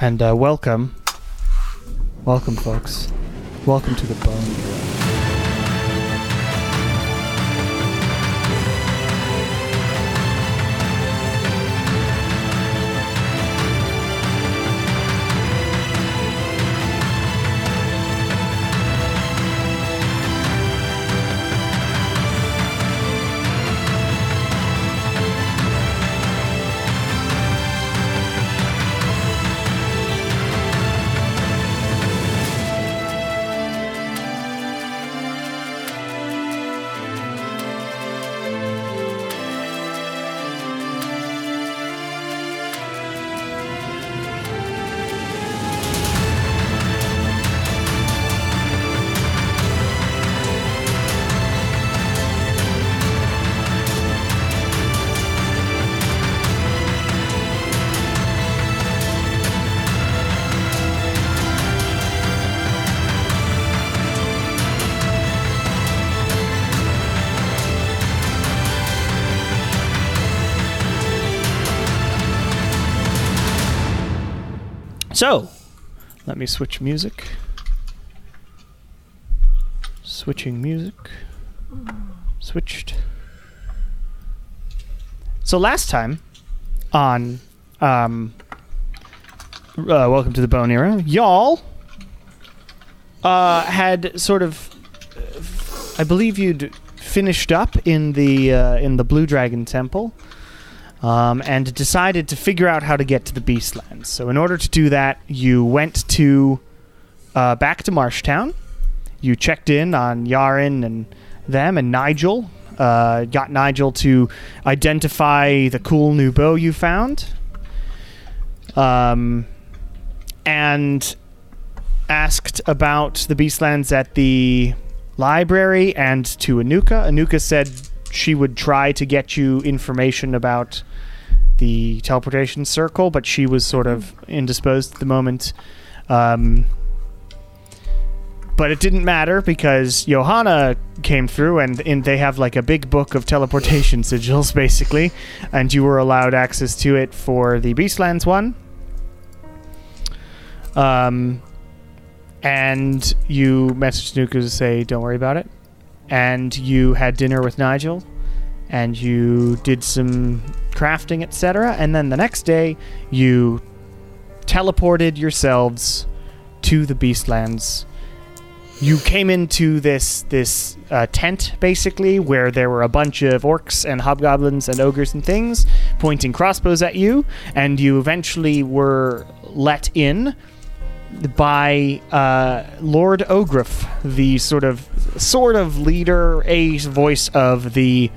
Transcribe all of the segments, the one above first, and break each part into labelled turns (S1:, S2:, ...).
S1: and uh, welcome, welcome, folks, welcome to the Bone Drill. So, let me switch music. Switching music. Switched. So last time on um, uh, Welcome to the Bone Era, y'all uh, had sort of, I believe you'd finished up in the uh, in the Blue Dragon Temple um, and decided to figure out how to get to the Beastlands. So, in order to do that, you went to uh, back to Marshtown. You checked in on Yarin and them and Nigel. Uh, got Nigel to identify the cool new bow you found. Um, and asked about the Beastlands at the library and to Anuka. Anuka said she would try to get you information about the teleportation circle, but she was sort of indisposed at the moment. Um, but it didn't matter because Johanna came through and, and they have like a big book of teleportation sigils, basically, and you were allowed access to it for the Beastlands one. Um, and you messaged Nuku to say, "Don't worry about it." And you had dinner with Nigel, and you did some crafting, etc. And then the next day, you teleported yourselves to the Beastlands. You came into this this uh, tent basically, where there were a bunch of orcs and hobgoblins and ogres and things pointing crossbows at you, and you eventually were let in by uh, Lord Ogriff, the sort of sort of leader, a voice of the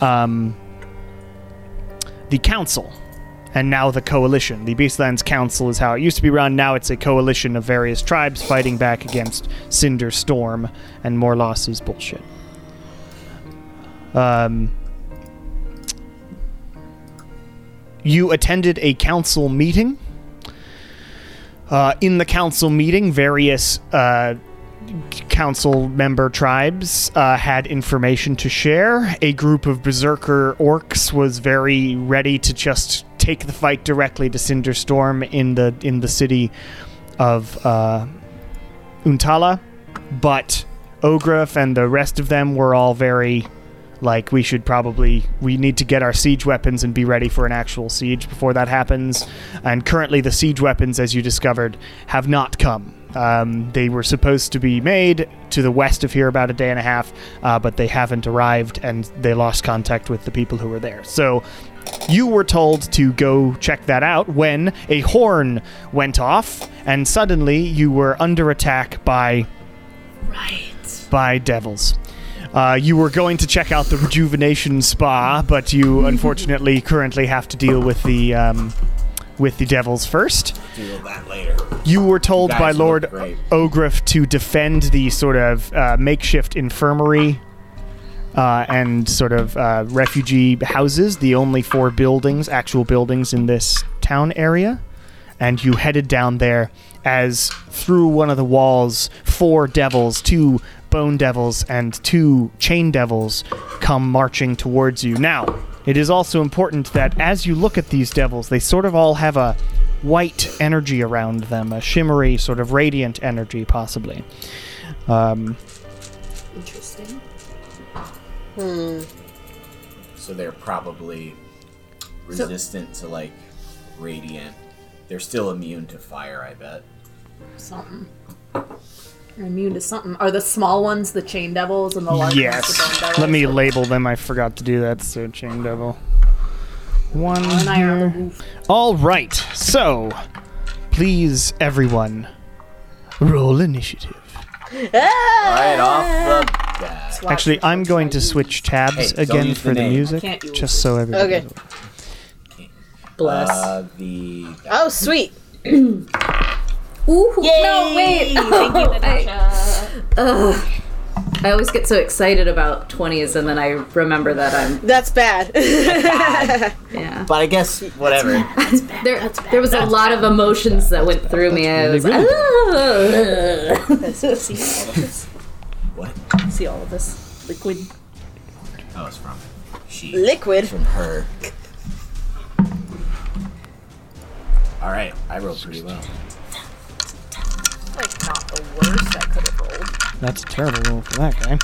S1: um, the council, and now the coalition. The Beastlands Council is how it used to be run. Now it's a coalition of various tribes fighting back against Cinder Storm and Morlos's bullshit. Um, you attended a council meeting. Uh, in the council meeting, various uh, c- council member tribes uh, had information to share. A group of berserker orcs was very ready to just take the fight directly to Cinderstorm in the in the city of uh, Untala, but Ogriff and the rest of them were all very like we should probably we need to get our siege weapons and be ready for an actual siege before that happens and currently the siege weapons as you discovered have not come um, they were supposed to be made to the west of here about a day and a half uh, but they haven't arrived and they lost contact with the people who were there so you were told to go check that out when a horn went off and suddenly you were under attack by
S2: Right.
S1: by devils. Uh, you were going to check out the rejuvenation spa, but you unfortunately currently have to deal with the um, with the devils first.
S3: deal with that later.
S1: You were told
S3: Guys
S1: by
S3: look
S1: Lord
S3: great.
S1: Ogriff to defend the sort of uh, makeshift infirmary uh, and sort of uh, refugee houses, the only four buildings, actual buildings in this town area. And you headed down there as through one of the walls, four devils, two bone devils, and two chain devils come marching towards you. Now, it is also important that as you look at these devils, they sort of all have a white energy around them, a shimmery, sort of radiant energy, possibly. Um,
S2: Interesting.
S3: So they're probably resistant to like radiant. They're still immune to fire, I bet.
S2: Something. You're immune to something. Are the small ones the chain devils and the large ones the bone
S1: yes.
S2: devils?
S1: Let me label them. I forgot to do that. So, Chain Devil. One.
S2: And I are the
S1: here.
S2: wolf.
S1: All right. So, please, everyone, roll initiative.
S3: Right off the bat.
S2: Watch
S1: Actually,
S2: it.
S1: I'm going to switch tabs
S3: Hey, don't
S1: again
S3: use
S1: for
S3: the
S1: the
S3: name.
S1: music,
S2: Can't use
S1: just so everybody.
S4: Okay.
S1: knows.
S4: Bless.
S3: Uh, the
S4: oh, sweet.
S2: Ooh, no,
S4: Yay!
S2: wait.
S5: I always get so excited about 20s and then I remember that I'm.
S4: That's bad.
S5: Yeah.
S3: but I guess whatever.
S5: There, there was a lot of emotions that went through me. I was.
S1: really
S5: "Ah."
S4: see all of this.
S3: What?
S4: See all of this liquid.
S3: Oh, it's from she.
S4: Liquid.
S3: From her. All right, I rolled pretty well.
S2: Like, not the worst I could have rolled.
S1: That's a terrible roll for that guy.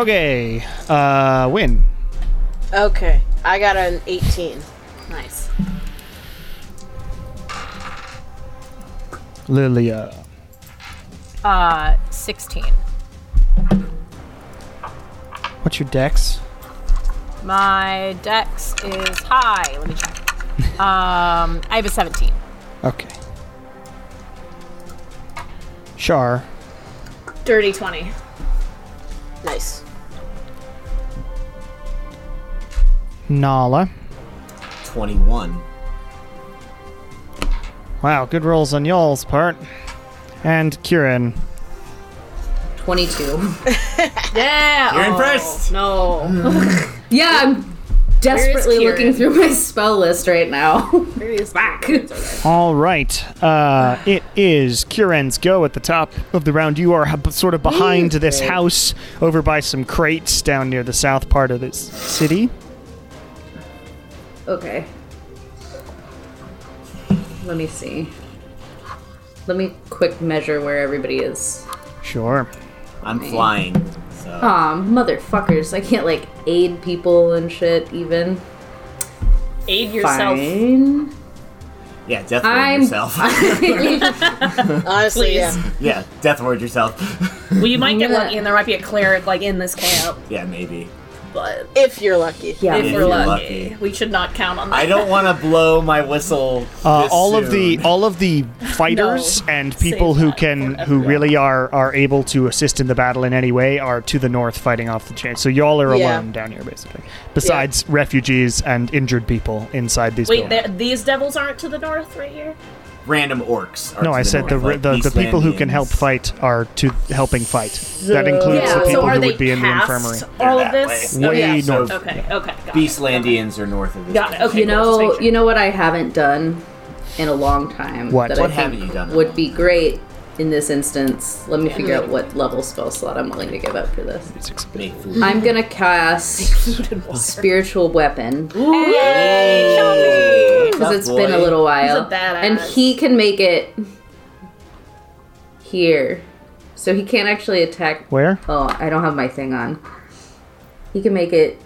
S1: Okay, uh, win.
S4: Okay, I got an 18.
S5: nice.
S1: Lilia.
S2: Uh, 16.
S1: What's your dex?
S2: My dex is high. Let me check. Um, I have a 17.
S1: Okay. Char.
S2: Dirty 20.
S4: Nice.
S1: Nala.
S3: Twenty-one.
S1: Wow, good rolls on y'all's part. And Kieran.
S5: "Ah, 22.
S2: Yeah.
S3: You're impressed.
S2: No.
S5: Yeah, I'm desperately
S2: Kieran?
S5: looking through my spell list right now. Whack.
S1: All right. Uh, it is Kieran's go at the top of the round. You are h- sort of behind this house over by some crates down near the south part of this city.
S5: Okay. Let me see. Let me quick measure where everybody is.
S1: Sure.
S3: I'm flying. So
S5: Aw, motherfuckers. I can't, like, aid people and shit, even.
S2: Aid
S5: Fine.
S3: yeah, death word
S5: I'm-
S3: yourself.
S4: Honestly, yeah.
S3: yeah, death word yourself.
S2: Well, you might get
S5: Yeah.
S2: lucky, and there might be a cleric like in this camp,
S3: Yeah, maybe.
S2: but
S4: If you're lucky.
S5: yeah.
S2: if
S3: Yeah,
S2: we're
S3: you're
S2: lucky,
S3: lucky.
S2: we should not count on that.
S3: I don't want to blow my whistle.
S1: Uh,
S3: this
S1: all of the
S3: soon.
S1: all of the fighters and people
S2: Save
S1: who
S2: that
S1: can who really are are able to assist in the battle in any way are to the north fighting off the chain. So y'all are
S4: Yeah.
S1: alone down here basically. Besides refugees and injured people inside these
S6: Wait,
S1: buildings.
S6: th- these devils aren't to the north right here?
S3: random orcs. Are
S1: No,
S3: to
S1: I said the
S3: north,
S1: the,
S3: like
S1: the, the people who can
S3: Eastlandians.
S1: help fight are to helping fight. that includes
S6: Yeah,
S1: the
S6: so
S1: people
S6: are
S1: who
S6: they
S1: would be in the
S6: past
S1: infirmary.
S6: All of
S3: They're that
S6: this?
S3: way.
S7: Oh,
S6: Okay,
S1: Way
S3: so-
S1: north.
S6: okay, okay, got it.
S3: Beastlandians are north of this.
S6: Got it, okay.
S3: country.
S5: You
S6: Cool, just
S5: know,
S6: making sure.
S5: you know what I haven't done in a long time.
S1: What?
S5: that
S1: What
S5: I
S3: haven't
S5: think
S3: you done in a
S5: Would
S3: long
S5: be
S3: time?
S5: great in this instance. Let me figure out what level spell slot I'm willing to give up for this.
S3: Make food.
S5: I'm gonna cast spiritual weapon because it's been a little while,
S6: He's a badass.
S5: and he can make it here, so he can't actually attack.
S1: Where?
S5: Oh, I don't have my thing on. He can make it.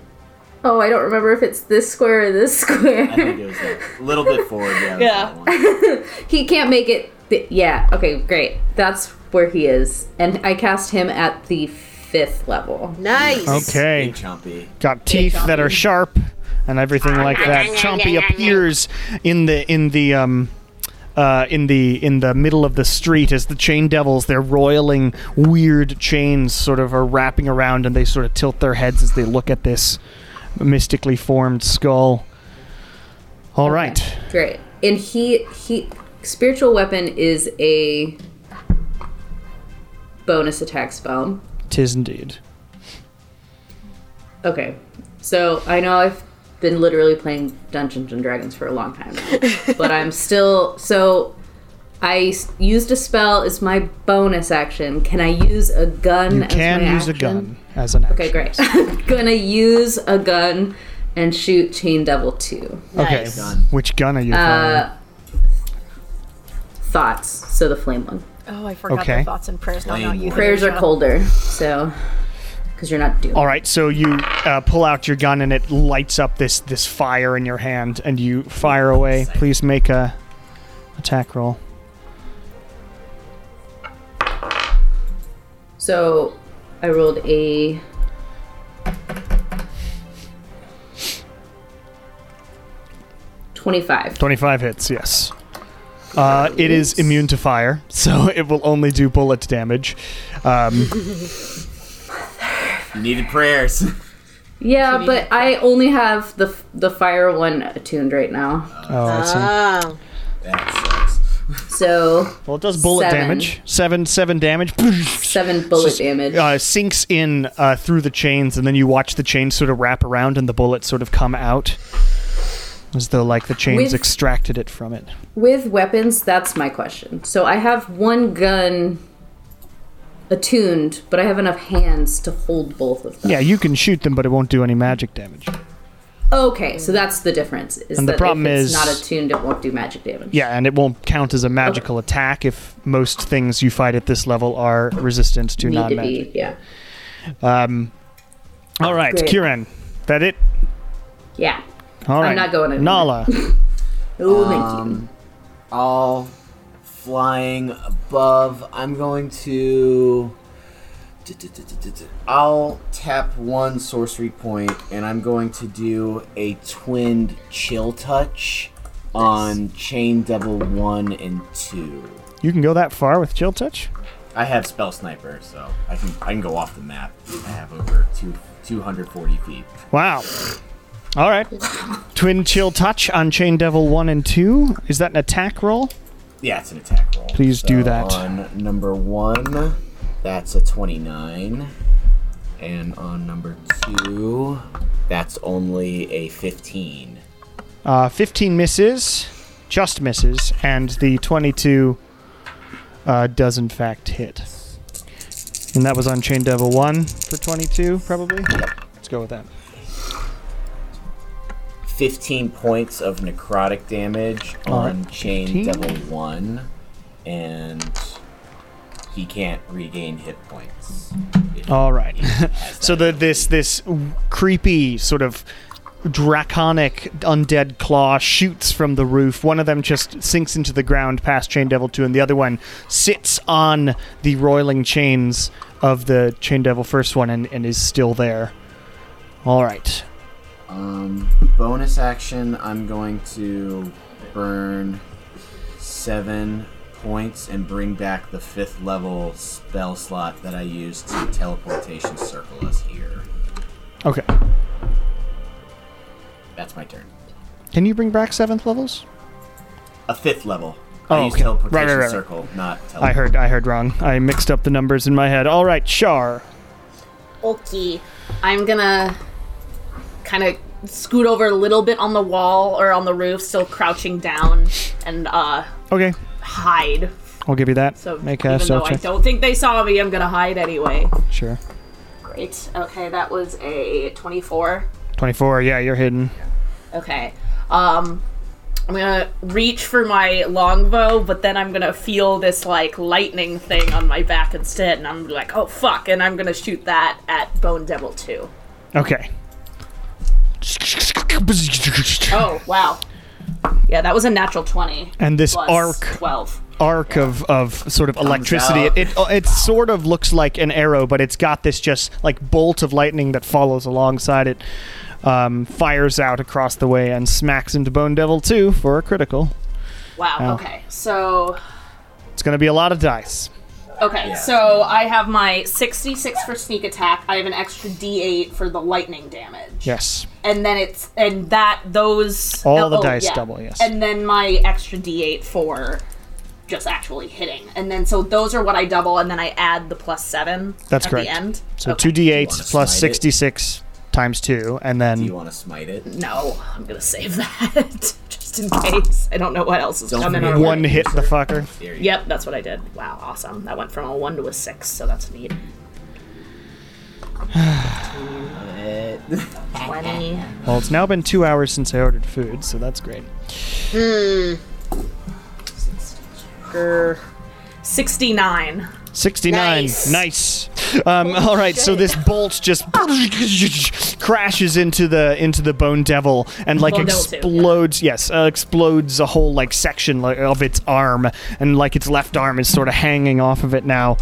S5: Oh, I don't remember if it's this square or this square.
S3: I think it was that. a little bit forward. Yeah. yeah.
S5: He can't make it. Th- yeah. Okay. Great. That's where he is, and I cast him at the fifth level.
S4: Nice.
S1: Okay.
S3: Big chompy.
S1: Got teeth that are sharp and everything
S5: Ah,
S1: like that. Chompy appears in the in the um uh, in the in the middle of the street as the chain devils they're roiling weird chains sort of are wrapping around and they sort of tilt their heads as they look at this mystically formed skull. All right.
S5: Great. And he he spiritual weapon is a bonus attack spell.
S1: Tis indeed.
S5: Okay. So I know I've been literally playing Dungeons and Dragons for a long time, now, but I'm still so. I s- used a spell as my bonus action. Can I use a gun?
S1: You
S5: as
S1: can
S5: my
S1: use a
S5: action?
S1: gun as an action.
S5: Okay, great. I'm gonna use a gun and shoot Chain Devil 2.
S1: Okay.
S4: Nice.
S3: Done.
S1: Which gun are you firing?
S5: Uh, thoughts, so the flame one.
S8: Oh, I forgot
S1: Okay.
S8: the thoughts and prayers. No, not
S3: Plain
S8: you.
S3: one.
S5: Prayers are colder, so because you're not doomed.
S1: All right, so you uh, pull out your gun and it lights up this this fire in your hand, and you fire away. Please make a attack roll.
S5: So I rolled a. Twenty-five.
S1: Twenty-five hits. Yes. Uh, it is immune to fire, so it will only do bullet damage. Um,
S3: You needed prayers.
S5: Yeah, but I only have the the fire one attuned right now.
S1: oh, I see.
S4: Ah,
S3: that sucks.
S5: So
S1: Well, it does bullet
S5: Seven.
S1: damage. Seven, seven damage.
S5: seven bullet damage.
S1: Uh, sinks in uh, through the chains, and then you watch the chains sort of wrap around, and the bullets sort of come out, as though like the chains
S5: With-
S1: extracted it from it.
S5: With weapons, that's my question. So I have one gun attuned, but I have enough hands to hold both of them.
S1: Yeah, you can shoot them, but it won't do any magic damage.
S5: Okay, so that's the difference. Is
S1: And the
S5: that
S1: problem
S5: if it's
S1: is-
S5: not attuned, it won't do magic damage.
S1: Yeah, and it won't count as a magical attack if most things you fight at this level are resistant to
S5: need to
S1: non-magic. Um,
S5: be. Yeah,
S1: All right,
S5: Great.
S1: Kieran, that it.
S5: yeah.
S1: All right,
S5: not going anywhere.
S1: Nala.
S5: Oh, thank
S3: all flying above. I'm going to. I'll tap one sorcery point, and I'm going to do a twinned chill touch on chain double one and two.
S1: You can go that far with chill touch.
S3: I have spell sniper, so I can I can go off the map. I have over two 240 feet.
S1: Wow. All right. Twin chill touch on chain devil one and two. Is that an attack roll?
S3: Yeah, it's an attack roll.
S1: Please do that.
S3: On number one, that's a 29. And on number two, that's only a 15.
S1: Uh, 15 misses, just misses, and the 22 uh, does in fact hit. And that was on Chain Devil 1 for 22, probably? Let's go with that.
S3: 15 points of necrotic damage
S1: Uh,
S3: on
S1: 15.
S3: Chain Devil 1. And he can't regain hit points. if
S1: All right.
S3: he has
S1: so
S3: that
S1: the, this this creepy sort of draconic undead claw shoots from the roof. One of them just sinks into the ground past Chain Devil 2 and the other one sits on the roiling chains of the Chain Devil first one and, and is still there. All right.
S3: Um, bonus action, I'm going to burn seven points and bring back the fifth level spell slot that I used to teleportation circle us here.
S1: Okay.
S3: That's my turn.
S1: Can you bring back seventh levels?
S3: A fifth level.
S1: Oh,
S3: I used
S1: okay.
S3: teleportation
S1: Right, right, right, right.
S3: circle, not teleport.
S1: I heard I heard wrong. I mixed up the numbers in my head. All right, Char.
S7: Okay. I'm gonna kind of scoot over a little bit on the wall or on the roof, still crouching down and uh
S1: Okay,
S7: hide.
S1: I'll give you that.
S7: So
S1: Make
S7: even
S1: a
S7: though
S1: stealth
S7: I
S1: check.
S7: don't think they saw me, I'm gonna hide anyway.
S1: Sure.
S7: Great. Okay, that was a 24.
S1: Twenty-four. Yeah, you're hidden.
S7: Okay. Um I'm gonna reach for my longbow, but then I'm gonna feel this like lightning thing on my back instead, and I'm gonna be like, oh fuck, and I'm gonna shoot that at Bone Devil too.
S1: Okay.
S7: Oh wow. Yeah, that was a natural twenty.
S1: And this
S7: plus
S1: arc
S7: twelve.
S1: arc of, of sort of electricity. It,
S3: out.
S1: it it sort of looks like an arrow, but it's got this just like bolt of lightning that follows alongside it. Um, fires out across the way and smacks into Bone Devil too for a critical.
S7: Wow. Okay. So
S1: It's going to be a lot of dice.
S7: okay. So I have my sixty-six for sneak attack. I have an extra D8 for the lightning damage.
S1: Yes.
S7: And then it's and that those oh,
S1: All the dice double, yes.
S7: And then my extra D8 for just actually hitting. And then so those are what I double, and then I add the plus seven.
S1: That's
S7: at
S1: correct.
S7: The end.
S1: So
S7: Okay.
S1: two d8
S3: wanna
S1: plus
S3: slide it?
S1: 66 times two, and
S3: Do you
S1: then
S3: want to smite it?
S7: No, I'm gonna save that just in case. I don't know what else is
S3: Don't
S7: coming.
S3: forget
S7: our way.
S1: one hit the fucker.
S3: There you
S7: Yep, that's what I did. Wow, awesome. That went from a 1 to a 6, so that's neat.
S3: go. it.
S7: 20.
S1: Well, it's now been two hours since I ordered food, so that's great.
S4: Grr.
S2: 69.
S1: 69. Nice.
S4: Nice.
S1: Um, all right, so this bolt just crashes into the into the bone devil and like
S2: Bone devil too, yeah.
S1: explodes. Yes, uh, explodes a whole like section like, of its arm, and like its left arm is sort of hanging off of it now.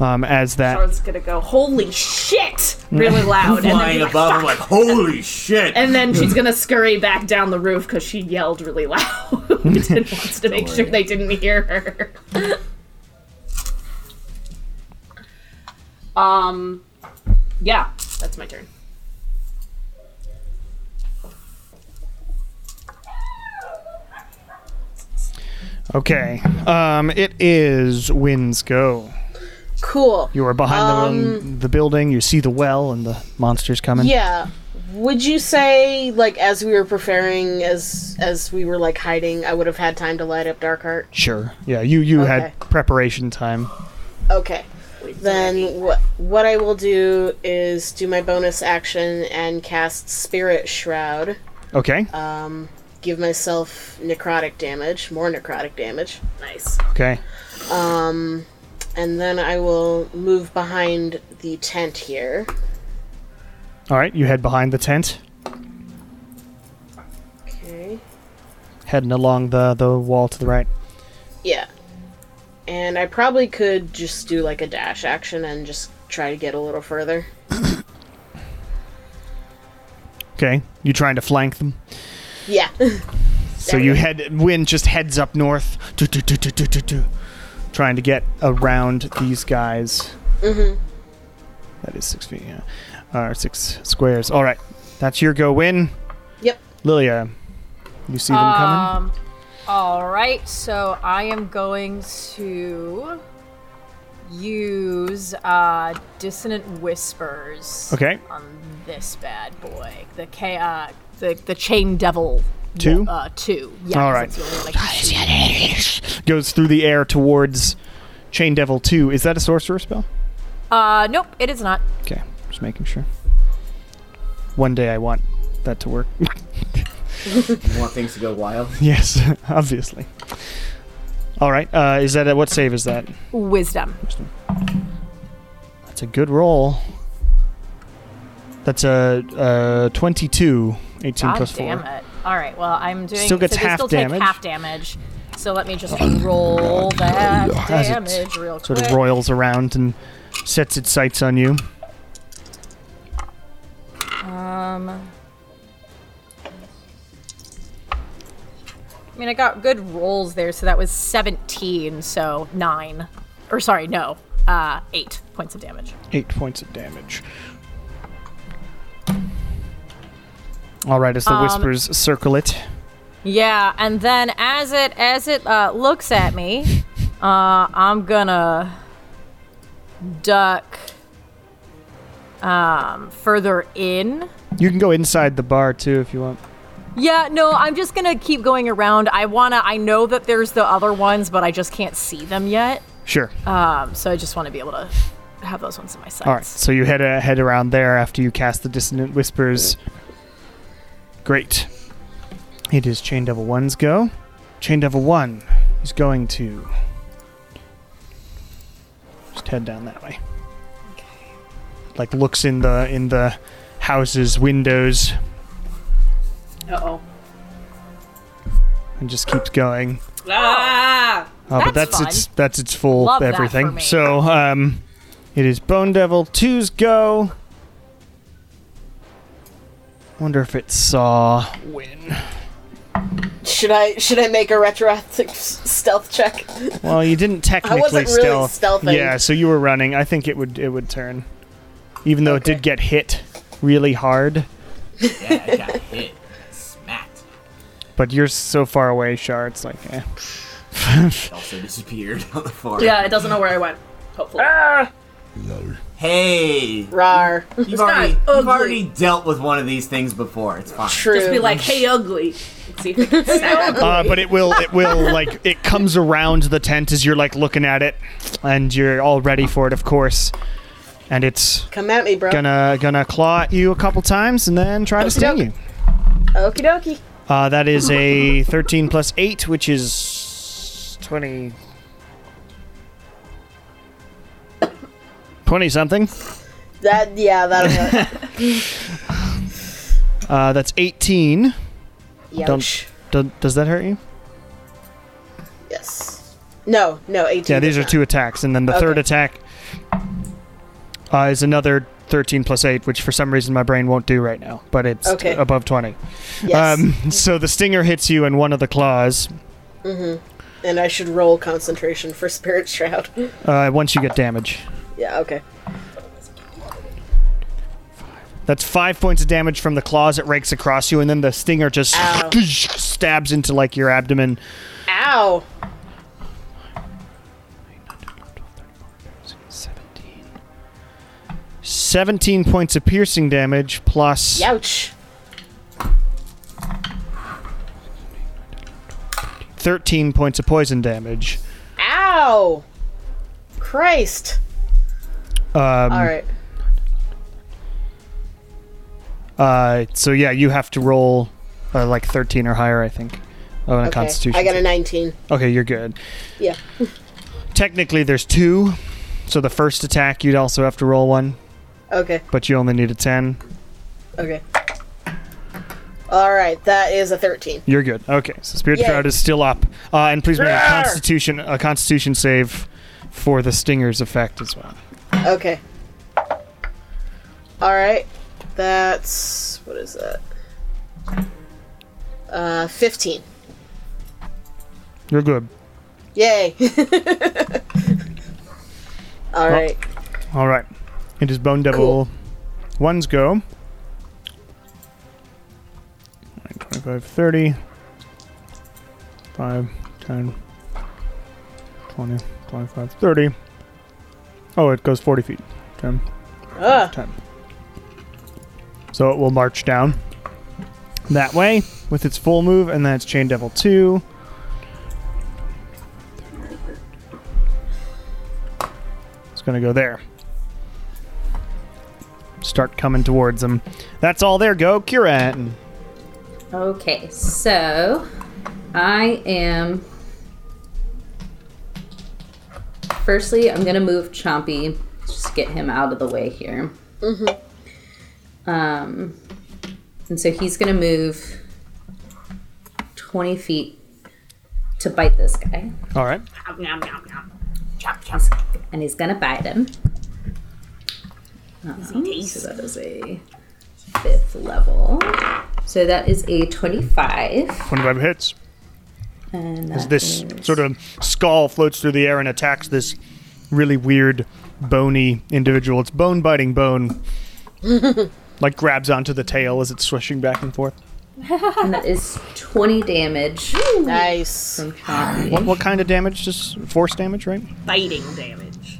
S1: Um, as that
S2: Charles gonna go, holy shit! Really
S1: Mm.
S2: loud. and, then be
S3: Flying
S2: like,
S3: above, I'm
S2: "Fuck."
S3: like, holy shit!
S2: and then she's
S1: Hmm.
S2: gonna scurry back down the roof because she yelled really loud and wants to make sure
S3: worry.
S2: they didn't hear her. um, yeah, that's my turn.
S1: okay, um, it is winds go.
S4: Cool.
S1: You are behind the, the building. You see the well and the monsters coming.
S4: Yeah. Would you say like as we were preparing as as we were like hiding, I would have had time to light up Darkheart?
S1: Sure. Yeah, you you
S4: Okay.
S1: had preparation time.
S4: Okay. Then what what I will do is do my bonus action and cast Spirit Shroud.
S1: Okay.
S4: Give myself necrotic damage, more necrotic damage,
S2: Nice.
S1: okay.
S4: and then I will move behind the tent here.
S1: All right. You head behind the tent.
S4: Okay.
S1: heading along the the wall to the right.
S4: Yeah. And I probably could just do like a dash action and just try to get a little further.
S1: Okay, you trying to flank them?
S4: Yeah.
S1: So you head wind just heads up north, do, do, do, do, do, do, do, trying to get around these guys. Mm-hmm. That is six feet, yeah, or six squares. All right, that's your go. Win,
S4: yep.
S1: Lilia. You see them coming?
S7: Um, all right, so I am going to use uh, dissonant whispers
S1: Okay,
S7: on this bad boy, the K, uh, the the chain devil.
S1: Two?
S7: Uh, two. Yeah.
S1: All
S7: 'cause
S1: right.
S7: it's the only one I can see.
S1: goes through the air towards Chain Devil Two. Is that a sorcerer spell?
S7: Uh, nope, it is not.
S1: Okay, just making sure. One day I want that to work.
S3: You want things to go wild?
S1: Yes, obviously. All right. Uh, is that a, what save is that?
S7: Wisdom.
S1: That's a good roll. That's a, uh 22, 18
S7: God
S1: plus
S7: damn
S1: 4.
S7: it. All right, well, I'm doing.
S1: Still gets
S7: so they
S1: half
S7: still
S1: damage.
S7: Take half damage. So let me just roll that
S1: As it
S7: damage real quick.
S1: Sort of roils around and sets its sights on you.
S7: Um, I mean, I got good rolls there, so that was 17, so 9. Or sorry, no, uh, 8 points of damage.
S1: 8 points of damage. All right, as
S7: Um,
S1: the whispers circle it.
S7: Yeah, and then as it as it uh, looks at me, uh, I'm gonna duck um, further in.
S1: You can go inside the bar too if you want.
S7: Yeah, no, I'm just gonna keep going around. I wanna. I know that there's the other ones, but I just can't see them yet.
S1: Sure.
S7: Um, so I just want to be able to have those ones in my sights.
S1: All right, so you head uh, head around there after you cast the dissonant whispers. Great. It is Chain Devil One's go. Chain Devil One is going to just head down that way. Okay. Like looks in the in the houses windows
S2: Uh oh.
S1: and just keeps going.
S2: Ah!
S1: Uh, but that's
S7: That's fun.
S1: its that's its full
S7: Love that
S1: everything.
S7: for me.
S1: So um, it is Bone Devil Two's go. Wonder if it saw win.
S4: Should I should I make a retroactive s- stealth check?
S1: Well, you didn't technically
S4: wasn't really
S1: stealth.
S4: stealthing.
S1: Yeah, so you were running. I think it would it would turn, even though
S4: Okay.
S1: it did get hit really hard.
S3: Yeah, I got hit. Smacked.
S1: But you're so far away, Char. It's like, eh.
S3: It also disappeared on the floor.
S2: Yeah, it doesn't know where I went. Hopefully.
S3: Hey!
S4: Rar.
S3: You've already,
S2: guy's
S3: you've
S2: ugly.
S3: already dealt with one of these things before. It's fine.
S4: True.
S2: Just be like, hey, ugly. Let's see if we can snap it.
S1: Uh, but it will it will like it comes around the tent as you're like looking at it, and you're all ready for it, of course. and it's
S4: Come at me, bro.
S1: gonna gonna claw at you a couple times and then try to sting you.
S4: Okie dokie.
S1: Uh, that is a 13 plus 8, which is 20. 20 something.
S4: That yeah, that'll work.
S1: Uh, that's 18.
S4: Ouch.
S1: Do- does that hurt you?
S4: Yes. No, no, eighteen.
S1: Yeah, these
S4: does
S1: are
S4: not.
S1: two attacks. And then the third
S4: Okay.
S1: attack uh, is another 13 plus 8, which for some reason my brain won't do right now, but it's
S4: Okay.
S1: above 20.
S4: Yes.
S1: Um, so the stinger hits you in one of the claws
S4: and I should roll concentration for spirit shroud.
S1: uh, once you get damage.
S4: yeah. Okay.
S1: That's five points of damage from the claws it rakes across you, and then the stinger just
S4: Ow.
S1: stabs into like your abdomen.
S4: Ow.
S1: 17. 17 points of piercing damage plus
S4: Youch.
S1: 13 points of poison damage.
S4: Ow. Christ.
S1: Um,
S4: All right.
S1: uh, so yeah, you have to roll uh, like 13 or higher, I think. Oh, and a
S4: Okay.
S1: constitution.
S4: I got a nineteen.
S1: okay, you're good.
S4: Yeah.
S1: Technically, there's two. So the first attack, you'd also have to roll one,
S4: Okay.
S1: but you only need a 10.
S4: Okay. All right. That is a thirteen.
S1: You're good. Okay, so Spirit
S4: Yay.
S1: Shroud is still up, uh, and please make a
S4: Roar!
S1: Constitution a Constitution save for the Stinger's effect as well.
S4: Okay. All right. That's what is that? Uh, fifteen.
S1: You're good.
S4: Yay. All right.
S1: All right, it is Bone Devil. One's go. 9, 25, 30, 5, 10, 20, 25, 30. Oh, it goes 40 feet. 10,
S4: Ugh.
S1: 10. So it will march down that way with its full move, and that's Chain Devil 2. It's going to go there. Start coming towards them. That's all there. Go, Curate.
S5: Okay, so I am. Firstly, I'm gonna move Chompy, just get him out of the way here. Mm-hmm. Um, and so he's gonna move 20 feet to bite this guy,
S1: All right.
S2: Nom, nom, nom.
S5: and he's gonna bite him. Um, so that is a fifth level. So that is a 25.
S1: 25 hits.
S5: And
S1: As this sort of skull floats through the air and attacks this really weird, bony individual. It's bone biting bone. like grabs onto the tail as it's swishing back and forth.
S5: and that is 20 damage.
S4: Nice.
S5: from Chompy.
S1: What, what kind of damage? Just force damage, right?
S2: Biting damage.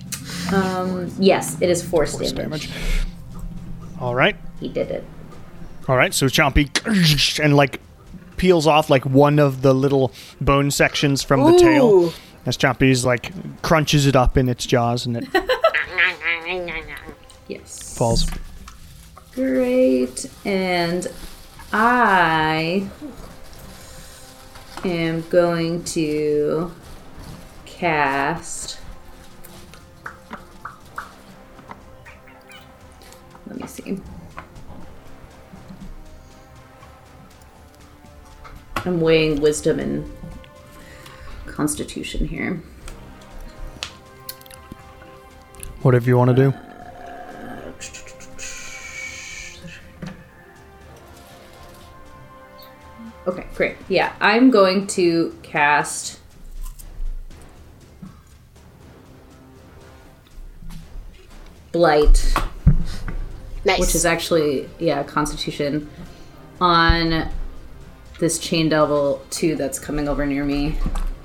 S5: Um, yes, it is force, damage.
S1: Damage. All right.
S5: He did it.
S1: All right. So Chompy and like peels off like one of the little bone sections from the tail.
S4: Ooh.
S1: As Chompy's like crunches it up in its jaws and it
S5: Yes.
S1: falls.
S5: Great. And I am going to cast. Let me see. I'm weighing wisdom and constitution here.
S1: Whatever you want to do.
S5: Okay, great. Yeah, I'm going to cast. Blight,
S4: Nice.
S5: which is actually, yeah, Constitution, on this Chain Devil 2 that's coming over near me.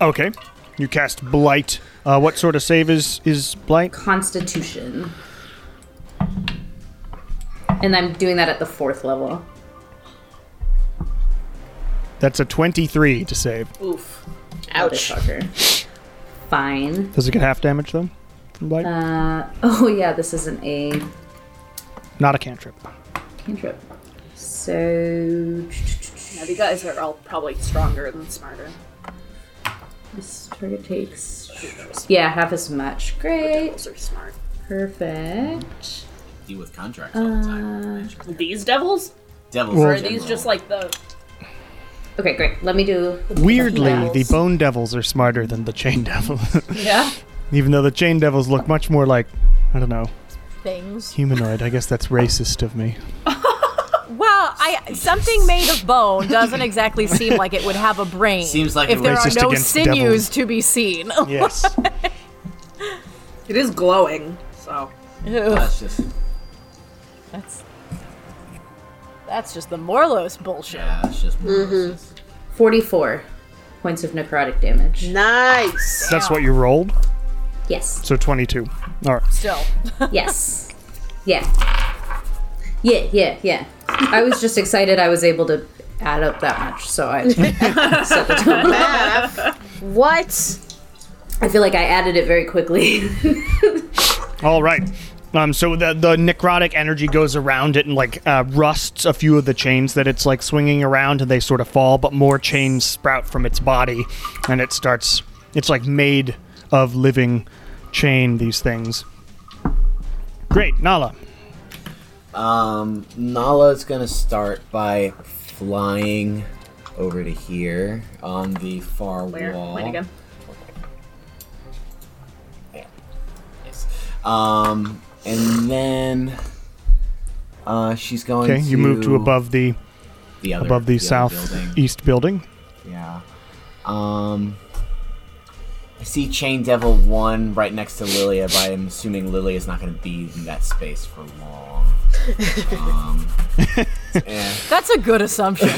S1: Okay. You cast blight. Uh, what sort of save is is blight?
S5: Constitution. And I'm doing that at the fourth level.
S1: That's a twenty-three to save.
S4: Oof. Ouch.
S5: Motherfucker. Fine.
S1: Does it get half damage though? Like,
S5: Uh, oh yeah, this is an A
S1: not a cantrip.
S5: cantrip. So
S2: Yeah, you guys are all probably stronger than smarter.
S5: this target takes yeah half as much. Great,
S2: Devils are smart.
S5: perfect.
S3: Deal with contracts all the time.
S2: These devils?
S3: Devils
S1: Well-
S3: in
S2: Or are these
S3: general.
S2: just like the
S5: Okay, great. Let me do
S1: Weirdly, the
S5: Devils.
S1: bone devils are smarter than the chain devils.
S2: Yeah?
S1: Even though the chain devils look much more like, I don't know,
S7: Things.
S1: humanoid. I guess that's racist of me.
S7: Well, I something made of bone doesn't exactly seem like it would have a brain.
S3: Seems like
S7: if
S3: a
S7: there are
S1: racist
S7: no
S1: against
S7: sinews
S1: devils.
S7: to be seen.
S1: Yes.
S2: It is glowing, so
S7: Ugh,
S3: That's just
S7: that's that's just the Morlos bullshit.
S3: yeah, that's just.
S2: Mm-hmm.
S5: forty-four points of necrotic damage.
S4: Nice.
S1: that's what you rolled?
S5: Yes,
S1: So 22. All right.
S7: Still,
S5: yes, yeah, yeah, yeah, yeah. I was just excited. I was able to add up that much, so I set the total.
S4: What?
S5: I feel like I added it very quickly.
S1: All right. Um, so the the necrotic energy goes around it and like uh, rusts a few of the chains that it's like swinging around, and they sort of fall. But more chains sprout from its body, and it starts. It's like made of living chain. These things. Great, Nala.
S3: Um, Nala's gonna start by flying over to here on the far
S2: where?
S3: wall.
S2: Mine again.
S3: Yes. Um, and then uh, she's going.
S1: Okay, you move to above the
S3: the other,
S1: above the,
S3: other
S1: southeast
S3: building.
S1: building.
S3: Yeah. Um, I see Chain Devil one right next to Lilia, but I'm assuming Lilia is not going to be in that space for long. Um, eh.
S7: that's a good assumption.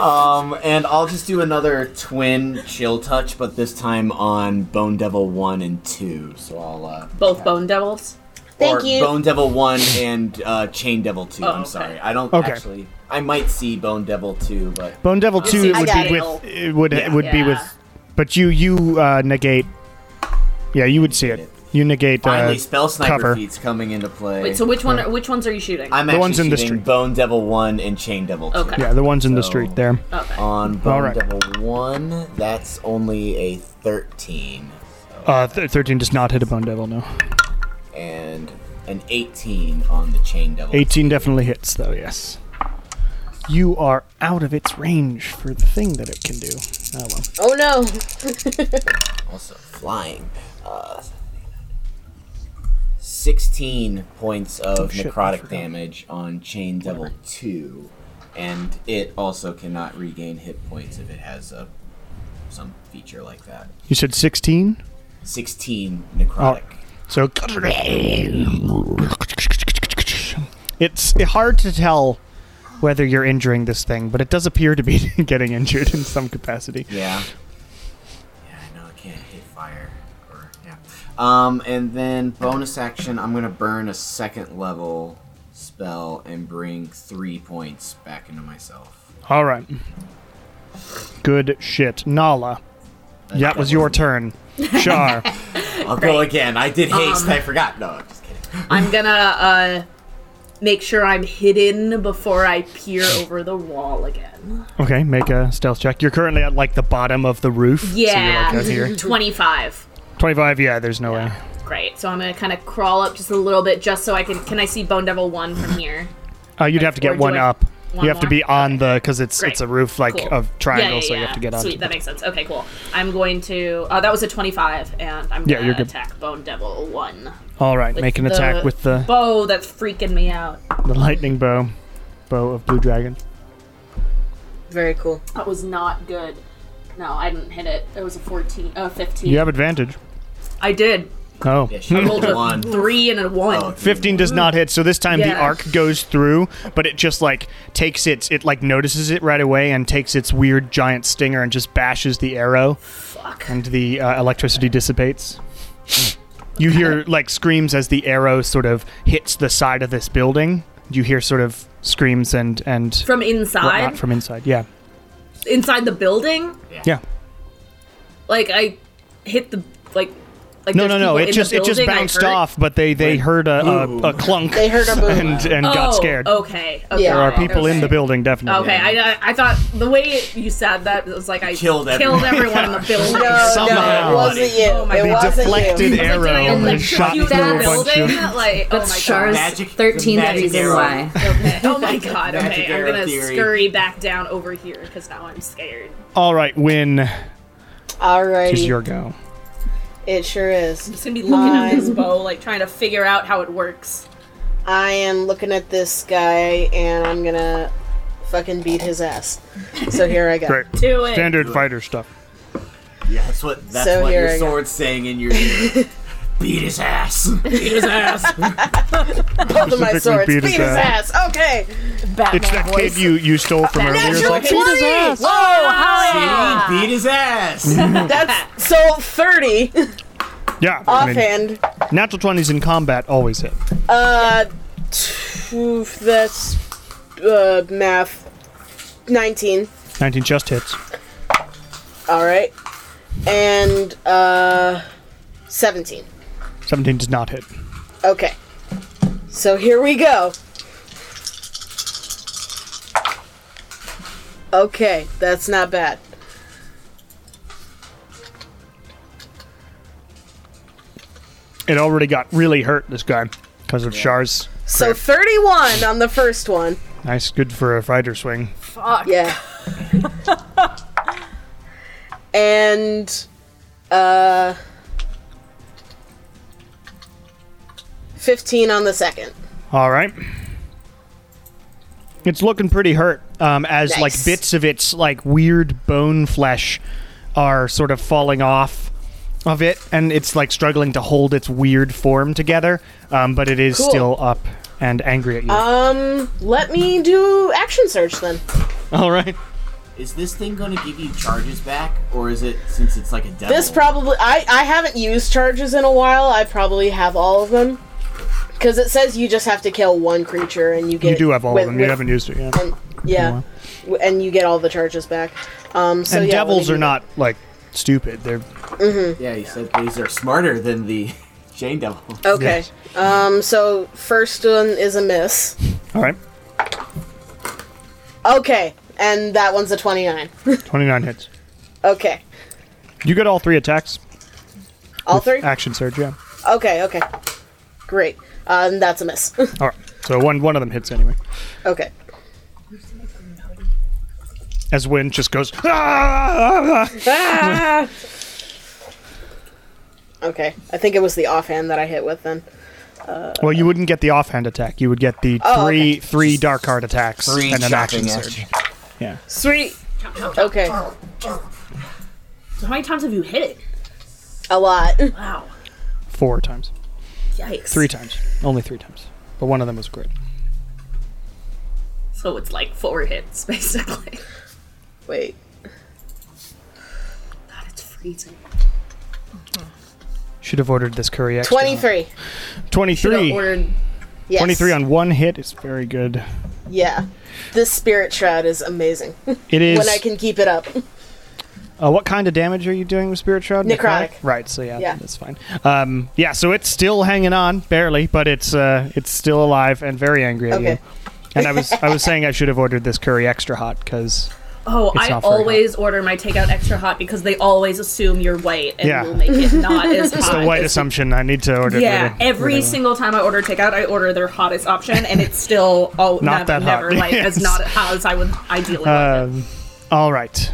S3: Um, and I'll just do another twin chill touch, but this time on Bone Devil one and two. So I'll uh,
S2: Both bone devils.
S4: Thank
S3: or
S4: you. Oh,
S3: Bone Devil one and uh, Chain Devil two. I'm
S2: okay.
S3: sorry, I don't
S1: Okay.
S3: actually. I might see Bone Devil two, but
S1: Bone Devil two it
S4: I
S1: would
S4: got
S1: be
S4: it.
S1: with it would it would be
S2: Yeah.
S1: with, but you you uh, negate. Yeah, you would see it. You negate.
S3: finally,
S1: uh,
S3: Spell Sniper
S1: cover.
S3: feats coming into play.
S2: Wait, so which one are, which ones are you shooting?
S3: I'm
S1: The
S3: actually
S1: one's in the
S3: shooting
S1: street.
S3: Bone Devil one and Chain Devil two.
S2: Okay.
S1: yeah, the ones in the
S3: So-
S1: street there.
S2: okay.
S3: On Bone
S1: Alright.
S3: Devil one, that's only a thirteen
S1: Uh, th- 13 does not hit a bone devil, no.
S3: and an eighteen on the Chain Devil.
S1: 18 definitely hits, though, yes. You are out of its range for the thing that it can do. Oh, well.
S4: Oh no.
S3: also flying. Uh, 16 points of
S1: Oh, shit, I
S3: necrotic
S1: forgot.
S3: damage on Chain Devil 2, and it also cannot regain hit points if it has a some feature like that.
S1: You said 16?
S3: 16 necrotic.
S1: So. It's hard to tell whether you're injuring this thing, but it does appear to be getting injured in some capacity.
S3: Yeah. Yeah, I know it can't hit fire. Or, yeah. Um, and then bonus action, I'm gonna burn a second level spell and bring three points back into myself.
S1: All right. Good shit. Nala. That was your turn. Char.
S3: I'll go again. I did haste.
S4: Um,
S3: I forgot. No, I'm just kidding.
S2: I'm gonna uh make sure I'm hidden before I peer over the wall again.
S1: Okay, make a stealth check. You're currently at like the bottom of the roof.
S2: Yeah.
S1: So you're like out here.
S2: 25.
S1: 25, yeah, there's no way.
S2: Great. So I'm gonna kind of crawl up just a little bit, just so I can. Can I see Bone Devil One from here?
S1: Uh, you'd have to
S2: Or
S1: get
S2: do
S1: one
S2: I-
S1: up.
S2: one
S1: you have to
S2: more?
S1: be on the because it's it's a
S2: Great.
S1: roof like
S2: Cool.
S1: of triangle,
S2: yeah, yeah,
S1: so you
S2: yeah.
S1: have to get on.
S2: Sweet, that makes sense. Okay, cool. I'm going to. Uh, that was a 25, and I'm
S1: Yeah,
S2: gonna
S1: you're good.
S2: attack Bone Devil One.
S1: All right, make an
S2: the
S1: attack with the
S2: bow that's freaking me out.
S1: the lightning bow, bow of blue dragon.
S4: Very cool.
S2: That was not good. No, I didn't hit it. It was a 14, uh, 15.
S1: You have advantage.
S2: I did.
S1: Oh.
S3: Yeah, she rolled a one.
S2: Three and a one.
S3: Oh, okay.
S1: 15 does not hit so this time the
S2: Yeah.
S1: arc goes through but it just like takes its it like notices it right away and takes its weird giant stinger and just bashes the arrow
S2: Fuck.
S1: and the uh, electricity dissipates. You hear like screams as the arrow sort of hits the side of this building. You hear sort of screams and and
S2: From
S1: whatnot
S2: inside?
S1: from inside. Yeah,
S2: inside the building?
S1: yeah.
S2: Like, I. hit the like like
S1: No,
S2: there's
S1: no,
S2: people
S1: no.
S2: in
S1: It
S2: the
S1: just it just
S2: building I
S1: bounced
S2: heard?
S1: off, but they they heard a, a, a clunk
S4: They heard a boom.
S1: and and
S2: oh,
S1: got scared.
S2: Okay. okay.
S5: There
S1: There are people in the
S2: okay.
S1: building definitely.
S2: Okay, I, I I thought the way you said that it was like I
S3: Killed everyone.
S2: everyone in the building.
S4: No, no,
S1: Somehow.
S4: it wasn't you.
S2: Oh my
S4: it
S2: God.
S1: The
S4: wasn't
S1: deflected
S4: you.
S1: arrow
S2: Like,
S1: and
S5: like,
S1: shot
S2: you
S1: through
S5: shoot
S1: a
S5: that
S1: bunch
S2: building?
S1: of.
S2: Like, oh
S5: That's
S2: my
S5: Char's
S2: god.
S3: Magic-
S5: 13th
S3: magic
S5: reason
S3: arrow.
S5: why.
S2: Okay. Oh my god.
S3: Magic
S2: Okay, I'm
S3: arrow
S2: gonna
S3: theory.
S2: scurry back down over here because now I'm scared.
S1: All right, Win is
S4: Alrighty.
S1: your go.
S4: it sure is.
S2: Just gonna be looking at
S1: Um.
S2: this bow, like trying to figure out how it works.
S4: I am looking at this guy and I'm gonna fucking beat his ass. So here I go.
S1: Great.
S2: Do it.
S1: Standard fighter stuff.
S3: Yeah, that's what that's
S4: So
S3: what
S4: here
S3: your
S4: I go.
S3: sword's saying in your ear. Beat his ass. Beat his ass.
S4: Both of my
S1: Specifically
S4: swords.
S1: beat
S4: Beat
S1: his
S4: his ass. Okay.
S7: Batman
S1: It's that
S7: voice.
S1: kid you you stole from earlier. It's
S4: Natural
S1: like,
S4: 20!
S7: Oh, how
S4: Ah.
S3: See? Beat his ass.
S4: That's so 30
S1: yeah, I mean,
S4: offhand.
S1: natural twenties in combat always hit.
S4: Uh, t- oof, that's uh math. Nineteen.
S1: Nineteen just hits.
S4: All right, and uh, seventeen.
S1: Seventeen does not hit.
S4: Okay, so here we go. Okay, that's not bad.
S1: It already got really hurt this guy because of Shar's.
S4: So thirty-one on the first one.
S1: Nice, good for a fighter swing.
S4: Yeah. and uh 15 on the second.
S1: All right. It's looking pretty hurt um, as like
S4: Nice.
S1: bits of its like weird bone flesh are sort of falling off of it, and it's like struggling to hold its weird form together. Um, but it is
S4: Cool.
S1: still up and angry at you.
S4: Um let me do action search then.
S1: All right.
S3: Is this thing going to give you charges back, or is it since it's like a devil?
S4: This probably I I haven't used charges in a while. I probably have all of them. Cuz it says you just have to kill one creature and you get
S1: You do have all
S4: with-
S1: of them. You
S4: with-
S1: haven't used it yet.
S4: and, yeah. W- And you get all the charges back. Um so
S1: and
S4: yeah, let me
S1: devils
S4: do
S1: are
S4: that.
S1: not like stupid. They're
S3: Yeah, you said these are smarter than the chain devil.
S4: Okay. Um so first one is a miss.
S1: all right.
S4: Okay, and that one's a 29.
S1: Twenty nine hits.
S4: Okay.
S1: You get all three attacks.
S4: All three?
S1: Action surge. Yeah.
S4: Okay, okay. Great. Um, that's a miss.
S1: All right. So one one of them hits anyway.
S4: okay.
S1: As Wynn just goes. "Ah!"
S4: Ah! okay, I think it was the offhand that I hit with then.
S1: Well, you wouldn't get the offhand attack. You would get the
S4: Oh,
S1: three
S4: okay.
S1: three dark heart attacks
S3: Three
S1: and an action
S3: chopping
S1: surge.
S3: action.
S1: Yeah.
S4: Sweet! Okay,
S2: So how many times have you hit it?
S4: a lot.
S2: Wow.
S1: Four times.
S2: Yikes.
S1: Three times. Only three times. But one of them was great.
S2: So it's like four hits basically.
S4: Wait.
S2: God, it's freezing.
S1: Should have ordered this curry extra.
S4: 23.
S1: 23.
S2: Ordered.
S4: Yes.
S1: 23 on one hit is very good.
S4: Yeah. This spirit shroud is amazing.
S1: It is.
S4: when I can keep it up.
S1: uh, what kind of damage are you doing with Spirit Shroud?
S4: Necrotic.
S1: Right, so yeah,
S4: Yeah.
S1: that's fine. Um, yeah, so it's still hanging on, barely, but it's uh, it's still alive and very angry at you.
S4: Okay.
S1: And I was I was saying I should have ordered this curry extra hot because
S2: Oh, I
S1: not very
S2: always order my takeout extra hot because they always assume you're white and
S1: Yeah.
S2: will make it not as hot.
S1: the white
S2: as-
S1: assumption I need to order.
S2: Yeah,
S1: really-
S2: every
S1: really-
S2: single time I order takeout, I order their hottest option, and it's still oh never,
S1: Not that hot.
S2: never like as
S1: Yes.
S2: not hot as I would ideally. want it.
S1: Um, all right.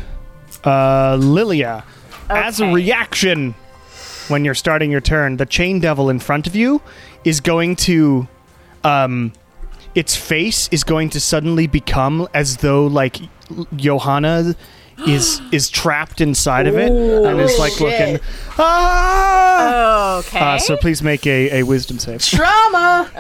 S1: Uh, Lilia, as a
S7: Okay.
S1: reaction, when you're starting your turn, the chain devil in front of you is going to. Um, its face is going to suddenly become as though, like, Johanna is is trapped inside of it and is, like,
S4: shit.
S1: looking. Ah!
S7: Okay.
S1: Uh, so please make a, a wisdom save.
S4: Trauma!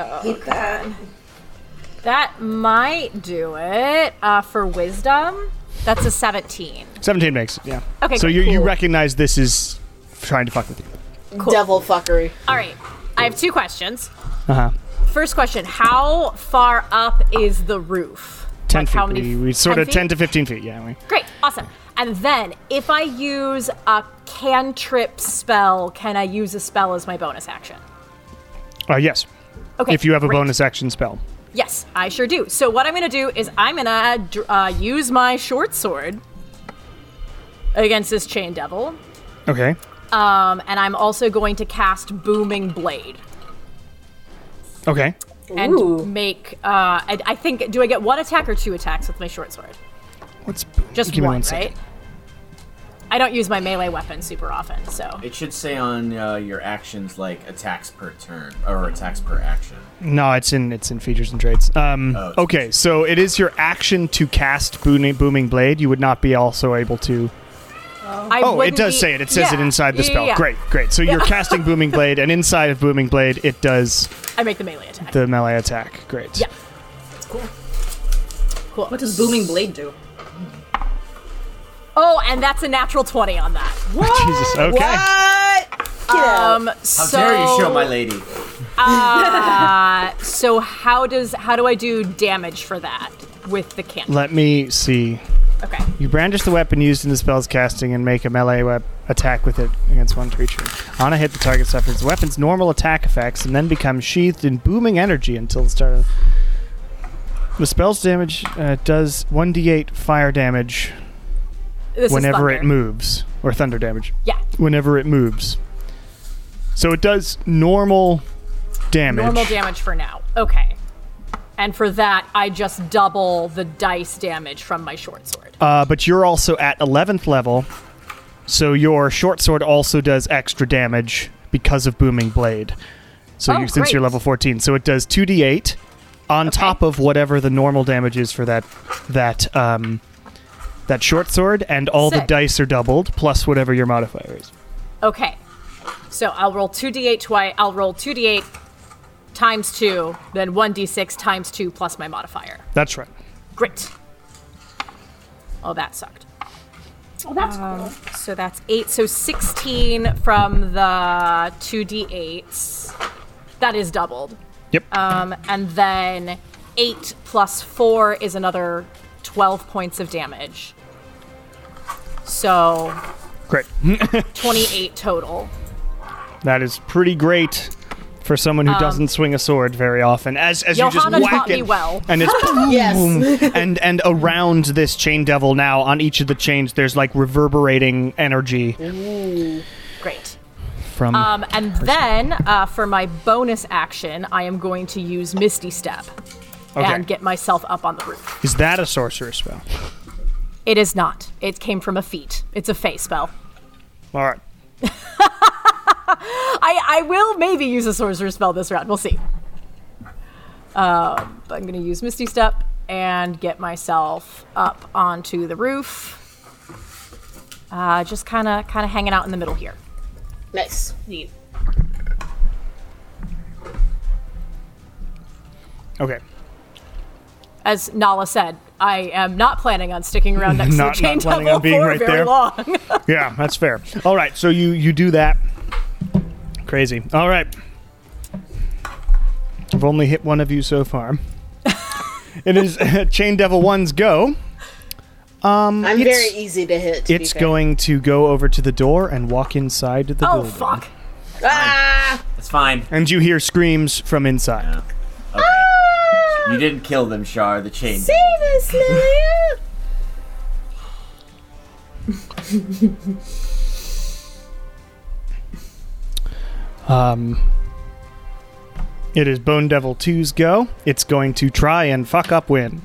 S7: that might do it uh, for wisdom. That's a 17.
S1: 17 makes it, yeah.
S7: Okay,
S1: So you,
S7: cool.
S1: you recognize this is trying to fuck with you.
S4: Devil fuckery.
S7: All right. I have two questions.
S1: Uh huh.
S7: First question How far up is the roof?
S1: Ten
S7: like
S1: feet.
S7: how many?
S1: we,
S7: f-
S1: we sort
S7: 10
S1: of ten
S7: feet?
S1: to fifteen feet. Yeah. We,
S7: Great, awesome. And then, if I use a cantrip spell, can I use a spell as my bonus action?
S1: uh, yes.
S7: Okay.
S1: if you have a
S7: great.
S1: bonus action spell.
S7: Yes, I sure do. So what I'm gonna do is I'm gonna dr- uh, use my short sword against this chain devil,
S1: Okay.
S7: um, and I'm also going to cast booming blade
S1: Okay.
S7: and make. Uh, I, I think do I get one attack or two attacks with my short sword?
S1: What's
S7: Just
S1: give me
S7: one,
S1: one
S7: right?
S1: second.
S7: I don't use my melee weapon super often, so
S3: It should say on uh, your actions like attacks per turn or attacks per action.
S1: No, it's in it's in features and traits. Um,
S3: Oh, it's-
S1: okay, so it is your action to cast booming, booming blade. You would not be also able to.
S7: I
S1: Oh, it
S7: wouldn't
S1: does
S7: be-
S1: say it. It says it
S7: Yeah,
S1: inside the
S7: yeah,
S1: spell.
S7: yeah, yeah.
S1: Great, great. So you're casting booming blade, and inside of booming blade, it does
S7: I make the melee attack.
S1: the melee attack. Great.
S7: Yeah.
S2: What does booming blade do?
S7: Oh, and that's a natural twenty on that.
S1: Jesus. Okay.
S2: Uh,
S7: Um,
S3: How
S7: so
S3: dare you show my lady?
S7: So how does how do I do damage for that with the cantrip?
S1: Let me see.
S7: okay.
S1: You brandish the weapon used in the spell's casting and make a melee wep- attack with it against one creature. On a hit, the target suffers the weapon's normal attack effects and then becomes sheathed in booming energy until the start of. The spell's damage uh, does 1d8 fire damage
S7: This
S1: whenever
S7: is
S1: it
S7: thunder.
S1: moves, or thunder damage,
S7: Yeah.
S1: whenever it moves. So it does normal damage.
S7: Normal damage for now. Okay. And for that, I just double the dice damage from my short sword.
S1: Uh, but you're also at 11th level, so your short sword also does extra damage because of Booming Blade. So
S7: Oh,
S1: you, since you're
S7: great.
S1: level 14, so it does 2d8 on top of whatever the normal damage is for that that um, that short sword, and all the
S7: Sick.
S1: dice are doubled plus whatever your modifier is.
S7: Okay. So I'll roll 2d8 twice. I'll roll 2d8 times 2, then 1d6 times 2 plus my modifier.
S1: That's right.
S7: Great. Oh, that sucked. Um,
S6: Oh, that's cool.
S7: So that's eight. So 16 from the 2d8s. That is doubled.
S1: Yep.
S7: Um, and then eight plus four is another 12 points of damage. So
S1: great.
S7: 28 total.
S1: That is pretty great for someone who doesn't swing a sword very often. As as you
S7: Um, Johanna
S1: just whack
S7: taught
S1: it,
S7: me well.
S1: and it's
S4: Yes.
S1: boom, and and around this chain devil now on each of the chains there's like reverberating energy
S7: Great.
S1: from.
S7: Um, and then uh, for my bonus action, I am going to use Misty Step
S1: okay,
S7: and get myself up on the roof.
S1: is that a sorcerer spell?
S7: It is not. It came from a feat. It's a fey spell.
S1: All right.
S7: I, I will maybe use a sorcerer spell this round. We'll see. Uh, but I'm going to use Misty Step and get myself up onto the roof. Uh, just kind of kind of hanging out in the middle here.
S4: Nice.
S2: Neat.
S1: Okay.
S7: As Nala said, I am not planning on sticking around next
S1: Not-
S7: to the chain
S1: not planning
S7: devil
S1: on being
S7: for
S1: right
S7: very
S1: there.
S7: long.
S1: Yeah, that's fair. All right. So you you do that. Crazy. All right. I've only hit one of you so far. it is Chain Devil One's go.
S4: I'm
S1: It's-
S4: very easy to hit. to be
S1: It's
S4: fair.
S1: going to go over to the door and walk inside the
S7: oh
S1: building.
S7: fuck!
S4: Ah!
S3: It's fine.
S1: And you hear screams from inside.
S3: Okay. You didn't kill them, Shar. The chain.
S1: It is Bone Devil 2's go. It's going to try and fuck up win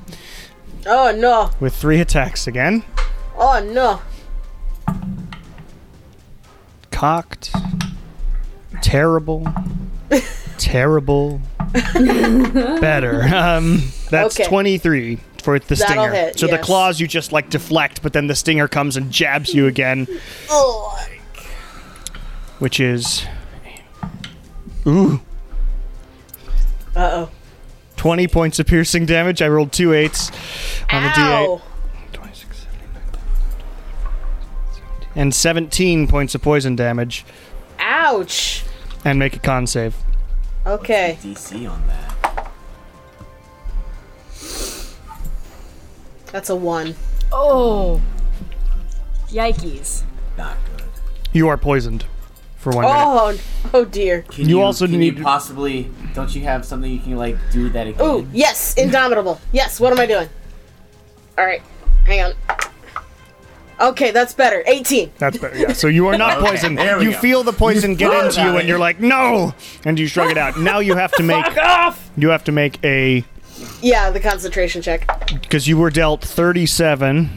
S4: Oh no!
S1: with three attacks again.
S4: Oh no!
S1: Cocked. Terrible. terrible. better. Um, that's
S4: Okay.
S1: 23 for the
S4: That'll
S1: stinger.
S4: hit,
S1: so the
S4: yes.
S1: claws you just like deflect, but then the stinger comes and jabs you again,
S4: Oh,
S1: which is. Ooh.
S4: uh oh.
S1: 20 points of piercing damage. I rolled two eights on the d8.
S4: Ow!
S1: 26, 79, 17. And 17 points of poison damage.
S4: Ouch!
S1: And make a con save.
S4: Okay.
S3: DC on that.
S4: That's a one.
S7: Oh, yikes!
S3: Not good.
S1: You are poisoned for one minute.
S4: Oh, oh dear.
S3: Can
S1: You also
S3: can
S1: need-
S3: you possibly. Don't you have something you can like do that again?
S4: Ooh, yes, indomitable. Yes, what am I doing? All right, hang on. Okay, that's better. 18.
S1: That's better. Yeah. So you are not
S3: Okay,
S1: poisoned.
S3: there we
S1: You
S3: go.
S1: feel the poison get
S3: thought
S1: into you,
S3: about
S1: and
S3: it.
S1: you're like, no, and you shrug it out. Now you have to make. You have to make a
S4: Yeah, the concentration check.
S1: because you were dealt 37,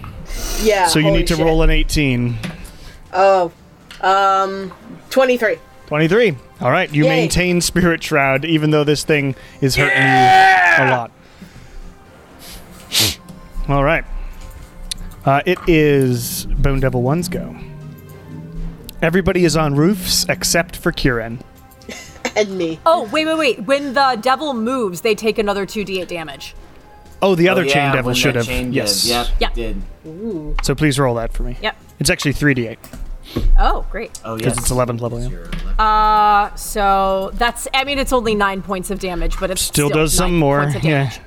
S4: Yeah.
S1: so you
S4: holy
S1: need to
S4: shit.
S1: roll an 18.
S4: Oh, um, 23.
S1: 23. All right, you
S4: Yay.
S1: maintain spirit shroud even though this thing is hurting you a lot. All right. Uh, it is Bone Devil One's go. Everybody is on roofs except for Kieran.
S4: And me.
S7: Oh wait, wait, wait! When the devil moves, they take another two d8 damage.
S1: Oh, the
S3: Oh,
S1: other chain
S3: yeah,
S1: devil
S3: when
S1: should
S3: that
S1: have.
S3: chain did.
S1: yes.
S3: Yep,
S7: Yep.
S3: Did.
S1: So please roll that for me.
S7: Yep.
S1: It's actually 3d8
S7: Oh, great.
S2: Uh.
S3: Oh, yes.
S1: because it's 11th level. yeah.
S3: Zero left.
S7: Uh, so that's. I mean, it's only nine points of damage, but it's
S1: Still,
S7: still,
S1: does some
S7: nine
S1: more.
S7: points of
S1: Yeah.
S7: damage.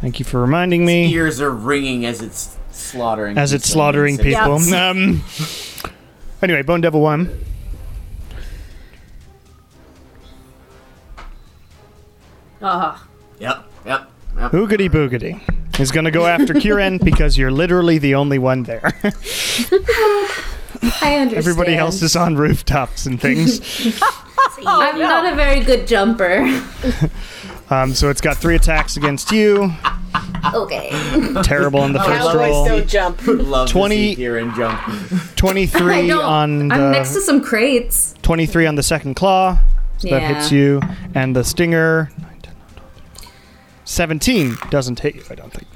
S1: Thank you for reminding me.
S3: Ears are ringing as it's slaughtering.
S1: as it's slaughtering
S3: people.
S1: people.
S7: Yes.
S1: Um, anyway, Bone Devil One.
S7: Ugh.
S3: Yep. Yep. Yep.
S1: Boogity Boogity is going to go after Kieran because you're literally the only one there.
S5: I understand.
S1: Everybody else is on rooftops and things.
S5: I'm not a very good jumper.
S1: Um, so it's got three attacks against you.
S5: okay.
S1: Terrible on the first
S4: Cowboys
S1: roll.
S4: don't jump.
S3: Love
S1: 20
S3: to see Kieran jump.
S1: 23 on
S5: I'm next to
S1: the
S5: some crates.
S1: 23 on the second claw. So
S5: Yeah.
S1: that hits you and the stinger 17 doesn't hit you, I don't think.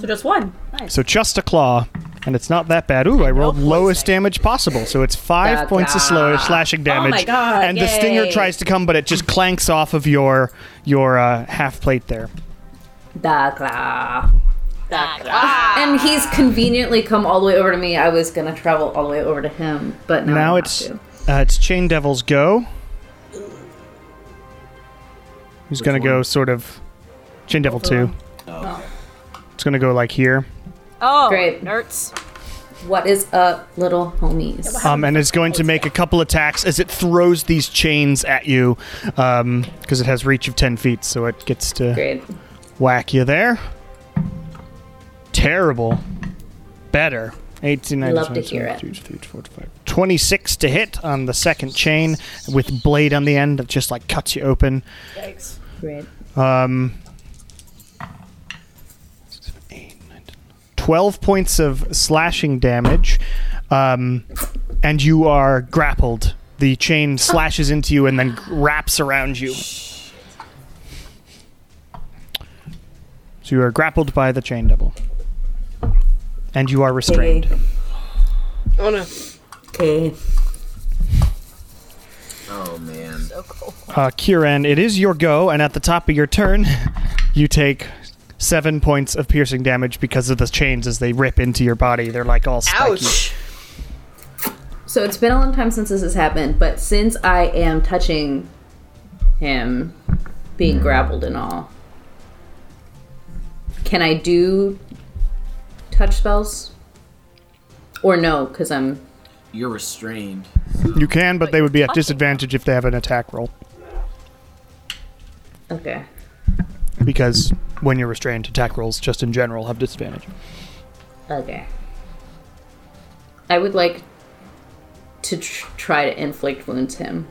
S2: So just one.
S1: So just a claw, and it's not that bad. Ooh, I rolled lowest damage possible, so it's five
S5: That's
S1: points of slow slashing damage.
S7: God,
S1: and the stinger
S5: Oh yay.
S1: tries to come, but it just clanks off of your your uh, half plate there.
S5: Dakla. Ah. And he's conveniently come all the way over to me. I was gonna travel all the way over to him, but now,
S1: now
S5: I
S1: it's uh, it's Chain Devil's go. He's gonna go sort of Chain Devil two. It's gonna go like here,
S7: Oh,
S5: Great.
S7: Nerds.
S5: what is up, little homies?
S1: um, and it's going to make a couple attacks as it throws these chains at you, because it has reach of ten feet, so it gets to.
S5: Great.
S1: whack you there. Terrible. Better. 18,
S5: Love
S1: 19,
S5: to hear it.
S1: 22, 23, 25. 26 to hit on the second chain with blade on the end that just like cuts you open.
S2: Thanks.
S5: Great.
S1: 12 points of slashing damage, um, and you are grappled. The chain slashes into you and then wraps around you. So you are grappled by the chain double. And you are restrained.
S4: Oh no.
S5: Okay.
S3: Oh man.
S1: Uh, Kieran, it is your go, and at the top of your turn, you take seven points of piercing damage because of the chains as they rip into your body. They're like all spiky.
S4: Ouch.
S5: So it's been a long time since this has happened, but since I am touching him,
S2: Hmm.
S5: being grappled and all, can I do touch spells? Or no, because I'm
S3: You're restrained.
S1: You can, but they would be at disadvantage if they have an attack roll
S5: okay.
S1: because when you're restrained, attack rolls just in general have disadvantage.
S5: Okay. I would like to tr- try to inflict wounds him.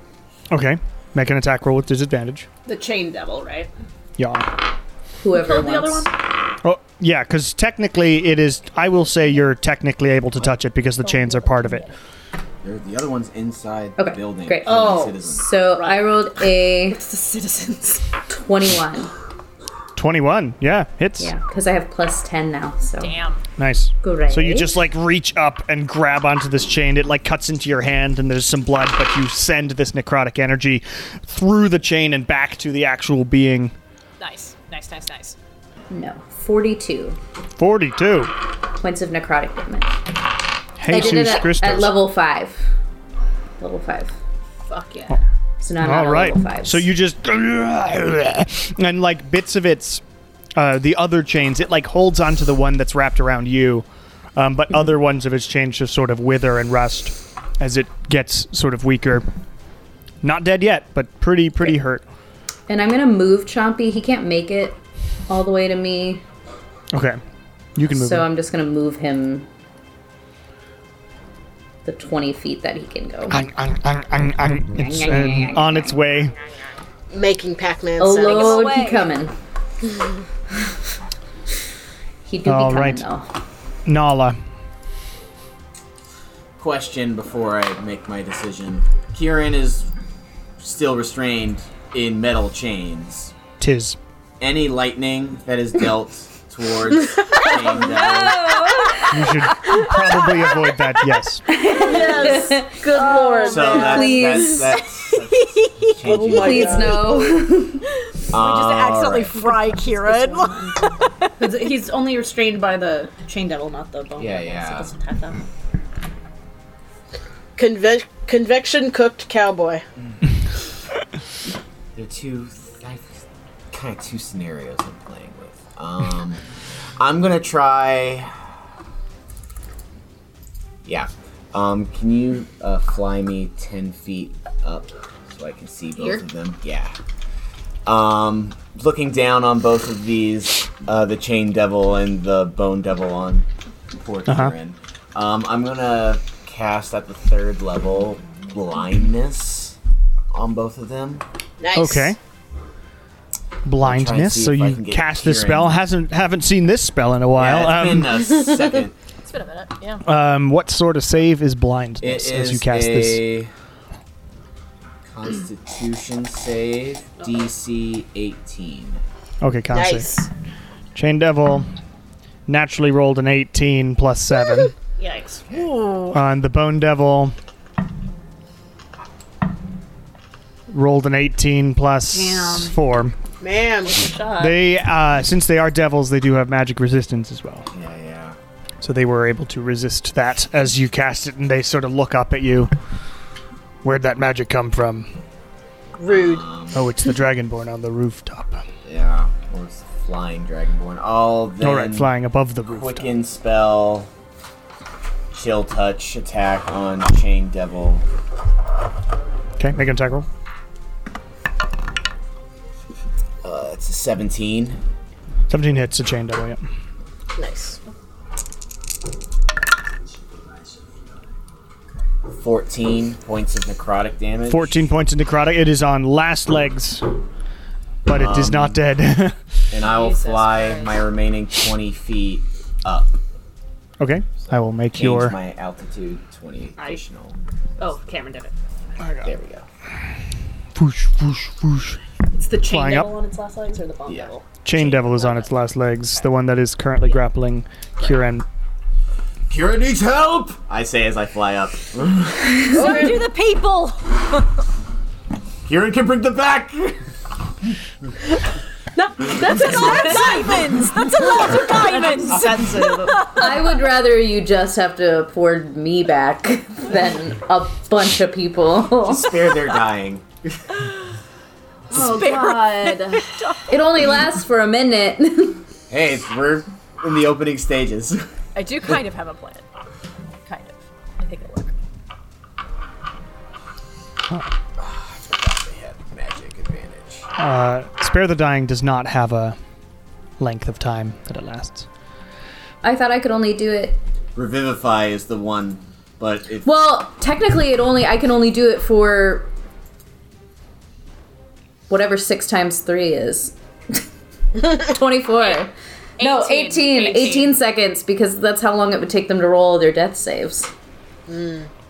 S1: Okay, make an attack roll with disadvantage.
S2: The chain devil, right?
S1: Yeah.
S5: Whoever
S2: the other
S5: wants.
S1: Oh, yeah, because technically it is. I will say you're technically able to touch it because the
S5: Oh.
S1: chains are part of it.
S3: There- the other one's inside the
S5: Okay,
S3: building.
S5: great.
S3: for the
S2: Oh.
S3: citizens.
S5: So I rolled a
S2: It's the citizens.
S5: 21.
S1: 21. Yeah, hits.
S5: Yeah, because I have plus 10 now. So
S7: Damn.
S1: Nice.
S5: Great.
S1: So you just like reach up and grab onto this chain. It like cuts into your hand and there's some blood, but you send this necrotic energy through the chain and back to the actual being.
S7: Nice. Nice. Nice. Nice.
S5: No, 42
S1: 42.
S5: points of necrotic damage. I did it
S1: Jesus
S5: at,
S1: Christos.
S5: at level 5. Level 5.
S2: Fuck
S1: Oh.
S2: yeah.
S5: So now I'm
S1: All
S5: at
S1: right.
S5: level 5.
S1: So you just and like bits of its uh, the other chains. It like holds onto the one that's wrapped around you, um, but other ones of its chains just sort of wither and rust as it gets sort of weaker. Not dead yet, but pretty pretty hurt.
S5: And I'm gonna move Chompy. He can't make it all the way to me,
S1: Okay, you can move.
S5: so
S1: him.
S5: I'm just gonna move him the 20 feet that he can go.
S1: Ang, ang, ang, ang, ang. It's uh, on its way.
S4: Making Pac-Man
S5: Oh
S4: sounds.
S5: lord, he
S7: away.
S5: coming. he do
S1: All
S5: be
S1: right.
S5: coming though.
S1: Nala.
S3: Question before I make my decision. Kieran is still restrained in metal chains.
S1: Tis.
S3: Any lightning that is dealt towards chain metal,
S1: You should probably avoid that, yes.
S4: Good lord.
S3: so that's,
S5: Please. Oh
S3: that's that's, that's changing.
S5: Please no.
S3: All right.
S7: accidentally fry Kieran.
S2: It's- He's only restrained by the chain devil, not the bone.
S3: Yeah,
S2: devil, so
S3: yeah.
S2: it doesn't have that.
S4: Conve- convection cooked cowboy.
S3: There are two kind of two scenarios I'm playing with. Um, I'm gonna try. Yeah. Um, can you uh, fly me ten feet up so I can see both
S2: Here?
S3: of them? Yeah. Um, looking down on both of these, uh, the chain devil and the bone devil on poor
S1: Uh-huh.
S3: Kieran. Um, I'm gonna cast at the third level blindness on both of them.
S4: Nice.
S1: Okay.
S3: see
S1: Blindness. So
S3: if I
S1: you
S3: can get
S1: cast this
S3: Kieran.
S1: spell. Hasn't haven't seen this spell in a while.
S3: Yeah, it's
S1: um,
S3: been a second.
S7: it's been a minute. Yeah.
S1: um, what sort of save is
S3: It
S1: blindness
S3: is
S1: as you cast
S3: a
S1: this?
S3: Constitution save DC 18.
S1: Okay, con save.
S4: Nice.
S1: Chain Devil naturally rolled an 18 plus 7.
S2: Yikes.
S1: On the Bone Devil rolled an 18 plus 4.
S4: Man.
S1: They uh, since they are devils, they do have magic resistance as well.
S3: Yeah, yeah.
S1: So they were able to resist that as you cast it, and they sort of look up at you. Where'd that magic come from?
S4: Rude.
S1: Oh, it's the dragonborn on the rooftop.
S3: Yeah. Or it's flying dragonborn. All then
S1: All right, flying above the rooftop.
S3: Quicken spell, chill touch attack on chain devil.
S1: Okay, make an attack roll.
S3: Uh, it's a 17.
S1: 17 hits a chain double, yeah.
S4: Nice.
S3: 14 points of necrotic damage.
S1: 14 points in necrotic. It is on last legs, but it is
S3: Um,
S1: not dead.
S3: And I will fly my remaining 20 feet up.
S1: okay, I will make
S3: Change
S1: your.
S3: my altitude 20 additional.
S2: Oh, Cameron did it.
S3: There we go.
S1: Whoosh, whoosh, whoosh.
S2: It's the chain
S1: Flying
S2: devil
S1: up.
S2: on its last legs or the bone
S3: Yeah.
S2: devil?
S1: Chain devil is on its last legs, the one that is currently grappling Kieran.
S3: Kira needs help! I say as I fly up.
S7: So do the people.
S3: Kieran can bring them back!
S7: diamonds. That's a lot of diamonds.
S2: Sensitive.
S5: I would rather you just have to pour me back than a bunch of people.
S3: Spare their dying.
S5: Oh god. it only lasts for a minute.
S3: Hey, it's- we're in the opening stages.
S7: I do kind of have a plan. Kind of. I think it'll work.
S3: They have magic advantage.
S1: Uh, Spare the Dying does not have a length of time that it lasts.
S5: I thought I could only do it.
S3: Revivify is the one, but it's
S5: Well, technically it only I can only do it for whatever 6 times 3 is. 24. no, 18, 18. 18 seconds because that's how long it would take them to roll their death saves.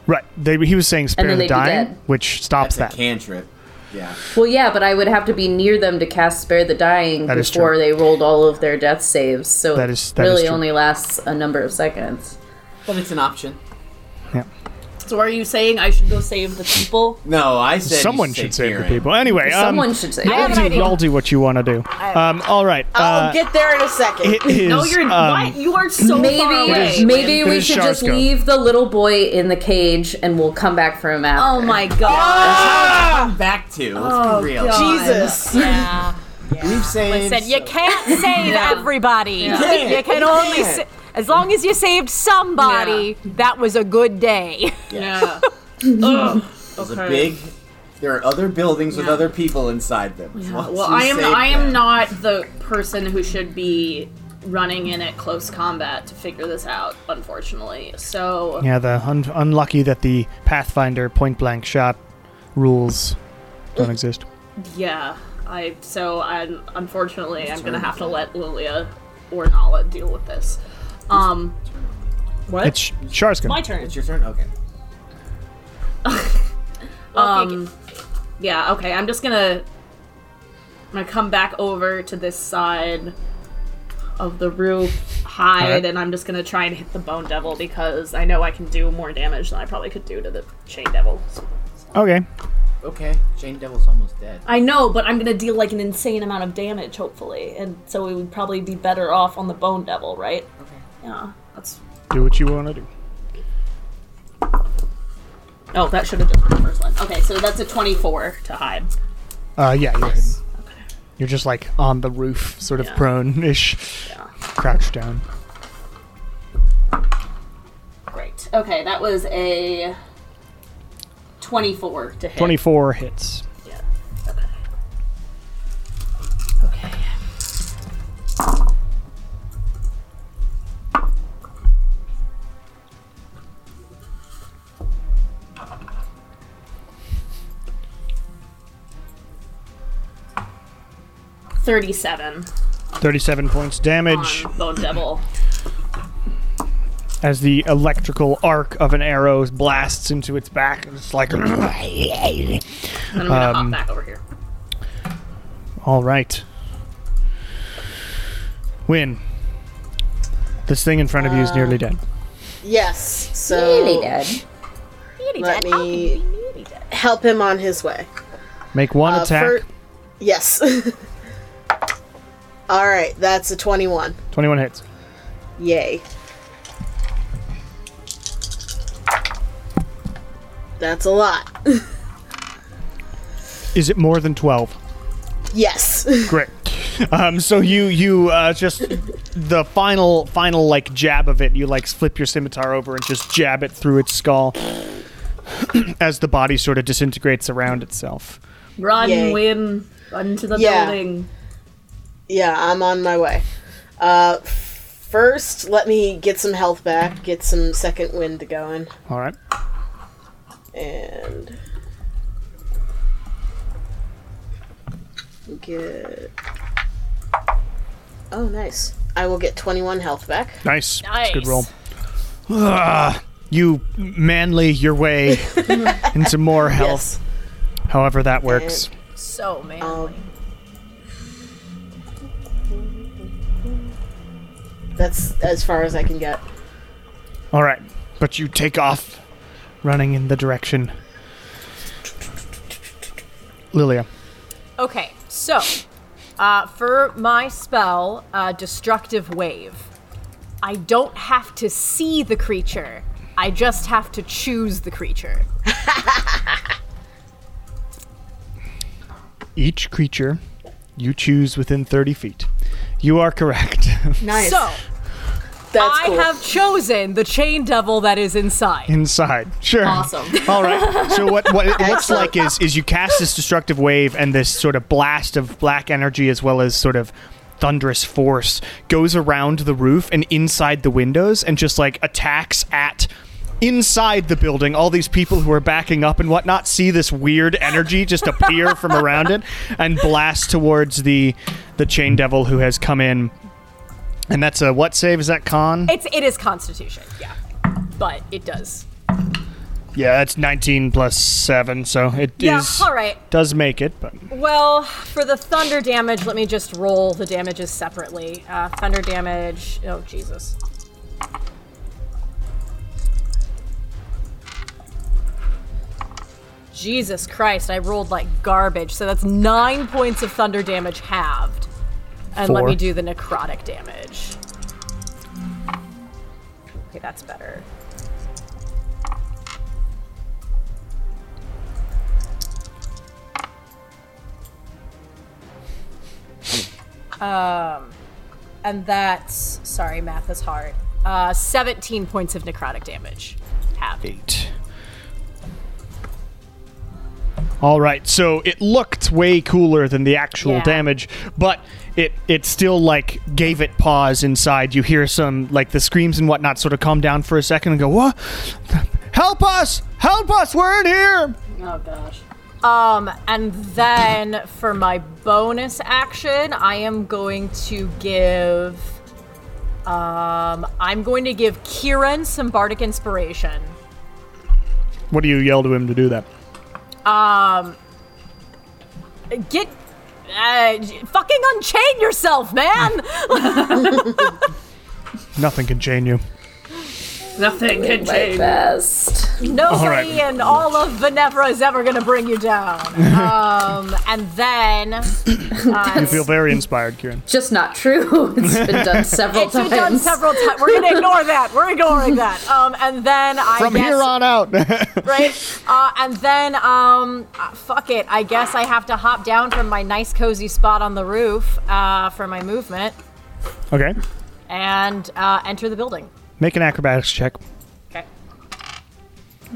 S1: Right. They, he was saying Spare
S5: then
S1: the
S5: they'd be
S1: Dying,
S5: dead.
S1: which stops
S3: it's a
S1: that.
S3: cantrip. Yeah.
S5: Well, yeah, but I would have to be near them to cast Spare the Dying
S1: That is
S5: before
S1: true.
S5: they rolled all of their death saves. So
S1: That
S5: it
S1: is- that is
S5: really
S1: true.
S5: only lasts a number of seconds.
S3: But it's an option.
S2: so are you saying I should go save the people?
S3: No, I said you
S1: Someone
S3: say
S1: should save the
S3: Kieran.
S1: people. Anyway,
S5: Someone
S1: um,
S5: should say.
S1: y'all, do, y'all do what you want to do. Um, all right.
S4: I'll
S1: Uh,
S4: Oh, get there in a second.
S1: it is,
S9: Oh,
S2: No, you're
S1: um,
S2: what? You are so far away.
S5: Maybe, maybe
S1: Where
S5: we
S1: does
S5: should
S1: Charles
S5: just
S1: go?
S5: leave the little boy in the cage, and we'll come back for him after.
S2: Oh my god.
S9: Oh,
S3: Back to, let's be real.
S4: Jesus.
S7: Yeah.
S3: We've saved.
S7: Listen, you can't save everybody.
S3: can't.
S7: You can
S3: You
S7: only
S3: can't.
S7: sa- as long as you saved somebody. That was a good day.
S9: Yeah.
S3: It was
S9: Okay.
S3: a big. There are other buildings with other people inside them.
S9: Well, I am I am not the person who should be running in at close combat to figure this out, unfortunately. So
S1: Yeah, the un- unlucky that the Pathfinder point blank shot rules don't exist.
S9: yeah, I so I'm unfortunately I'm gonna have to let Lilia or Nala deal with this. Um, what?
S1: It's Shar's
S9: my
S1: gonna.
S9: turn.
S3: It's your turn. Okay.
S9: Um, yeah. Okay, I'm just gonna I'm gonna come back over to this side of the roof, hide,
S1: Alright.
S9: and I'm just gonna try and hit the bone devil because I know I can do more damage than I probably could do to the chain devil.
S1: Okay.
S3: Okay. Jane Devil's almost dead.
S9: I know, but I'm gonna deal like an insane amount of damage, hopefully, and so we would probably be better off on the bone devil, right? Okay. Yeah. That's.
S1: Do what you want to do.
S9: Oh, that should have just been the first one. Okay, so that's a 24 to hide.
S1: Uh, yeah, you're hidden. You're just like on the roof, sort of
S9: Yeah.
S1: prone-ish,
S9: Yeah.
S1: crouched down.
S9: Great. Okay, that was a 24 to hit.
S1: Twenty-four hits.
S9: Yeah. Okay. Okay. Thirty-seven
S1: Thirty-seven points damage.
S9: on Bone Devil.
S1: as the electrical arc of an arrow blasts into its back. It's like,
S9: And I'm gonna hop back over here.
S1: all right, win. This thing in front of you is nearly dead.
S4: Yes. So
S5: Oh, Really
S4: let
S5: dead.
S4: me help him on his way.
S1: Make one
S4: Uh,
S1: attack.
S4: fir- yes. All right, that's a 21.
S1: Twenty-one hits.
S4: Yay. That's a lot.
S1: Is it more than twelve?
S4: yes.
S1: Great. Um, so you you uh, just the final final like jab of it. You like flip your scimitar over and just jab it through its skull as the body sort of disintegrates around itself.
S9: Run,
S4: Yay.
S9: Wim. Run to the
S4: Yeah.
S9: building.
S4: Yeah, I'm on my way. Uh, first, let me get some health back, get some second wind going,
S1: All right.
S4: and get. Oh, nice! I will get 21 health back.
S1: Nice. That's a Good
S7: Nice.
S1: roll. Ah, you manly your way into more health,
S4: Yes.
S1: however that works.
S7: So man.
S4: Um, That's as far as I can get.
S1: All right. But you take off running in the direction. Lilia.
S7: Okay, so uh, for my spell, uh, Destructive Wave, I don't have to see the creature. I just have to choose the creature.
S1: Each creature you choose within 30 feet. You are correct.
S4: Nice.
S7: So
S4: That's
S7: I
S4: cool.
S7: have chosen the chain devil that is inside.
S1: Inside. Sure.
S9: Awesome.
S1: All right. So what what it looks
S4: Excellent.
S1: like is is you cast this destructive wave and this sort of blast of black energy as well as sort of thunderous force goes around the roof and inside the windows and just like attacks at inside the building all these people who are backing up and whatnot see this weird energy just appear from around it and blast towards the the chain devil who has come in and that's a what save is that con
S7: It's it is Constitution, yeah, but it does.
S1: yeah that's 19 plus 7 so it is.
S7: Yeah, all right.
S1: does make it but
S7: Well, for the thunder damage, let me just roll the damages separately. Uh, thunder damage. Oh Jesus. Jesus Christ! I rolled like garbage. So that's nine points of thunder damage halved. And let
S1: Four.
S7: me do the necrotic damage. Okay, that's better. Um, and that's sorry, math is hard. Uh, 17 points of necrotic damage. Half.
S1: Eight. All right, so it looked way cooler than the actual
S7: Yeah.
S1: damage, but it it still like gave it pause inside. You hear some like the screams and whatnot sort of calm down for a second and go, "What? Help us! Help us! We're in here!"
S6: Oh gosh.
S7: Um, and then for my bonus action, I am going to give. Um, I'm going to give Kieran some bardic inspiration.
S1: What do you yell to him to do that?
S7: Get. Uh, fucking unchain yourself, man!
S1: Nothing can chain you.
S2: Nothing can change.
S5: Best.
S7: Nobody
S1: right.
S7: in all of Venevra is ever gonna bring you down. Um, and then
S1: You feel very inspired, Kieran.
S5: Just not true. It's been done several
S7: it's been
S5: times.
S7: done several times. We're gonna ignore that. We're ignoring that. Um, and then I
S1: From
S7: guess,
S1: here on out.
S7: right? Uh, and then um, uh, fuck it. I guess I have to hop down from my nice cozy spot on the roof uh, for my movement
S1: okay.
S7: and uh, enter the building.
S1: Make an acrobatics check.
S7: Okay.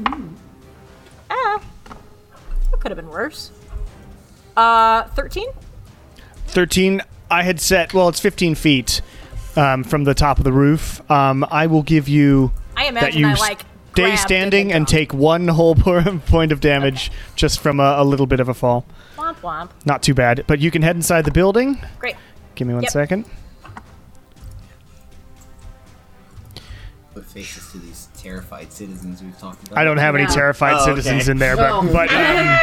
S7: Mm. Ah, that could have been worse. Uh, thirteen.
S1: 13 i had set well it's 15 feet um, from the top of the roof um, i will give you
S7: I
S1: that
S7: imagine
S1: you
S7: I
S1: s-
S7: like grabbed
S1: stay
S7: it
S1: standing and
S7: dropped.
S1: take one whole po- point of damage just from a, a little bit of a fall
S7: Womp womp.
S1: not too bad but you can head inside the building
S7: Great.
S1: give me one
S7: Yep.
S1: second.
S3: Put faces to these terrified citizens we've talked about.
S1: i don't have any
S5: Yeah.
S1: terrified
S3: Oh, okay.
S1: citizens in there but, but um,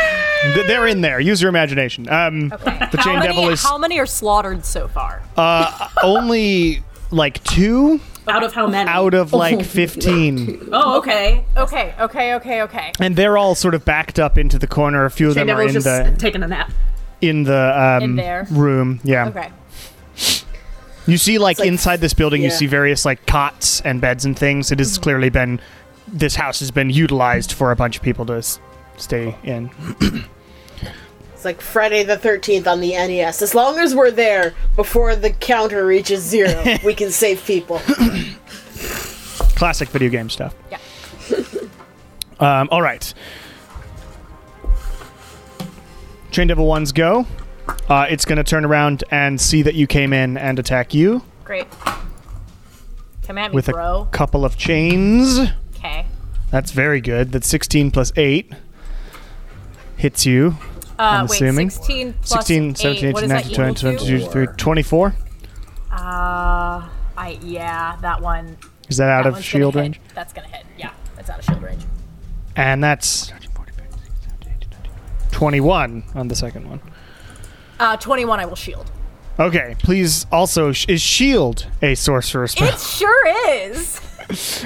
S1: th- they're in there use your imagination um, the chain
S7: how many,
S1: devil is
S7: how many are slaughtered so far?
S1: only like two
S6: Out of how many?
S1: out of like 15
S6: Oh, okay.
S7: okay, okay, okay, okay.
S1: and they're all sort of backed up into the corner a few of them
S6: Shane
S1: are in
S6: Devil's just
S1: the
S6: taking a nap.
S1: in the um,
S7: In there.
S1: room. Yeah.
S7: Okay.
S1: You see, like, inside this building, you
S4: yeah.
S1: see various like cots and beds and things. It has
S7: Mm-hmm.
S1: clearly been this house has been utilized for a bunch of people to s- stay in.
S4: It's like Friday the 13th on the NES. As long as we're there before the counter reaches zero, we can save people.
S1: Classic video game stuff.
S7: Yeah.
S1: Um, all right. Chain Devil ones go. Uh, it's going to turn around and see that you came in and attack you
S7: Great. Come at me,
S1: with
S7: bro.
S1: a couple of chains.
S7: okay.
S1: That's very good. That's 16 plus 8 hits you.
S7: Uh, wait,
S1: assuming.
S7: 16 plus
S1: 16,
S7: 8.
S1: 17, 18,
S7: What is
S1: 19, 20,
S7: that equal to?
S1: 22, 23, 24.
S7: Uh, I, yeah, that one.
S1: Is that out
S7: that
S1: of
S7: one's
S1: shield
S7: gonna hit.
S1: range?
S7: That's going to hit. Yeah, that's out of shield range.
S1: And that's 21 on the second one.
S7: Uh, 21, I will shield.
S1: Okay, please also. Sh- is shield a sorcerer spell?
S7: It sure is.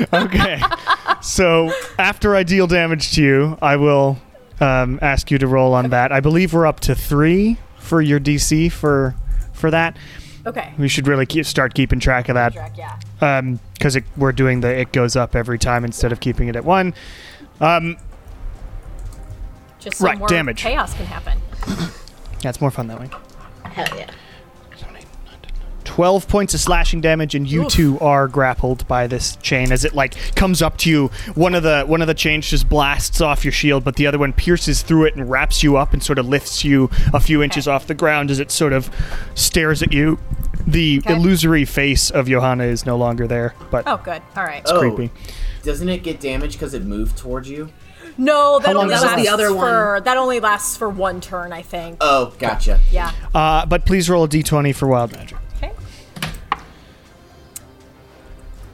S1: okay. So after I deal damage to you, I will um, ask you to roll on that. I believe we're up to three for your DC for for that.
S7: Okay.
S1: We should really keep, start keeping track of that.
S7: Drag, yeah.
S1: um because we're doing the it goes up every time instead of keeping it at one
S7: Just so
S1: Right,
S7: more
S1: damage.
S7: chaos can happen.
S1: that's more fun that way
S4: Hell yeah.
S1: 12 points of slashing damage and you
S7: Oof.
S1: two are grappled by this chain as it like comes up to you one of the one of the chains just blasts off your shield but the other one pierces through it and wraps you up and sort of lifts you a few inches off the ground as it sort of stares at you the
S7: Okay.
S1: illusory face of johanna is no longer there but
S7: Oh, good. All right.
S3: Oh,
S1: creepy
S3: Doesn't it get damaged because it moved towards you?
S7: No, that
S1: long
S7: only
S1: does
S7: lasts
S1: that
S7: the
S1: last?
S7: other one. for that only lasts for one turn, I think.
S3: Oh, gotcha.
S7: yeah.
S1: uh, but please roll a d20 for wild magic
S7: Okay.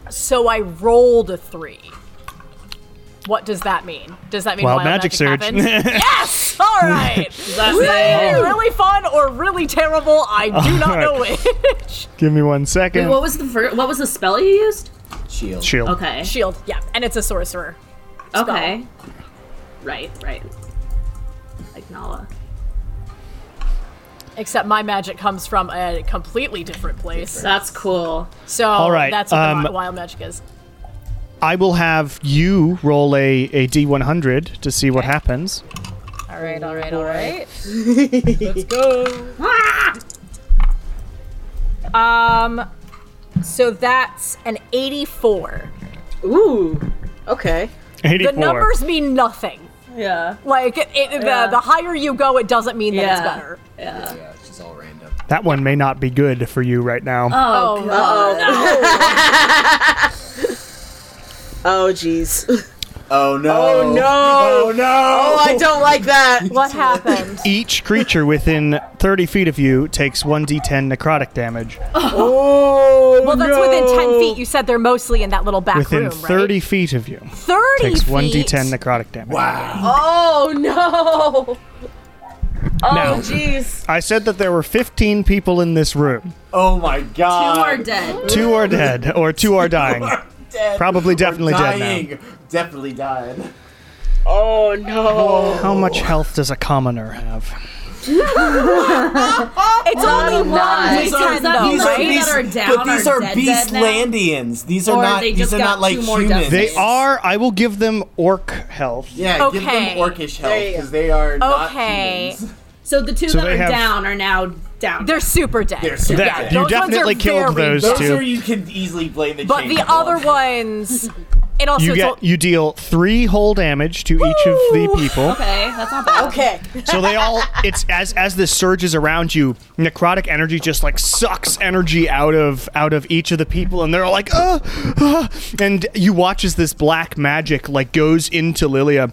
S7: So I rolled a three. What does that mean? Does that mean
S1: Wild
S7: wild
S1: magic surge.
S7: happens? yes. All right.
S6: That's
S7: Either
S6: it.
S1: Oh.
S7: really fun or really terrible. I do not know which.
S1: give me one second
S6: What was the fir- what was the spell you used?
S3: Shield.
S1: shield
S6: Okay.
S7: Shield. Yeah, and it's a sorcerer.
S6: Okay. Right. Right. Like Nala.
S7: Except my magic comes from a completely different place.
S6: That's cool.
S7: So
S1: All right,
S7: that's what the
S1: um,
S7: wi- wild magic is.
S1: I will have you roll a, a D100 to see what happens.
S7: All right. All right. All right. Let's go. Um, so that's an 84.
S4: Ooh. Okay.
S1: 84.
S7: The numbers mean nothing.
S6: Yeah.
S7: Like it, it- the, the higher you go, it doesn't mean that it's
S6: Yeah.
S7: better.
S3: Yeah, it's just all random.
S1: That one may not be good for you right now.
S5: Oh,
S4: Oh jeez.
S3: Oh no!
S4: Oh no.
S3: Oh no!
S4: Oh, I don't like that.
S7: What happened?
S1: Each creature within 30 feet of you takes 1d10 necrotic damage.
S4: Oh
S7: Well, that's
S4: no.
S7: within 10 feet. You said they're mostly in that little back
S1: Within
S7: room,
S1: 30
S7: right?
S1: feet of you
S7: 30
S1: takes
S7: feet?
S1: 1d10 necrotic damage.
S4: Oh no.
S7: Oh,
S1: Now,
S4: Jeez.
S1: I said that there were 15 people in this room.
S3: Oh my god!
S6: You are dead.
S1: Two are dead, or two are dying.
S3: Dead.
S1: Probably definitely dead
S3: dying.
S1: now.
S3: Definitely died.
S4: Oh no.
S1: How much health does a commoner have?
S7: It's only one
S5: nice.
S7: D10,
S6: These are-
S7: though,
S6: these are-
S7: right?
S6: that down
S3: but these
S6: are
S3: are
S6: dead, dead now?
S3: Beastlandians. These are
S6: Or
S3: not.
S6: they
S3: These
S6: just
S3: are
S6: got
S3: not like
S6: two more
S3: humans.
S6: deaths?
S1: They are, I will give them orc health.
S3: Yeah, give
S7: Okay.
S3: them orcish health
S4: you go.
S3: because they are not
S7: Okay.
S3: humans.
S6: So the two
S1: So
S6: that
S1: they
S6: are
S1: have-
S6: down are now down.
S7: They're super dead.
S3: They're super
S1: That-
S3: dead.
S7: those
S1: you
S7: ones
S1: definitely
S7: are
S1: killed
S7: very
S1: those
S3: Those
S1: two.
S3: are you can easily blame the.
S7: But
S3: chain
S7: the
S3: for.
S7: other ones, it also
S1: You get you deal three whole damage to each of the people.
S6: okay, that's not bad.
S4: Okay.
S1: So they all it's as as this surges around you, necrotic energy just like sucks energy out of out of each of the people and they're all like ah, ah," and you watch as this black magic like goes into Lilia.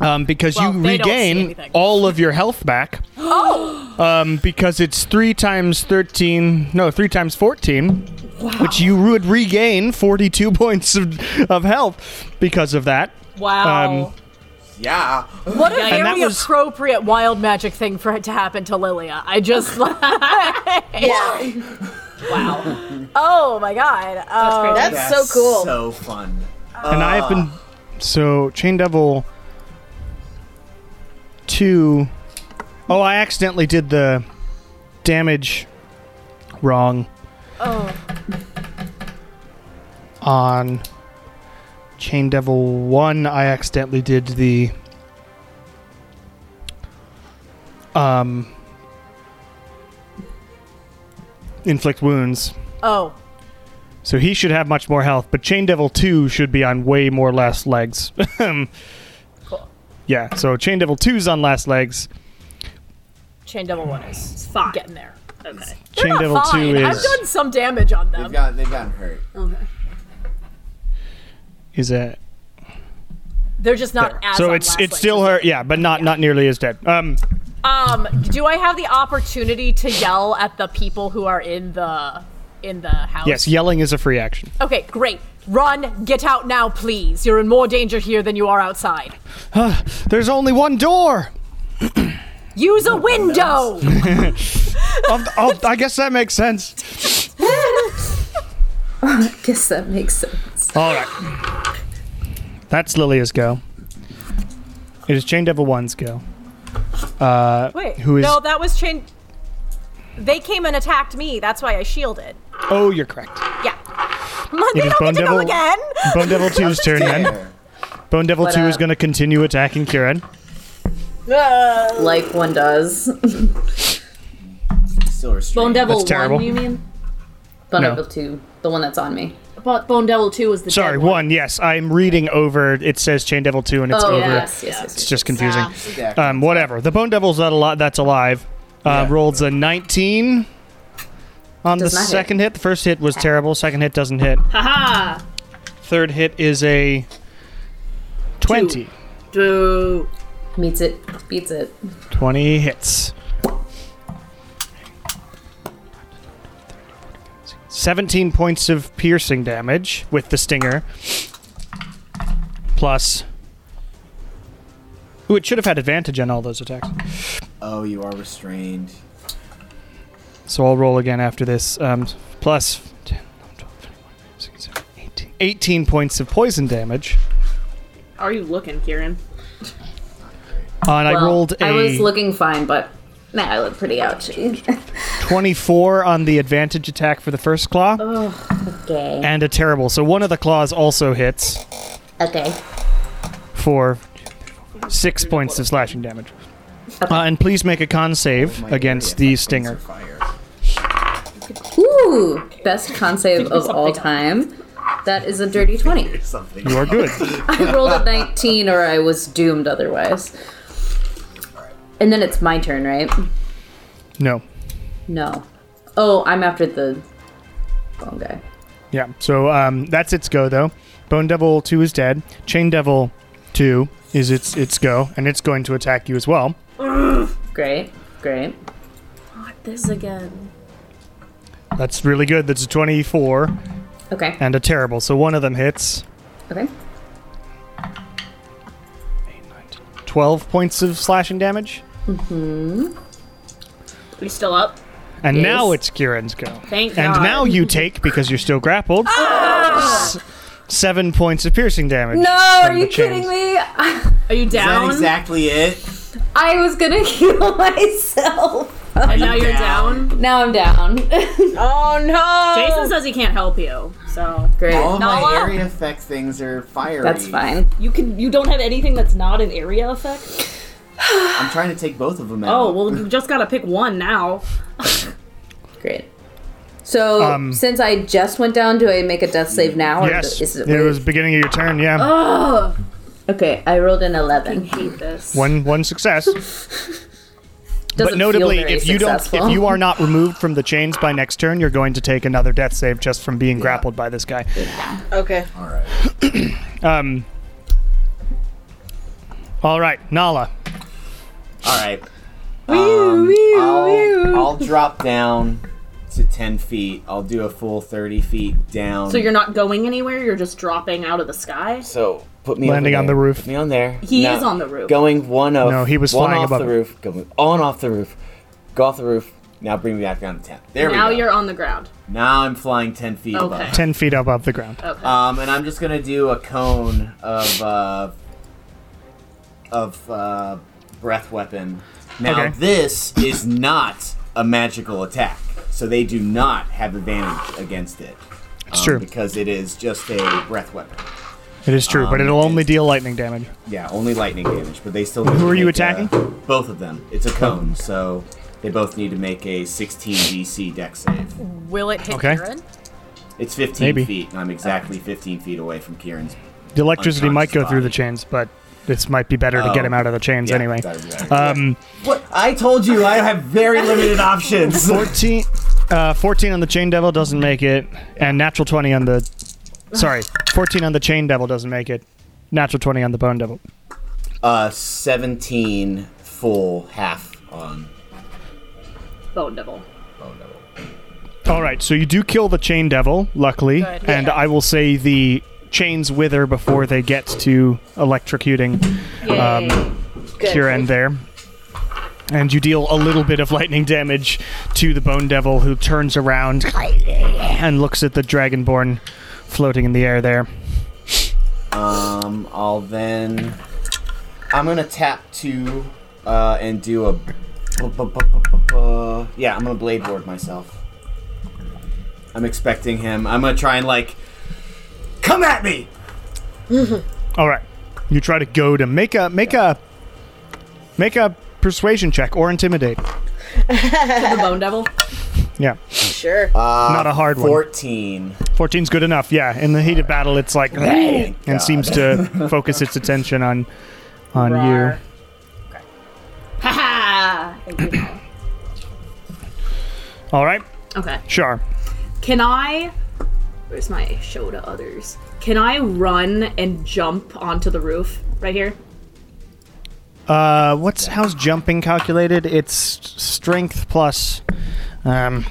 S1: Um, because you
S7: Well, they don't see
S1: regain
S7: anything.
S1: all of your health back. Oh! Um, because it's three times 13, no, three times 14, which you would regain 42 points of, of health because of that.
S6: Wow.
S1: Um,
S3: yeah.
S7: What a
S1: And that
S7: very
S1: was-
S7: appropriate wild magic thing for it to happen to Lilia. I just yeah.
S6: wow.
S7: Oh my god. Um,
S4: That's,
S3: That's
S4: so cool.
S3: So fun.
S1: And I have been so Chain Devil two. Oh, I accidentally did the damage wrong
S7: oh.
S1: on Chain Devil one. I accidentally did the um inflict wounds.
S7: Oh.
S1: So he should have much more health, but Chain Devil 2 should be on way more last legs. cool. Yeah, so Chain Devil 2's on last legs.
S7: Chain Devil One is
S6: It's fine.
S7: getting there.
S6: Okay.
S7: They're
S1: Chain
S7: not
S1: Devil
S7: fine.
S1: 2
S7: I've
S1: is
S7: done some damage on them.
S3: They've got. They've gotten hurt.
S1: is a
S7: They're just not as.
S1: So
S7: on
S1: it's
S7: last
S1: it's
S7: legs.
S1: still hurt, yeah, but not not nearly as dead. Um
S7: Um, do I have the opportunity to yell at the people who are in the in the house?
S1: yes, yelling is a free action.
S7: Okay, great. Run, get out now, please. You're in more danger here than you are outside.
S1: There's only one door.
S7: Use a window.
S1: Oh, oh, I guess that makes sense.
S5: guess that makes sense.
S1: All right. That's Lilia's go. It is Chain Devil 1's go.
S7: Wait,
S1: Who is-
S7: no? That was chain. They came and attacked me. That's why I shielded.
S1: Oh, you're correct.
S7: Yeah. They
S1: It is
S7: don't
S1: Bone
S7: get to
S1: Devil.
S7: go again.
S1: Bone Devil 2's turn then.
S3: There.
S1: Bone Devil 2 is
S5: up?
S1: going to continue attacking Kieran.
S4: Uh,
S5: Like one does.
S3: Still
S6: Bone
S3: restrained.
S6: Devil
S1: That's terrible.
S6: One, you mean?
S5: But
S1: No.
S5: no. two, the one that's on me.
S6: But Bone Devil Two was the
S1: Sorry,
S6: dead
S1: one. Yes, I'm reading over. It says Chain Devil two, and it's
S5: Oh
S1: over.
S5: yes, yes, yes.
S1: It's
S5: yes.
S1: just confusing.
S3: Yeah.
S1: Um, whatever. The Bone Devil's not a lot. That's alive. Uh, Rolls a 19 on
S5: Does
S1: the
S5: not hit.
S1: second hit. The first hit was terrible. Second hit doesn't hit.
S6: Haha.
S1: Third hit is a 20.
S6: Do.
S5: meets it, beats it.
S1: 20 hits. 17 points of piercing damage with the stinger. Plus. Ooh, it should have had advantage on all those attacks.
S3: Oh, you are restrained.
S1: So I'll roll again after this. Um, plus 10, 11, 12, 21, 16, 17, 18. 18 points of poison damage.
S6: How are you looking, Kieran?
S1: Uh, and I
S5: Well,
S1: rolled a
S5: I was looking fine, but now I look pretty ouchy.
S1: 24 on the advantage attack for the first claw.
S5: okay.
S1: And a terrible. So one of the claws also hits.
S5: Okay.
S1: for six points of slashing damage. Uh, and please make a con save
S3: My area
S1: against the
S3: effects are
S1: stinger.
S3: Fire.
S5: Ooh, Ooh, best con save of all time. That is a dirty 20.
S3: Something.
S1: You are good.
S5: I rolled a 19 or I was doomed otherwise. And then it's my turn, right?
S1: No.
S5: No. Oh, I'm after the bone guy.
S1: Yeah. So um, that's its go though. Bone Devil Two is dead. Chain Devil Two is its its go, and it's going to attack you as well.
S5: Great, great.
S2: This again.
S1: That's really good. That's a twenty-four
S5: Okay,
S1: and a terrible. So one of them hits.
S5: okay.
S1: Twelve points of slashing damage.
S2: We still up?
S1: And
S5: Yes.
S1: now it's Kieran's go.
S2: Thank
S1: and
S2: God.
S1: now you take, because you're still grappled, s- seven points of piercing damage.
S5: Ah! No, are
S1: from the
S5: you kidding
S1: chains.
S5: me?
S2: Are you down?
S3: Is that exactly it?
S5: I was gonna heal myself.
S2: and now you're down.
S5: Now I'm down.
S4: Oh no!
S2: Jason says he can't help you, so
S5: great.
S3: All my
S2: Nala?
S3: area effect things are fiery.
S5: That's fine.
S2: you can you don't have anything that's not an area effect.
S3: I'm trying to take both of them out.
S2: Oh well, you just gotta pick one now.
S5: Great. So,
S1: Um,
S5: since I just went down, do I make a death save now? or
S1: Yes,
S5: do- is
S1: it was beginning of your turn. Yeah,
S5: Okay, I rolled an 11.
S2: Hate this.
S1: one one success.
S5: Doesn't
S1: but notably,
S5: feel very
S1: if you
S5: successful.
S1: don't, if you are not removed from the chains by next turn, you're going to take another death save just from being grappled by this guy.
S4: Okay.
S3: All right.
S1: Um. All right, Nala.
S3: All right. Um, I'll, I'll drop down to 10 feet. I'll do a full 30 feet down.
S2: So you're not going anywhere. You're just dropping out of the sky.
S3: So put me
S1: Landing
S3: over
S1: on
S3: there.
S1: the roof.
S3: Put me on there.
S2: He is on the roof.
S3: Going one off.
S1: No, he was
S3: one
S1: flying
S3: off
S1: above
S3: the
S1: it.
S3: roof. Going on off the roof. Go off the roof. Now bring me back down to 10. There
S2: now
S3: we go.
S2: you're on the ground.
S3: now I'm flying 10 feet
S2: Okay.
S3: above.
S1: Ten feet above the ground.
S2: Okay.
S3: Um, and I'm just gonna do a cone of uh, of uh, breath weapon. Now
S1: Okay.
S3: this is not a magical attack, so they do not have advantage against it. Um,
S1: It's true.
S3: because it is just a breath weapon.
S1: It is true, but
S3: um,
S1: it'll only
S3: it's-
S1: deal lightning damage.
S3: Yeah, only lightning damage, but they still. Need
S1: Who
S3: to
S1: are you
S3: make, uh,
S1: attacking?
S3: both of them. It's a cone, so they both need to make a 16 DC Dex save.
S7: Will it hit
S1: Okay.
S7: Kieran?
S3: It's 15
S1: Maybe.
S3: feet, and I'm exactly 15 feet away from Kieran's.
S1: The electricity might go
S3: unconscious
S1: through the
S3: body.
S1: chains, but this might be better to get
S3: Oh.
S1: him out of the chains
S3: Yeah,
S1: anyway.
S3: that'd be better.
S1: Um,
S3: What? I told you I have very limited options.
S1: 14, uh, 14 on the chain devil doesn't make it, and natural 20 on the. Sorry, 14 on the chain devil doesn't make it. Natural 20 on the bone devil.
S3: Uh, 17 full half on
S2: Bone devil.
S3: Bone Devil.
S1: All right, so you do kill the chain devil, luckily, and I will say the chains wither before they get to electrocuting um, Kieran there. And you deal a little bit of lightning damage to the bone devil, who turns around and looks at the dragonborn floating in the air there.
S3: Um, I'll then. I'm gonna tap two uh, and do a. bu- bu- bu- bu- bu- bu- Yeah, I'm gonna blade board myself. I'm expecting him. I'm gonna try and like. Come at me!
S1: All right, you try to go to make a make a make a persuasion check or intimidate.
S2: The bone devil.
S1: Yeah,
S4: Sure.
S3: Uh,
S1: not a hard one.
S3: 14.
S1: 14's good enough. Yeah, in the heat of battle, it's like
S2: Oh
S1: and
S3: God.
S1: seems to focus its attention on on
S2: Rawr.
S1: you.
S2: Ha ha.
S1: All right,
S2: okay.
S1: sure.
S2: Can I? Where's my show to others? Can I run and jump onto the roof right here?
S1: Uh, what's how's jumping calculated? It's strength plus. Um,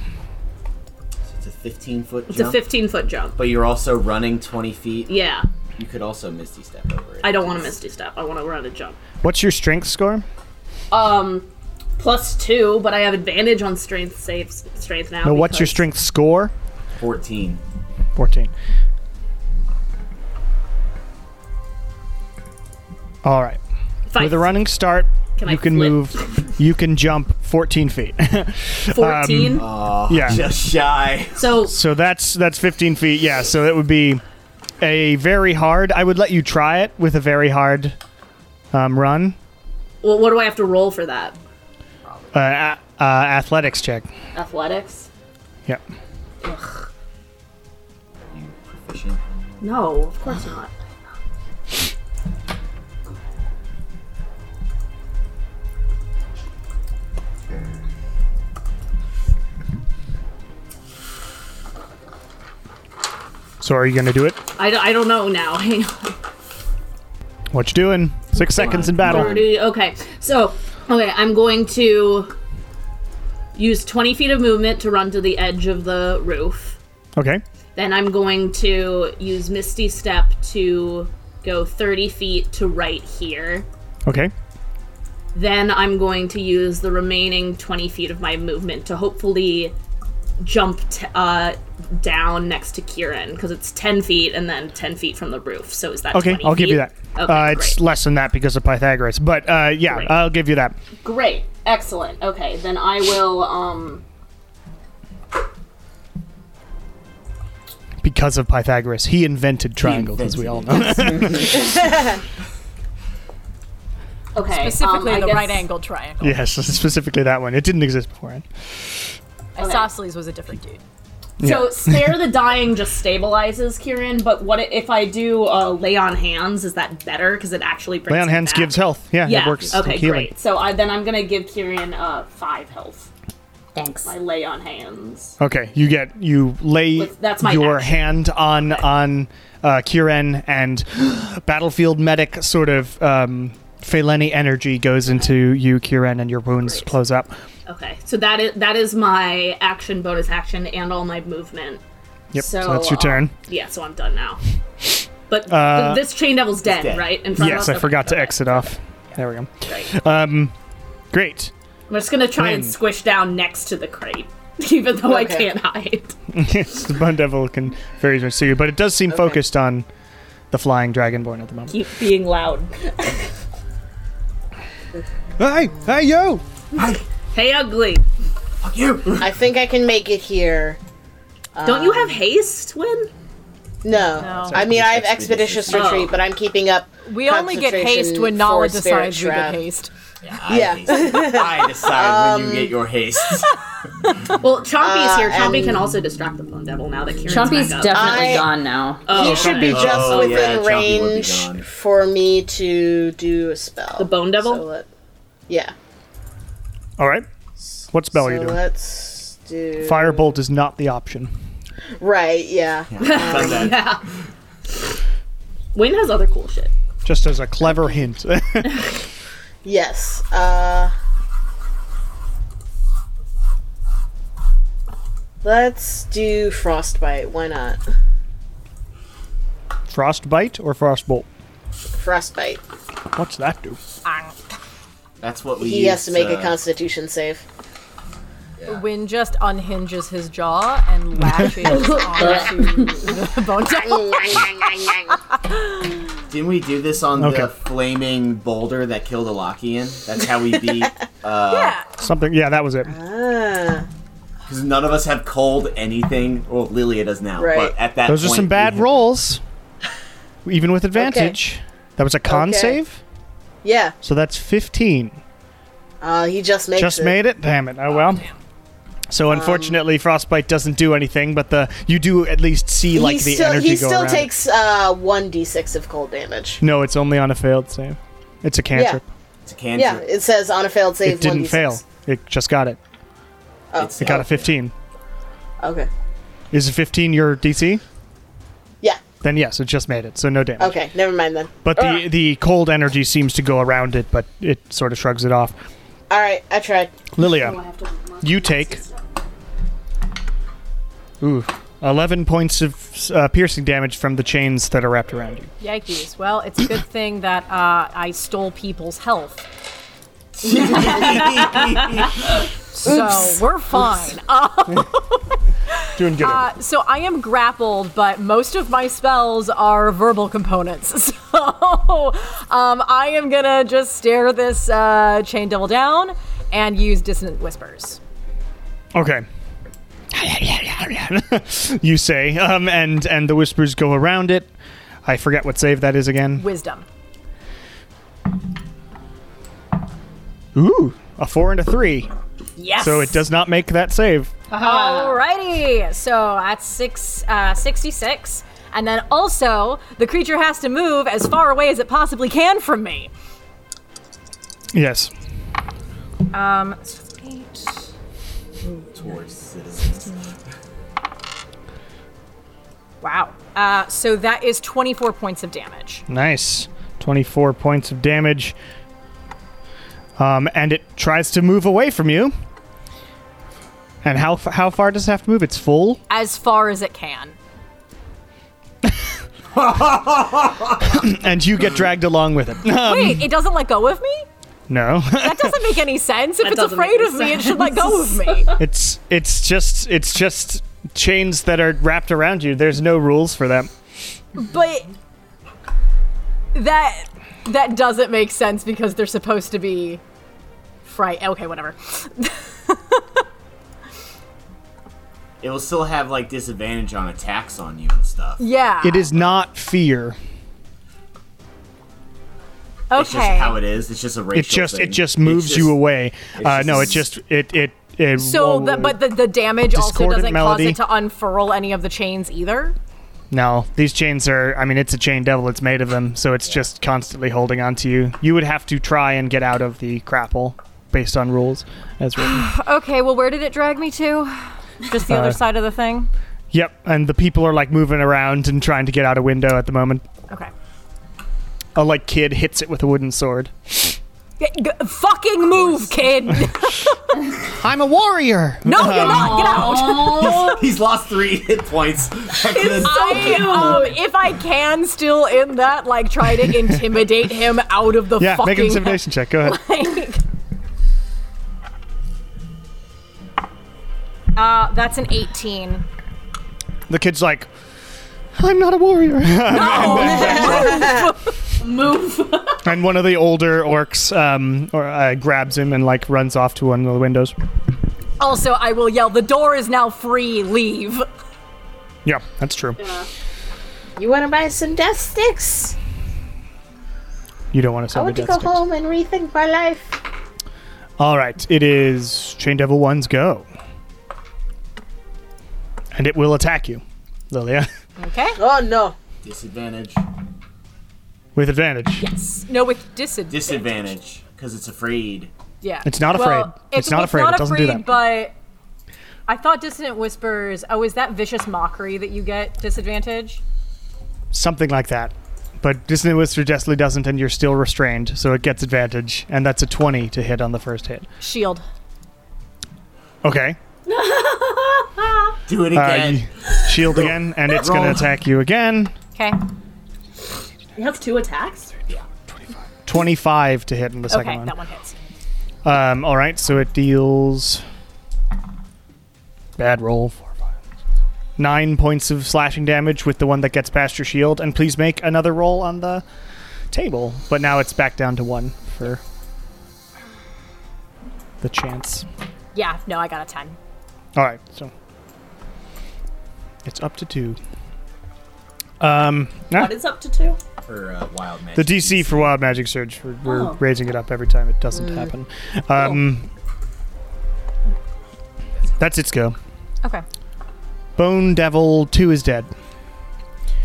S3: It's a 15 foot
S2: It's a
S3: jump.
S2: 15 foot jump.
S3: but you're also running 20 feet.
S2: Yeah.
S3: You could also Misty Step over it.
S2: I don't want to misty step. I want to run and jump.
S1: what's your strength score?
S2: Um, plus two, but I have advantage on strength saves. Strength now.
S1: No, Uh, what's your
S2: because-
S1: strength score?
S3: 14.
S1: 14. All right.
S2: Fine.
S1: With a running start,
S2: Can I
S1: you can
S2: flip?
S1: move. You can jump 14 feet. Um,
S2: 14.
S1: yeah.
S3: Just shy.
S2: so
S1: So that's that's 15 feet. Yeah. So that would be a very hard. I would let you try it with a very hard um, run.
S2: Well, what do I have to roll for that?
S1: Uh, a- uh, athletics check.
S2: Athletics.
S1: Yep.
S3: You proficient?
S9: No, of course not.
S1: So are you gonna do it?
S9: I, d- I don't know now. Hang on.
S1: What you doing? Six seconds in battle.
S9: Already- Okay, so okay, I'm going to use 20 feet of movement to run to the edge of the roof.
S1: Okay.
S9: Then I'm going to use Misty Step to go 30 feet to right here.
S1: Okay.
S9: Then I'm going to use the remaining 20 feet of my movement to hopefully jump t- uh, down next to Kieran because it's 10 feet and then 10 feet from the roof. So is that
S1: Okay,
S9: 20
S1: I'll give you
S9: feet?
S1: that.
S9: Okay,
S1: uh, it's
S9: great.
S1: less than that because of Pythagoras, but uh, yeah,
S9: Great.
S1: I'll give you that.
S9: Great. Excellent. Okay, then I will um
S1: Because of Pythagoras, he invented triangles, as we all know.
S9: okay.
S7: Specifically,
S9: um, I
S7: the
S9: guess-
S7: right angle triangle.
S1: yes, specifically that one. It didn't exist beforehand.
S7: Isosceles was a different dude.
S9: So spare the dying just stabilizes Kieran, but what i- if I do uh, lay on hands? Is that better because it actually brings
S1: Lay on
S9: him
S1: hands
S9: back?
S1: gives health. Yeah,
S9: Yeah.
S1: it works. like
S9: okay.
S1: healing.
S9: Great. So I, then I'm gonna give Kieran uh, five health.
S5: Thanks.
S9: I lay on hands.
S1: Okay, you get you lay
S9: With- that's my
S1: your
S9: action.
S1: hand on on uh, Kieran and battlefield medic sort of um, Feleni energy goes into you, Kieran, and your wounds close up.
S9: Okay. So that is that is my action, bonus action, and all my movement.
S1: Yep, so,
S9: So,
S1: that's your
S9: uh,
S1: turn.
S9: Yeah. So I'm done now. But th-
S1: Uh,
S9: this chain devil's dead,
S3: dead.
S9: right? In front of
S1: Yes,
S9: us?
S1: I
S9: Okay,
S1: forgot to
S9: okay.
S1: exit off. There we go.
S9: Right.
S1: Um, great.
S9: I'm just gonna try and
S1: Win.
S9: squish down next to the crate, even though I
S4: Okay.
S9: can't hide.
S1: Yes, the Bone Devil can very much see you, but it does seem focused on the flying dragonborn at the moment.
S9: Keep being loud.
S1: Hey, hey, yo!
S9: Hey, ugly.
S3: Fuck you!
S4: I think I can make it here.
S9: Don't you
S4: Um,
S9: have haste, Win?
S4: No. I mean, I have
S3: Expeditious
S4: expeditious retreat,
S9: Oh.
S4: but I'm keeping up.
S7: We only get haste
S4: concentration
S7: when Nala
S4: for spirit
S7: decides we get
S4: shroud.
S7: haste.
S3: I,
S4: Yeah. Um,
S3: haste. I decide when you get your haste.
S9: Well, Chompy's
S4: Uh,
S9: here. Chompy
S4: and-
S9: can also distract the Bone Devil now that Kieran's
S5: Chompy's
S9: back up.
S5: definitely
S4: I-
S5: gone now.
S9: Oh,
S4: He should be
S9: okay.
S4: just
S3: Oh, yeah,
S4: within
S3: Chompy would be
S4: range
S3: gone.
S4: for me to do a spell.
S9: The Bone Devil?
S4: So uh, let- yeah.
S1: All right. What spell are you
S4: so
S1: doing?
S4: let's do.
S1: Firebolt is not the option.
S4: Right, yeah.
S3: Done that.
S9: Win has other cool shit.
S1: Just as a clever hint.
S4: Yes. Uh. Let's do frostbite. Why not?
S1: Frostbite or Frostbolt?
S4: Frostbite.
S1: What's that do?
S3: That's what we
S4: He has to
S3: used,
S4: make a
S3: uh,
S4: Constitution save.
S7: Win just unhinges his jaw and lashes onto the bone devil.
S3: Didn't we do this on
S1: Okay.
S3: the flaming boulder that killed Alakian? That's how we beat.
S1: Something. Yeah, that was it.
S4: Ah,
S3: Because none of us have cold anything. Well, Lilia does now.
S4: Right.
S3: But at that
S1: Those are
S3: point,
S1: some bad
S3: we-
S1: rolls, even with advantage. That was a con
S4: Okay.
S1: save,
S4: yeah.
S1: so that's 15.
S4: Uh, he just makes
S1: Just
S4: it.
S1: made it. Damn it. Oh well. So
S4: Um,
S1: unfortunately, frostbite doesn't do anything, but the you do at least see like
S4: he
S1: the
S4: still,
S1: energy
S4: he
S1: go
S4: still
S1: around.
S4: takes uh, 1d6 of cold damage.
S1: no, it's only on a failed save. It's a cantrip.
S3: It's a cantrip.
S4: Yeah, it says on a failed save.
S1: It didn't
S4: 1d6.
S1: fail. It just got it.
S3: It's-
S1: It
S4: Oh.
S1: got a 15.
S4: Okay.
S1: Is it 15 your DC?
S4: Yeah.
S1: Then yes, it just made it, so no damage.
S4: Okay. Never mind then.
S1: But the
S4: Ugh.
S1: the cold energy seems to go around it, but it sort of shrugs it off.
S4: All right. I tried.
S1: Lilia, you take ooh, eleven points of uh, piercing damage from the chains that are wrapped around you.
S7: Yikes. Well, it's a good thing that uh, I stole people's health. so we're fine. Uh,
S1: Doing good.
S7: so I am grappled, but most of my spells are verbal components. So um, I am gonna just stare this uh, chain devil down and use dissonant whispers.
S1: okay. you say, um, and and the whispers go around it. I forget what save that is again.
S7: Wisdom.
S1: Ooh, a four and a three.
S7: Yes.
S1: So it does not make that save.
S7: Alrighty, so that's six, uh, 66. And then also, the creature has to move as far away as it possibly can from me.
S1: Yes.
S7: Um, so it's eight.
S3: towards citizens.
S7: Wow. Uh, so that is 24 points of damage.
S1: Nice. 24 points of damage. Um, and it tries to move away from you. And how, f- how far does it have to move? It's full?
S7: As far as it can.
S1: And you get dragged along with it. Um,
S7: Wait, it doesn't let go of me?
S1: no.
S7: That doesn't make any sense. If
S6: That
S7: it's
S6: doesn't
S7: afraid
S6: make
S7: of
S6: any
S7: me, it should let go of me.
S1: it's it's just it's just chains that are wrapped around you. There's no rules for that.
S7: But that that doesn't make sense because they're supposed to be fright. Okay, whatever.
S3: It will still have like disadvantage on attacks on you and stuff.
S7: Yeah.
S1: It is not fear.
S7: Okay.
S3: It's just how it is. It's just a racial
S1: It just
S3: thing.
S1: it just
S3: It's
S1: moves you
S3: just-
S1: away. Uh,
S3: just
S1: no,
S3: a
S1: it
S3: s-
S1: just it it it.
S7: so,
S1: won't-
S7: the, but the, the damage also
S1: Discordant
S7: doesn't
S1: melody.
S7: cause it to unfurl any of the chains either.
S1: no, these chains are. I mean, it's a chain devil. It's made of them, so it's just constantly holding on to you. You would have to try and get out of the crapple based on rules as written.
S7: Okay, well, where did it drag me to? Just the
S1: Uh.
S7: other side of the thing?
S1: yep, and the people are like moving around and trying to get out a window at the moment.
S7: Okay.
S1: A like kid hits it with a wooden sword.
S7: G- g- fucking move, kid! No, you're
S1: I'm a warrior.
S7: not! Get
S1: Oh,
S7: out!
S3: He's lost three hit points.
S7: I, um, if I can still in that, like, try to intimidate him out of the
S1: Yeah,
S7: fucking
S1: make an intimidation check. Go ahead.
S7: uh, that's an 18.
S1: The kid's like, I'm not a warrior.
S6: Move.
S1: and one of the older orcs um, or, uh, grabs him and like runs off to one of the windows.
S7: Also, I will yell, the door is now free, leave.
S1: Yeah, that's true.
S4: You want to buy some death sticks?
S1: You don't want to
S4: I
S1: sell me
S4: want to
S1: death
S4: go
S1: sticks.
S4: home and rethink my life.
S1: All right, it is Chain Devil One's go, and it will attack you, Lilia,
S7: Okay?
S4: Oh no.
S3: Disadvantage.
S1: with advantage.
S7: No, with disadvantage.
S3: Disadvantage. Because it's afraid.
S7: Yeah.
S1: It's not
S7: Well,
S1: afraid. It's not afraid. It doesn't do that.
S7: But I thought dissonant whispers. Oh, is that vicious mockery that you get disadvantage?
S1: Something like that. But Dissonant Whisper justly doesn't, and you're still restrained, so it gets advantage, and that's a 20 to hit on the first hit.
S7: Shield.
S1: Okay.
S3: Do it
S1: Uh,
S3: again.
S1: you- shield again, and it's going to
S3: Roll.
S1: attack you again.
S7: Okay.
S6: You have two attacks?
S1: 25 to hit in the second
S7: Okay,
S1: one.
S7: that one hits.
S1: Um, all right, so it deals. Bad roll. Four, five. Nine points of slashing damage with the one that gets past your shield, and please make another roll on the table. But now it's back down to one for the chance.
S7: Yeah. No, I got a ten.
S1: All right, so it's up to two. Um, ah,
S6: What is up to two?
S3: For uh, wild man.
S1: the DC for Wild Magic Surge, we're, we're
S6: Oh.
S1: raising it up every time it doesn't happen. Um, That's its go.
S7: Okay.
S1: Bone Devil 2 is dead.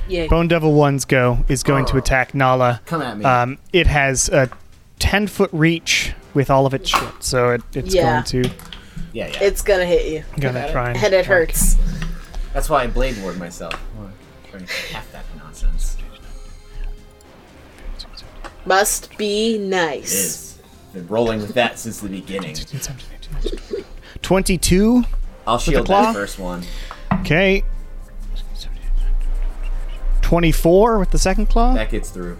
S6: Yay.
S1: Bone Devil 1's go is going
S4: Oh.
S1: to attack Nala.
S3: Come at me.
S1: Um, it has a 10 foot reach with all of its shit, so it, it's
S4: Yeah.
S1: going to
S3: yeah, yeah.
S4: It's gonna hit you.
S1: gonna try and
S4: And it hurts.
S3: That's why I blade ward myself. Trying to half that nonsense.
S4: Must be
S3: It
S4: nice.
S3: is. Been rolling with that since the beginning.
S1: 22.
S3: I'll shield
S1: claw?
S3: that first one.
S1: Okay. 24 with the second claw.
S3: That gets through.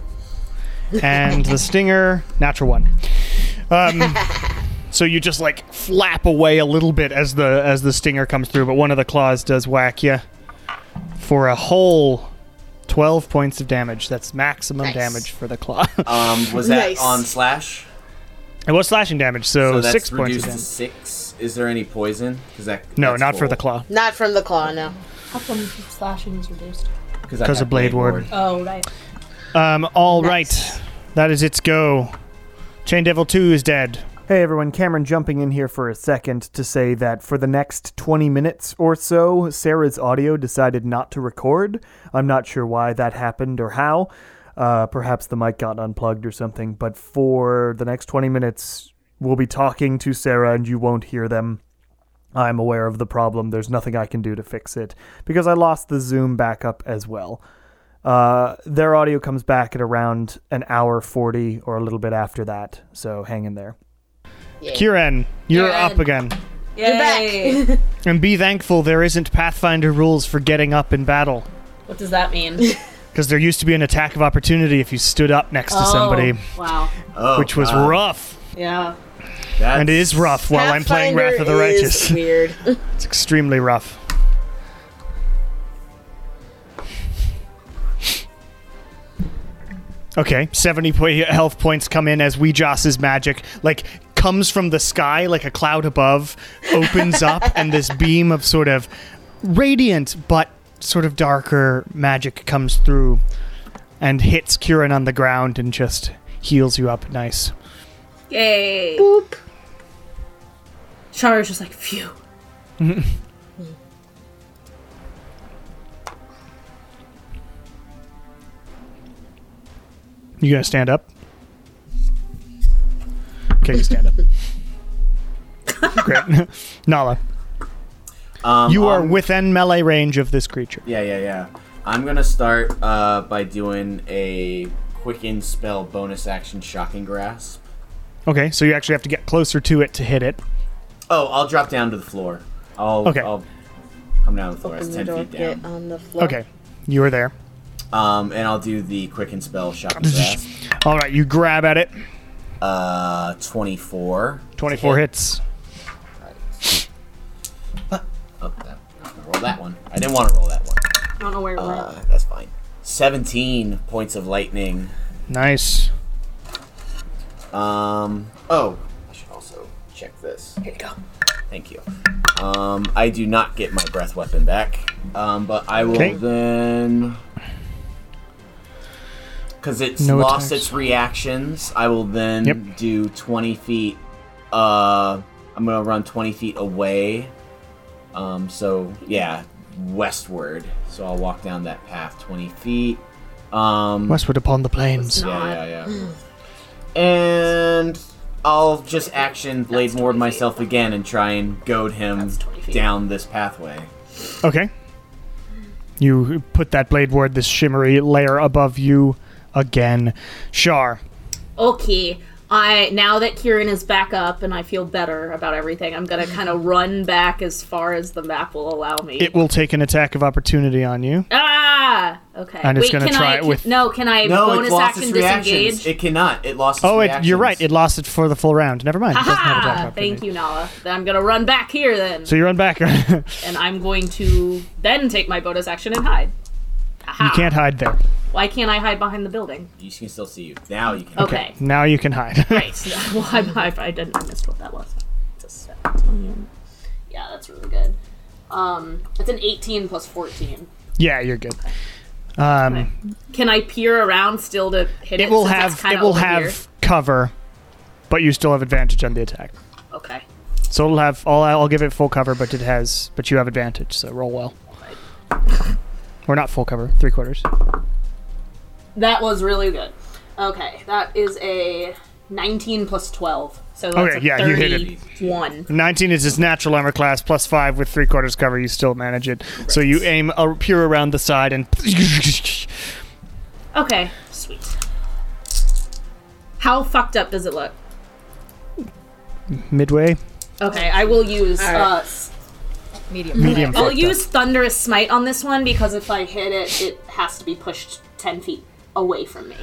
S1: and the stinger natural one um, so you just like flap away a little bit as the as the stinger comes through but one of the claws does whack you for a whole 12 points of damage that's maximum
S4: Nice.
S1: damage for the claw
S3: Um, was that
S4: Nice.
S3: on slash?
S1: it was slashing damage so,
S3: So that's
S1: six points of
S3: reduced to
S1: damage
S3: six. Is there any poison? Because that
S1: no not for the claw
S4: Not from the claw, no.
S6: How come slashing is reduced?
S1: Because
S3: Because
S1: of blade ward.
S6: Oh, right.
S1: um, all right,
S4: Nice.
S1: that is its go chain devil 2 is dead
S10: Hey everyone, Cameron jumping in here for a second to say that for the next 20 minutes or so, Sarah's audio decided not to record. I'm not sure why that happened or how. Uh, perhaps the mic got unplugged or something, but for the next 20 minutes, we'll be talking to Sarah and you won't hear them. I'm aware of the problem. There's nothing I can do to fix it because I lost the Zoom backup as well. Uh, their audio comes back at around an hour 40 or a little bit after that, so hang in there.
S1: Kieran, you're up again.
S9: Yay.
S1: And be thankful there isn't Pathfinder rules for getting up in battle.
S9: What does that mean?
S1: Because there used to be an attack of opportunity if you stood up next to somebody,
S9: Oh, wow.
S3: Oh,
S1: which was
S3: God.
S1: rough.
S9: Yeah.
S3: That's,
S1: And it is rough while I'm playing Wrath of the
S4: Pathfinder is
S1: Righteous.
S4: Weird.
S1: It's extremely rough. Okay, 70 po- health points come in as Weejoss's magic, like, comes from the sky like a cloud above, opens up, and this beam of sort of radiant but sort of darker magic comes through and hits Kieran on the ground and just heals you up nice.
S11: Yay!
S9: Shara's just like, phew.
S1: You gonna stand up? Okay, you stand up. Great. Nala,
S3: Um,
S1: you are
S3: I'm-
S1: within melee range of this creature.
S3: Yeah, yeah, yeah. I'm gonna start uh, by doing a quicken spell bonus action shocking grasp.
S1: Okay, so you actually have to get closer to it to hit it.
S3: Oh, I'll drop down to the floor. I'll
S1: Okay.
S3: I'll come down to the floor.
S4: Open
S3: it's
S4: the
S3: ten
S4: door,
S3: feet down.
S4: get on the floor.
S1: Okay, you are there.
S3: Um, and I'll do the quicken spell shocking grasp.
S1: All right, you grab at it.
S3: Uh, twenty-four.
S1: 24 hits.
S3: Oh, that, I'm gonna roll that one. I didn't want to roll that one.
S12: I don't know
S9: Oh,
S12: where we're at.
S3: Uh, that's fine. Seventeen points of lightning.
S1: Nice.
S3: Um. Oh, I should also check this. Here you go. Thank you. Um, I do not get my breath weapon back. Um, but I will
S1: Okay.
S3: then. Because it's
S1: No
S3: lost
S1: attacks.
S3: its reactions, I will then
S1: Yep.
S3: do 20 feet. Uh, I'm going to run 20 feet away. Um, so, yeah, westward. So I'll walk down that path 20 feet. Um,
S1: Westward upon the plains.
S3: yeah, yeah, yeah. And I'll just action blade ward myself again and try and goad him down this pathway.
S1: Okay. You put that blade ward, this shimmery layer above you again. Shar.
S9: Okay. I now that Kieran is back up and I feel better about everything, I'm gonna kind of run back as far as the map will allow me.
S1: It will take an attack of opportunity on you.
S9: ah, okay.
S1: I'm just
S9: Wait,
S1: gonna
S9: can
S1: try
S9: I,
S1: it
S9: can-
S1: with-
S9: No, can I
S3: No,
S9: bonus
S3: it lost
S9: action
S3: its reactions.
S9: disengage?
S3: It cannot. It lost its
S1: Oh, it,
S3: reactions.
S1: you're right. It lost it for the full round. Never mind. It doesn't have attack
S9: Ah,
S1: of
S9: thank
S1: opportunity.
S9: you, Nala. Then I'm gonna run back here then,
S1: So you run back. you
S9: and I'm going to then take my bonus action and hide. Aha.
S1: can't hide there.
S9: Why can't I hide behind the building?
S3: You can still see you. Now you can.
S9: Okay.
S1: Now you can hide.
S9: Right. Yeah. Well, I, I, I didn't. I missed what that was. It's a seven. Yeah, that's really good. Um, it's an 18 plus 14.
S1: yeah, you're good. Um,
S9: Can I peer around still to hit it?
S1: It will
S9: since it's
S1: have
S9: kinda
S1: it will
S9: over
S1: have
S9: here?
S1: cover, but you still have advantage on the attack.
S9: Okay.
S1: So it'll have I'll, I'll give it full cover, but it has but you have advantage. So roll well. Or not full cover, three quarters.
S9: That was really good. Okay, that is a 19 plus 12. So that's
S1: Okay,
S9: a
S1: yeah, you hit it.
S9: 31.
S1: Nineteen is its natural armor class plus five with three quarters cover. You still manage it. So you aim a pure around the side and
S9: Okay, sweet. How fucked up does it look?
S1: midway
S9: Okay, I will use
S4: right.
S9: uh, s-
S7: Medium.
S1: medium.
S9: I'll
S1: fucked up.
S9: use Thunderous Smite on this one because if I hit it, it has to be pushed 10 feet away from me.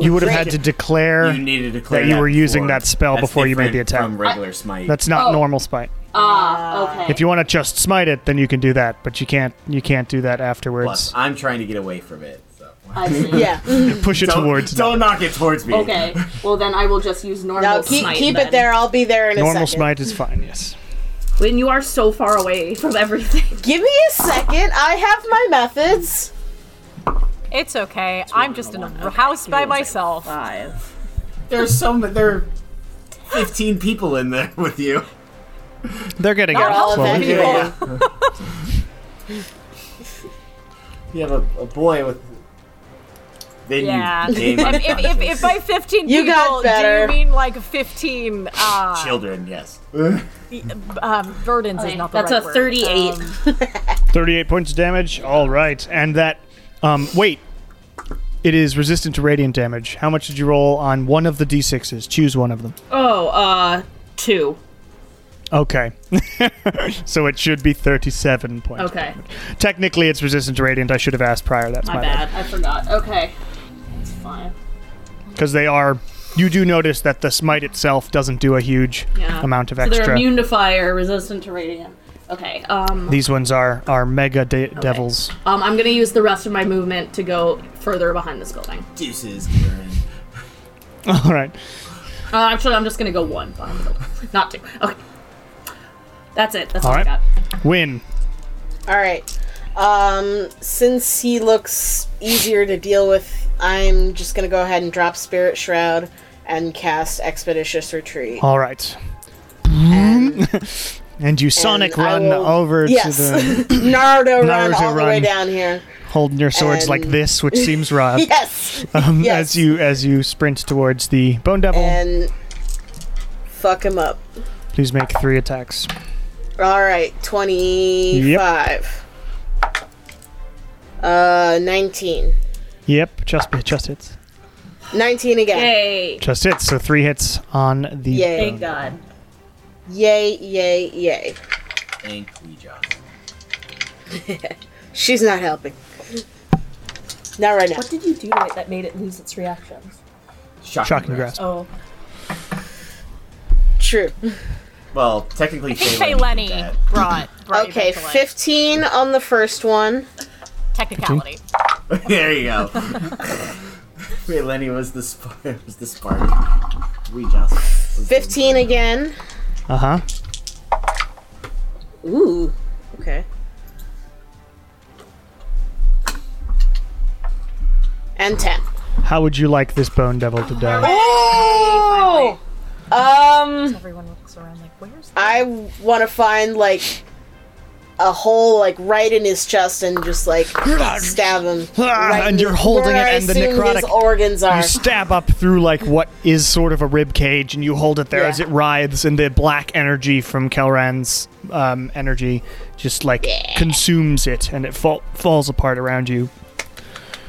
S1: You would have had to declare.
S3: You needed to declare
S1: That you were using
S3: before.
S1: that spell
S3: That's
S1: before you made the
S3: different
S1: attack.
S3: From regular smite.
S1: That's not
S9: Oh.
S1: normal spite.
S4: Uh,
S9: Ah, okay.
S1: If you want to just smite it, then you can do that, but you can't. You can't do that
S3: Plus,
S1: afterwards.
S3: I'm trying to get away from it. So.
S9: I see.
S4: Yeah. Mm-hmm.
S1: Push it
S3: Don't,
S1: towards.
S3: don't knock it towards me.
S9: Okay. Well, then I will just use normal
S4: Now keep
S9: smite.
S4: keep
S9: then.
S4: it there. I'll be there in a
S1: Normal
S4: second.
S1: smite is fine. Yes.
S9: When you are so far away from everything.
S4: Give me a second. I have my methods.
S7: It's okay. I'm just in a house by myself.
S9: Five.
S3: There's some. There are 15 people in there with you.
S1: They're getting
S4: They're
S1: out.
S4: all
S1: slowly.
S4: evacuated.
S3: You have a, a boy with. Then
S7: Yeah.
S3: you game
S7: If, if, if, if by 15
S4: You
S7: people,
S4: got better.
S7: do you mean like 15 uh,
S3: children, yes.
S7: um, burdens is not the
S2: That's
S7: right
S2: a
S7: word.
S2: 38.
S9: Um,
S1: 38 points of damage. All right. And that. Um, wait. It is resistant to radiant damage. How much did you roll on one of the d6s? Choose one of them.
S2: Oh, uh, two.
S1: Okay. so it should be 37 points.
S2: Okay.
S1: Technically, it's resistant to radiant. I should have asked prior. That's my,
S2: My bad. I forgot. Okay. It's fine.
S1: Because they are. You do notice that the smite itself doesn't do a huge
S2: Yeah.
S1: amount of
S2: So
S1: extra.
S2: they're immune to fire, resistant to radiant. Okay. Um,
S1: These ones are are mega de- devils.
S2: um, I'm gonna use the rest of my movement to go further behind this building.
S3: Deuces, Kieran.
S1: All right.
S2: Uh, actually, I'm just gonna go one behind the building, not two. Okay. That's it. That's all, I
S1: Alright.
S2: got.
S1: Win.
S4: All right. Um, since he looks easier to deal with, I'm just gonna go ahead and drop Spirit Shroud and cast Expeditious Retreat.
S1: All right. And you sonic
S4: I
S1: run
S4: will-
S1: over
S4: yes,
S1: to the
S4: Naruto, run
S1: Naruto
S4: all the way
S1: run.
S4: down here.
S1: holding your swords like
S4: And-
S1: this, which seems rough.
S4: Yes,
S1: um,
S4: yes.
S1: As you as you sprint towards the bone devil,
S4: and fuck him up.
S1: please make three attacks.
S4: All right, twenty-five. Uh, 19.
S1: Yep, just just hits,
S4: 19 again.
S2: Yay!
S1: just hits. So three hits on the.
S4: Yay.
S2: Thank God.
S4: Yay, yay, yay.
S3: Thank you, John.
S4: She's not helping. Not right now.
S6: What did you do to it that made it lose its reactions?
S3: Shocking,
S1: Shocking
S3: grasp.
S1: grasp.
S6: Oh,
S4: True.
S3: Well, technically,
S7: I think
S3: Fey
S7: Fey Lenny
S3: did
S7: brought, brought you
S4: Okay,
S7: back to life.
S4: 15 on the first one.
S7: Technicality.
S3: that. there you go. Fey Lenny was the spark. Was the spark. We just. was the-
S4: 15 again.
S1: Uh huh.
S4: Ooh. Okay. And 10.
S1: How would you like this bone devil to die?
S4: Oh! Um,
S7: Everyone looks around like, where's the
S4: I want to find, like, a hole, like, right in his chest and just, like, stab him.
S1: Ah,
S4: Right
S1: and
S4: in-
S1: you're holding
S4: where
S1: it,
S4: I
S1: and the
S4: assume His
S1: necrotic.
S4: organs are.
S1: You stab up through like what is sort of a rib cage, and you hold it there
S4: Yeah.
S1: as it writhes, and the black energy from Kelran's um, energy just like consumes it, and it fall- falls apart around you.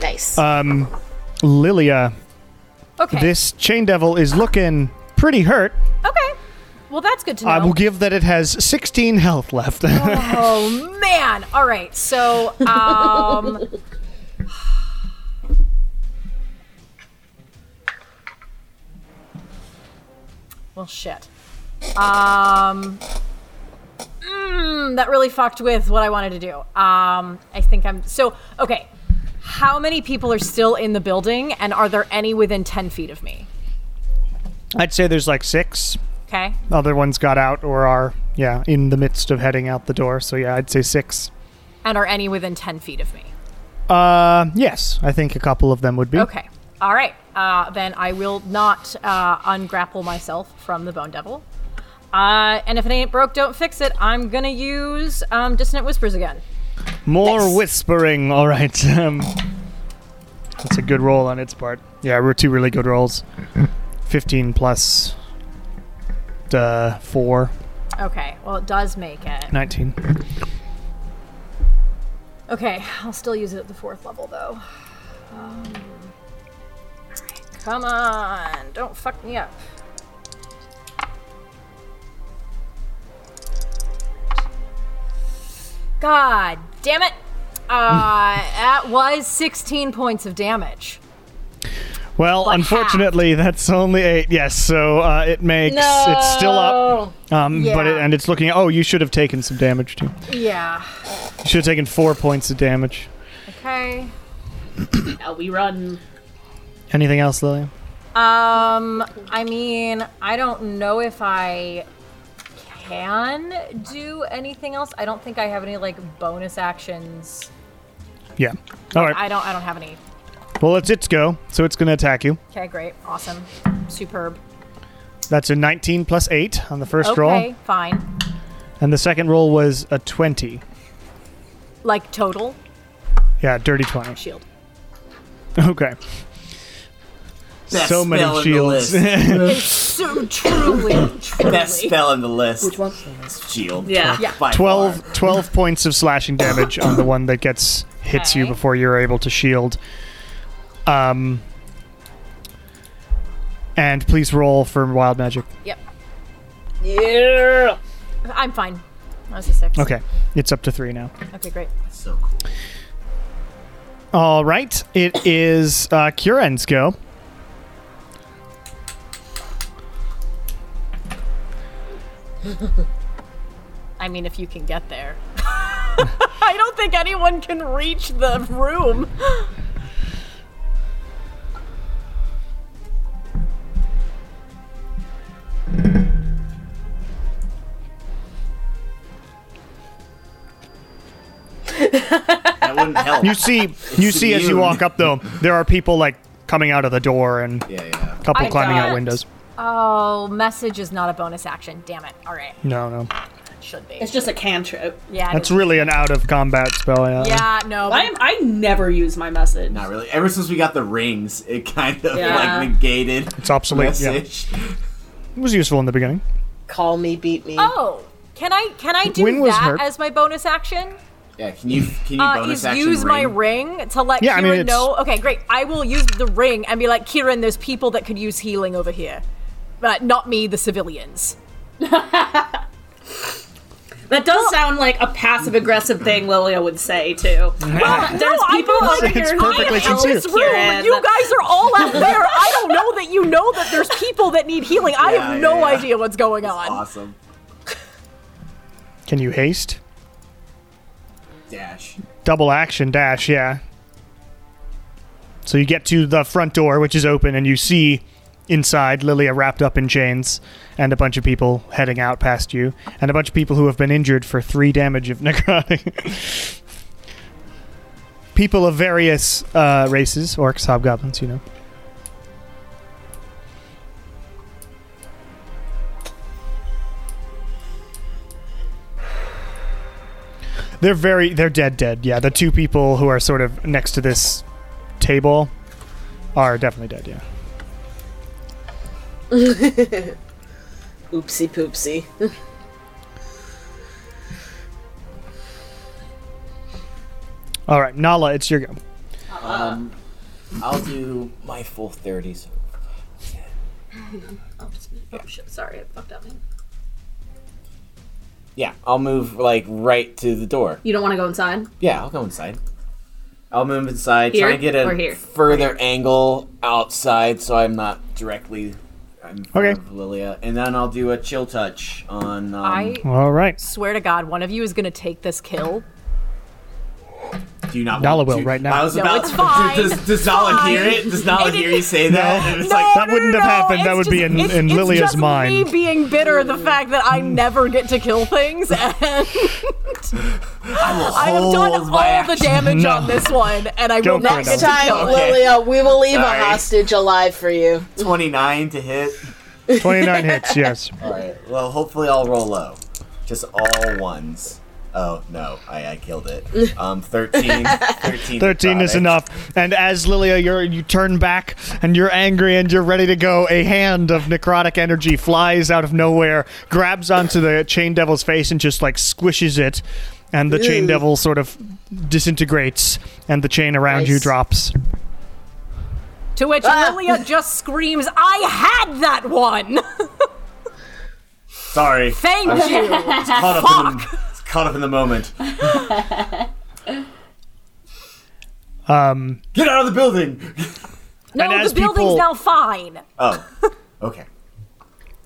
S4: nice.
S1: Um, Lilia,
S7: Okay.
S1: this chain devil is looking pretty hurt.
S7: okay. Well, that's good to know.
S1: I will give that it has 16 health left.
S7: Oh man! All right, so um, well, shit. Um, mm, that really fucked with what I wanted to do. Um, I think I'm so okay. How many people are still in the building, and are there any within ten feet of me?
S1: I'd say there's like six.
S7: Okay,
S1: Other ones got out or are, yeah, in the midst of heading out the door. So yeah, I'd say six.
S7: and are any within ten feet of me?
S1: Uh, yes, I think a couple of them would be.
S7: Okay. All right. Uh, then I will not uh, ungrapple myself from the Bone Devil. Uh, and if it ain't broke, don't fix it. I'm gonna use um, Dissonant Whispers again.
S1: More whispering. All right. Um, that's a good roll on its part. Yeah, we're two really good rolls. 15 plus uh, 4,
S7: Okay. Well, it does make it.
S1: 19.
S7: Okay. I'll still use it at the fourth level though. Um, alright, come on! Don't fuck me up. God damn it! Uh, that was 16 points of damage.
S1: Well,
S7: But
S1: unfortunately, that's only eight. Yes, so uh, it makes it's still up. Um, but it,
S7: Yeah.
S1: and it's looking. Oh, you should have taken some damage too.
S7: Yeah.
S1: You should have taken four points of damage.
S7: Okay.
S2: Now we run.
S1: Anything else, Lily?
S7: Um, I mean, I don't know if I can do anything else. I don't think I have any like bonus actions.
S1: Yeah. All right.
S7: I don't. I don't have any.
S1: Well, it's its go. So it's gonna attack you.
S7: Okay, great, awesome, superb.
S1: That's a 19 plus 8 on the first
S7: Okay,
S1: roll.
S7: fine.
S1: And the second roll was a 20.
S7: Like total
S1: Yeah, dirty 20.
S7: shield.
S1: Okay.
S3: Best
S1: so many
S3: spell in the
S1: shields.
S3: list.
S7: So truly, truly.
S3: Best spell in the list.
S6: Which one?
S3: Shield.
S2: Yeah.
S7: Yeah.
S3: By
S1: 12,
S3: far.
S1: 12 points of slashing damage on the one that gets hits you
S7: Okay.
S1: before you're able to shield. Um, and please roll for wild magic.
S7: Yep.
S4: Yeah.
S7: I'm fine. That was a six.
S1: Okay, it's up to three now.
S7: Okay, great.
S3: So cool.
S1: All right, it is uh, Kuren's go.
S7: I mean, if you can get there. I don't think anyone can reach the room.
S3: That wouldn't help.
S1: You see, you see as you
S3: immune.
S1: walk up though, there are people like coming out of the door and a
S3: yeah, yeah.
S1: couple
S7: I
S1: climbing out
S7: got-
S1: windows.
S7: Oh, message is not a bonus action. Damn it. All right,
S1: No, no,
S7: it should be.
S2: It's just a cantrip.
S7: Yeah. it
S1: that's
S7: is.
S1: really an out of combat spell. Yeah.
S7: Yeah. No.
S2: I am, I never use my message.
S3: Not really. Ever since we got the rings, it kind of
S2: Yeah.
S3: like negated.
S1: It's obsolete, yeah.
S3: Message.
S1: It was useful in the beginning.
S4: Call me, beat me.
S7: Oh, can I can I do
S1: Wynn was
S7: that
S1: hurt.
S7: as my bonus action?
S3: Yeah, can you can you
S7: Uh,
S3: bonus
S7: is
S3: action
S7: use
S3: ring?
S7: my ring to let
S1: Yeah, I
S7: Kieran
S1: mean, it's-
S7: know. Okay, great. I will use the ring and be like, Kieran, there's people that could use healing over here, but not me, the civilians.
S2: That does sound like a passive aggressive thing Lilia would say too. Well, there's
S7: Oh, I
S2: people
S7: don't
S2: over
S1: It's
S7: like-
S2: here who
S1: perfectly
S2: need help,
S1: sincere.
S7: This room,
S2: Kieran.
S7: you guys are all out there. I don't know that you know that there's people that need healing. I
S3: Yeah,
S7: have no
S3: yeah, yeah.
S7: idea what's going on.
S3: Awesome.
S1: Can you haste?
S3: Dash.
S1: Double action dash, yeah. So you get to the front door, which is open, and you see inside Lilia wrapped up in chains and a bunch of people heading out past you, and a bunch of people who have been injured for three damage of necrotic. people of various uh, races, orcs, hobgoblins, you know. They're very they're dead dead. Yeah, the two people who are sort of next to this table are definitely dead, yeah.
S4: Oopsie poopsie.
S1: All right, Nala, it's your go.
S3: I'll do my full 30s.
S2: Oh, Sorry, I fucked up.
S3: Yeah, I'll move like right to the door.
S2: You don't want to go inside.
S3: Yeah, I'll go inside. I'll move inside,
S2: Here
S3: try and get a
S2: or here?
S3: further angle outside so I'm not directly in front
S1: Okay.
S3: of Lilia. And then I'll do a chill touch on. Um,
S7: I
S1: All right.
S7: swear to God, one of you is gonna take this kill.
S3: do you not
S1: Nala
S3: want
S1: will
S3: to-
S1: right now.
S3: I was
S7: No,
S3: about
S7: it's fine.
S3: Does, does Nala
S7: Fine.
S3: hear it? Does Nala
S7: It-
S3: hear you say that?
S1: No.
S3: And it's
S7: No,
S3: like,
S1: that
S7: no,
S1: wouldn't
S7: no,
S1: have
S7: no,
S1: happened.
S7: it's
S1: That would be
S7: just-
S1: in-
S7: it's-
S1: in
S7: it's
S1: Lilia's
S7: just Me
S1: mind.
S7: being bitter at the fact that I never get to kill things, and I have
S3: hold
S7: done all
S3: my action.
S7: the damage
S1: No.
S7: on this one, and I
S1: Go
S7: will
S1: for
S7: not
S1: it,
S7: get
S1: Ellen.
S7: to
S4: Time,
S7: kill.
S3: Okay.
S4: Lilia, we will leave
S3: Sorry.
S4: a hostage alive for you.
S3: 29 to hit.
S1: 29 hits, yes.
S3: Alright, well, hopefully I'll roll low. Just all ones. Oh, no, I, I killed it. Um, 13. 13,
S1: 13 is
S3: necrotic.
S1: enough. And as Lilia, you're, you turn back and you're angry and you're ready to go, a hand of necrotic energy flies out of nowhere, grabs onto the chain devil's face and just like squishes it. And the chain devil sort of disintegrates and the chain around you
S4: Nice.
S1: drops.
S7: To which
S3: Ah.
S7: Lilia just screams, "I had that one!
S3: Sorry.
S7: Thank you!"
S3: It's caught up in the, it's caught up in the moment. um,
S1: Um,
S3: Get out of the building!
S7: No,
S1: And
S7: the
S1: as
S7: building's
S1: people-
S7: now fine.
S3: Oh, okay.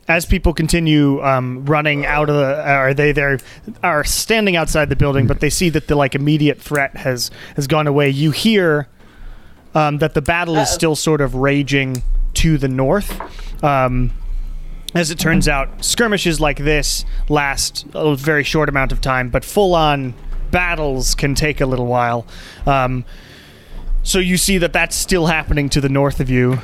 S1: as people continue um, running out of the, uh, are they there are standing outside the building, but they see that the like immediate threat has has gone away. You hear um, that the battle is still sort of raging to the north. Um, as it turns out, skirmishes like this last a very short amount of time, but full on battles can take a little while. Um, so you see that that's still happening to the north of you.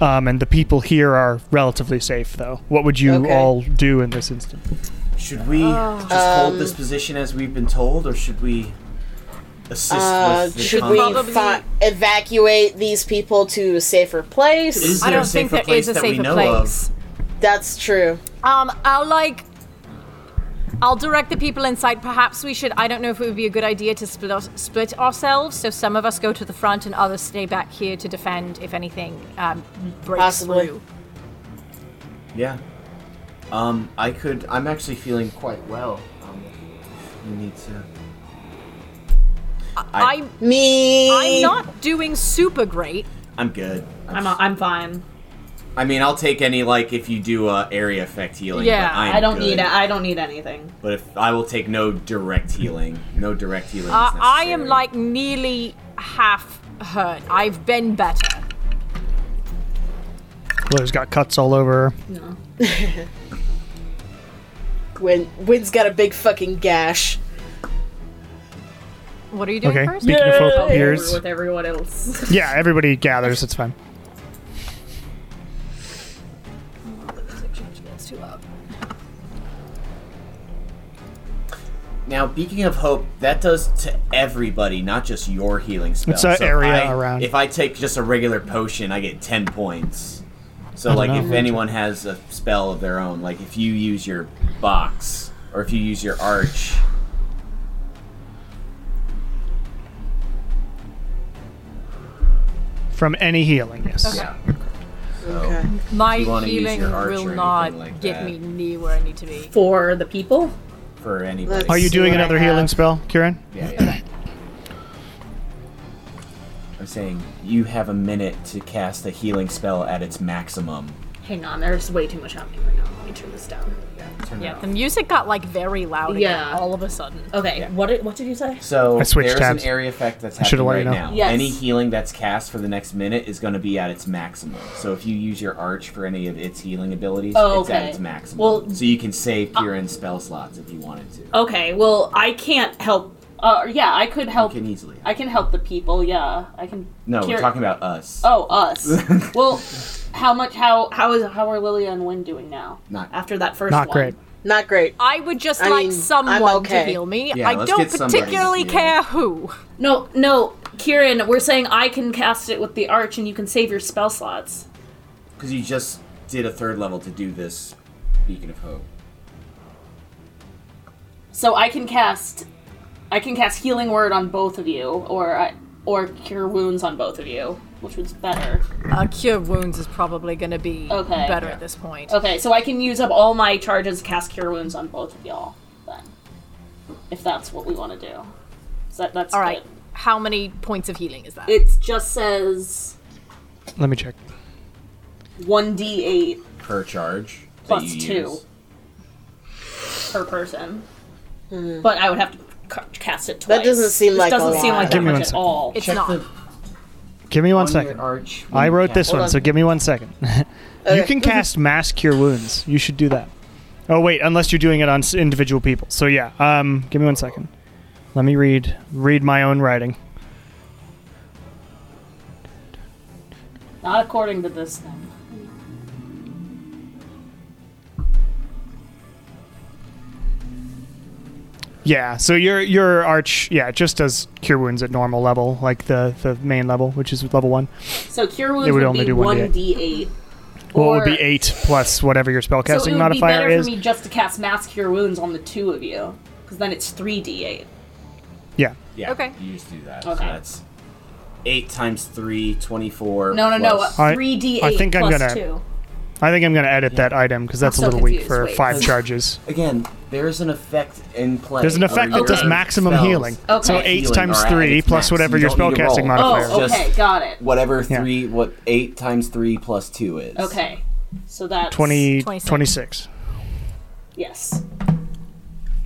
S1: Um, and the people here are relatively safe, though. What would you
S4: Okay.
S1: all do in this instance?
S3: Should we
S7: Oh,
S3: just hold
S7: um,
S3: this position as we've been told, or should we assist
S4: Uh,
S3: with the
S4: should we
S3: conflict?
S7: Probably-
S4: fi- evacuate these people to a safer place?
S3: Is
S7: I
S3: there a
S7: don't think
S3: safer
S7: there
S3: place
S7: is a
S3: that we
S7: safer
S3: know
S7: place.
S3: of?
S4: That's true.
S7: Um, I'll like. I'll direct the people inside. Perhaps we should. I don't know if it would be a good idea to split, us- split ourselves. So some of us go to the front and others stay back here to defend if anything um, breaks
S4: Possibly.
S7: through.
S3: Yeah. Um, I could. I'm actually feeling quite well. Um, you need to. I-
S7: I'm,
S4: Me.
S7: I'm not doing super great.
S3: I'm good.
S9: I'm, Uh, I'm fine.
S3: I mean, I'll take any like if you do uh, area effect healing.
S7: Yeah,
S3: but I'm
S9: I don't
S3: good.
S9: need. I don't need anything.
S3: But if I will take no direct healing, no direct healing. is
S7: Uh, I am
S3: necessary.
S7: like nearly half hurt. I've been better.
S1: Blue's got cuts all over. her.
S4: Gwen. Gwen's got a big fucking gash.
S7: What are you doing
S1: Okay.
S7: first?
S1: Speaking of folk
S9: Over
S1: ears.
S9: with everyone else.
S1: Yeah, everybody gathers. It's fine.
S7: That's too loud.
S3: Now, beacon of hope, that does to everybody, not just your healing spell.
S1: It's a
S3: if
S1: area
S3: I-
S1: around.
S3: If I take just a regular potion, I get ten points. So, like, if anyone has a spell of their own, like if you use your box or if you use your arch,
S1: From any healing, yes.
S3: yeah. So,
S7: My
S3: you wanna use
S7: healing
S3: your arch
S7: will
S3: or
S7: not
S3: anything like
S7: get
S3: that.
S7: me near where I need to be.
S9: For the people.
S3: for anybody.
S1: Are you
S4: See
S1: doing
S4: what I
S1: another
S4: have.
S1: healing spell, Kieran?
S3: Yeah, yeah. I'm saying you have a minute to cast a healing spell at its maximum.
S9: Hang on, there's way too much happening right now. Let me turn this down.
S3: Yeah. Turn it
S7: Yeah,
S3: off.
S7: the music got like very loud again
S9: Yeah.
S7: all of a sudden.
S9: Okay, what did what did you say?
S3: So
S1: I switched
S3: there's
S1: tabs.
S3: an area effect that's
S1: should've
S3: happening
S1: let
S3: right
S1: you know.
S3: now.
S9: Yes.
S3: Any healing that's cast for the next minute is going to be at its maximum. So if you use your arch for any of its healing abilities,
S9: Oh,
S3: it's at
S9: okay.
S3: its maximum.
S9: Well- uh, oh,
S3: so you can save Kieran's spell slots if you wanted to.
S9: Okay, well I can't help. Uh, yeah, I could help.
S3: You can easily.
S9: I can help the people. Yeah, I can.
S3: no,
S9: Kier-
S3: we're talking about us.
S9: Oh, us. well, how much? How how is how are Lilia and Wynn doing now?
S3: Not-
S9: after that first.
S1: Not
S9: one?
S1: great.
S4: Not great.
S7: I would just
S4: I
S7: like
S4: mean, I'm
S7: someone to
S4: okay.
S7: heal me.
S3: Yeah,
S7: I
S3: let's
S7: don't
S3: get somebody to
S7: particularly
S3: heal.
S7: care who.
S9: No, no, Kieran. We're saying I can cast it with the arch, and you can save your spell slots.
S3: Because you just did a third level to do this Beacon of Hope.
S9: So I can cast, I can cast Healing Word on both of you, or I- or Cure Wounds on both of you, which was better.
S7: Uh, cure wounds is probably going to be
S9: Okay.
S7: better at this point.
S9: Okay, so I can use up all my charges to cast Cure Wounds on both of y'all, then, if that's what we want to do. So that, that's
S7: All right.
S9: good.
S7: How many points of healing is that?
S9: It just says
S1: Let me check.
S9: one d eight
S3: Per charge. that
S9: Plus
S3: you
S9: two.
S3: use.
S9: per person, but I would have to ca- cast it twice.
S4: Hmm. That doesn't seem
S9: This
S4: like a
S9: doesn't seem
S4: lot.
S9: like
S1: Give
S9: that
S1: me one
S9: much at
S1: second.
S9: all.
S7: it's
S3: Check
S7: not.
S3: the
S1: Give me one
S3: on your
S1: second. Uh,
S3: arch. when
S1: I
S3: you
S1: wrote
S3: cast-
S1: this one,
S4: on.
S1: so give me one second. You
S4: Okay.
S1: can cast Mass Cure Wounds. You should do that. Oh wait, unless you're doing it on s- individual people. So yeah, um, give me one second. Let me read read my own writing.
S9: Not according to this thing.
S1: Yeah, so your your arch, yeah, it just does cure wounds at normal level, like the the main level, which is level one.
S9: So cure wounds
S1: It would
S9: would,
S1: only
S9: be
S1: do
S9: one
S1: 1d8.
S9: d eight.
S1: Well, it would
S9: Or-
S1: be eight plus whatever your spellcasting
S9: so it would be
S1: modifier
S9: better
S1: is.
S9: for me just to cast mass cure wounds on the two of you, because then it's three d eight.
S1: Yeah,
S3: Yeah.
S7: Okay.
S3: You just do that. So
S9: Okay.
S3: that's 8 times 3, 24.
S9: No, no,
S3: plus-
S1: I-
S9: no. Three d
S1: I
S9: eight
S1: think I'm gonna-
S9: two.
S1: I think I'm gonna edit that item because that's
S9: I'm
S1: a
S9: so
S1: little weak
S9: confused.
S1: for
S9: Wait.
S1: five charges.
S3: Again, there's an effect in play.
S1: There's an
S3: where
S1: effect that
S3: your
S1: does
S9: Okay.
S1: maximum
S3: spells-
S1: healing.
S9: Okay.
S1: So eight
S3: Healing
S1: times
S3: are at
S1: three
S3: its
S1: plus
S3: max.
S1: whatever
S3: You
S1: your
S3: don't need to
S1: spellcasting
S3: roll.
S1: modifier.
S9: Oh,
S1: is.
S3: Just-
S9: okay, got it.
S3: Whatever
S1: Yeah.
S3: 3, what 8 times 3 plus 2 is.
S9: Okay, so that's
S1: 20,
S7: 26.
S1: 26.
S9: Yes.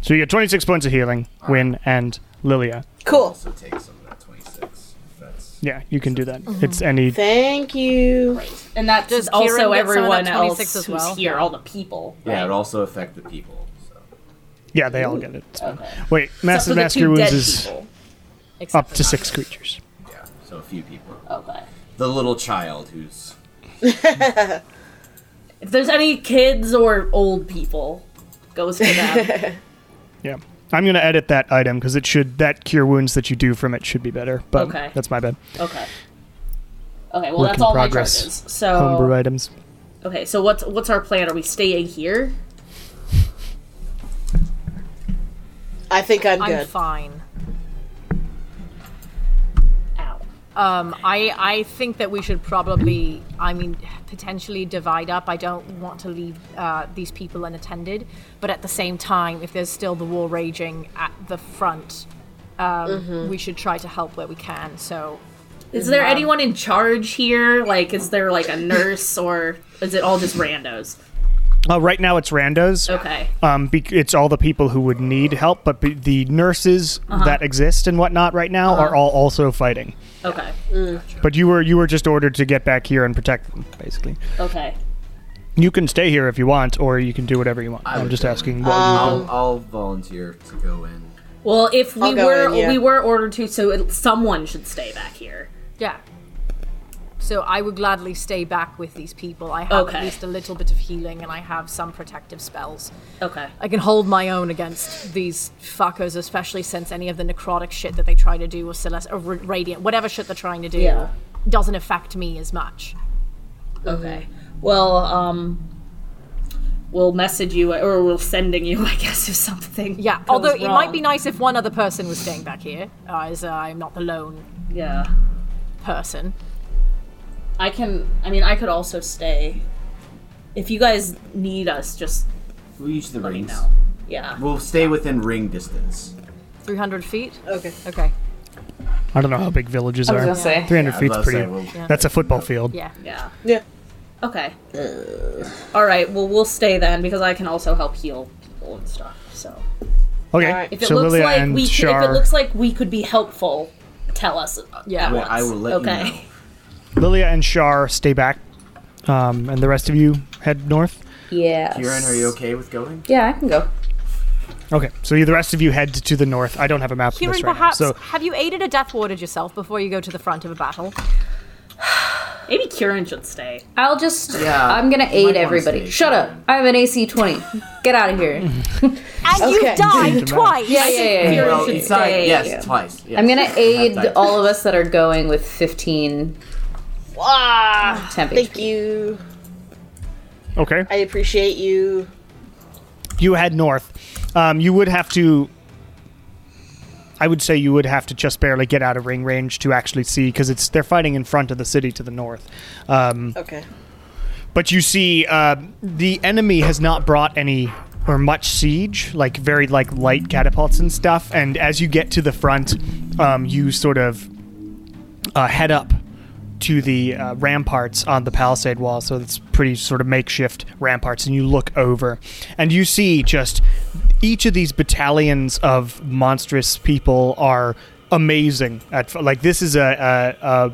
S1: So you get 26 points of healing, Win and Lilia.
S4: Cool.
S3: So take some of that 26. if That's
S1: Yeah, you can do that.
S9: Mm-hmm.
S1: It's any.
S4: Thank you.
S9: And that's
S7: Does
S9: just also
S7: Kieran get some of that
S9: everyone else
S7: 26 as
S9: who's
S7: well?
S9: here, all the people.
S3: Yeah,
S9: right?
S3: it also affect the people. So.
S1: Yeah, they all get it. It's fine.
S9: Okay.
S1: Wait,
S9: Except for
S1: Massive
S9: the
S1: Master
S9: two
S1: Wounds
S9: dead
S1: is
S9: people.
S7: Except
S1: up
S7: for
S1: to
S7: that.
S1: six creatures.
S3: Yeah, so a few people.
S9: Okay.
S3: The little child who's
S2: If there's any kids or old people, goes to them.
S1: Yeah. I'm going to edit that item because it should, that cure wounds that you do from it should be better. But
S2: Okay.
S1: that's my bad.
S2: okay. Okay, well
S1: Work
S2: that's
S1: in
S2: all
S1: progress.
S2: my charges.
S9: Oh.
S2: So
S1: Homebrew items.
S2: okay, so what's what's our plan? Are we staying here?
S4: I think I'm
S7: I'm
S4: good.
S7: fine.
S2: Ow.
S7: Um, I I think that we should probably, I mean, potentially divide up. I don't want to leave uh, these people unattended, but at the same time, if there's still the war raging at the front, um, we should try to help where we can. So
S2: Mm-hmm.
S7: um,
S2: Is there anyone in charge here? Like, is there like a nurse or is it all just randos?
S1: Uh, right now it's randos.
S2: Okay.
S1: Um, bec it's all the people who would need help, but be- the nurses
S2: Uh-huh.
S1: that exist and whatnot right now are all also fighting.
S2: Okay.
S3: Mm.
S1: But you were you were just ordered to get back here and protect them, basically.
S2: Okay.
S1: You can stay here if you want, or you can do whatever you want. I am
S3: would
S1: just
S3: go.
S1: asking. What
S3: I'll, I'll volunteer to go in.
S2: Well, if we
S4: I'll go
S2: were
S4: in, yeah.
S2: we were ordered to, so it, someone should stay back here.
S7: yeah. So I would gladly stay back with these people. I have
S2: Okay.
S7: at least a little bit of healing, and I have some protective spells.
S2: Okay.
S7: I can hold my own against these fuckers, especially since any of the necrotic shit that they try to do, or celest, or ra- radiant, whatever shit they're trying to do,
S2: Yeah.
S7: doesn't affect me as much.
S2: Okay. Well, um, we'll message you or we'll sending you, I guess, if something.
S7: Yeah,
S2: goes
S7: although it might be
S2: wrong.
S7: nice if one other person was staying back here, uh, as uh, I'm not the lone
S2: Yeah.
S7: person.
S2: I can. I mean, I could also stay. If you guys need us, just
S3: We use the
S2: let me
S3: rings.
S2: know. Yeah.
S3: We'll stay within ring distance.
S7: 300 feet?
S4: Okay.
S7: Okay,
S1: I don't know how big villages are.
S5: gonna say.
S1: 300
S3: Yeah, I was
S1: feet's
S3: about to
S1: pretty.
S3: say, we'll-
S1: That's a football field.
S7: yeah.
S2: Yeah.
S4: Yeah.
S2: Okay. All right. Well, we'll stay then because I can also help heal people and stuff. So
S1: Okay.
S4: Alright.
S2: if it
S1: so
S2: looks
S1: Lilia
S2: like
S1: and
S2: we, c- if
S1: Shar,
S2: it looks like we could be helpful, tell us.
S7: Yeah.
S2: at
S3: Well, I
S2: once.
S3: will let
S2: okay.
S3: you know.
S1: Lilia and Shar stay back, um, and the rest of you head north.
S5: Yeah.
S3: Kieran, are you okay with going?
S5: Yeah, I can go.
S1: Okay, so you, the rest of you head to the north. I don't have a map of
S7: Kieran,
S1: this right
S7: perhaps,
S1: now. So
S7: have you aided or death warded yourself before you go to the front of a battle?
S2: Maybe Kieran should stay.
S5: I'll just.
S3: Yeah,
S5: I'm gonna
S3: might
S5: aid
S3: wanna
S5: everybody.
S3: stay.
S5: Shut up. I have an AC 20. Get out of here.
S7: And you
S4: Okay.
S7: died twice!
S5: Yeah, yeah, yeah. yeah.
S2: Kieran
S3: Well,
S2: should
S3: it's not-
S2: stay.
S3: yes, twice. yes.
S5: I'm gonna aid
S3: Not
S5: all of us that are going with 15
S4: Ah,
S5: temp
S4: thank
S5: HP.
S4: you.
S1: okay,
S4: I appreciate you.
S1: you head north. Um, you would have to. I would say you would have to just barely get out of ring range to actually see because it's they're fighting in front of the city to the north. Um,
S4: Okay.
S1: But you see, uh, the enemy has not brought any or much siege, like very like light catapults and stuff. And as you get to the front, um, you sort of uh, head up to the uh, ramparts on the palisade wall. So it's pretty sort of makeshift ramparts, and you look over, and you see just each of these battalions of monstrous people are amazing at like this is a, a, a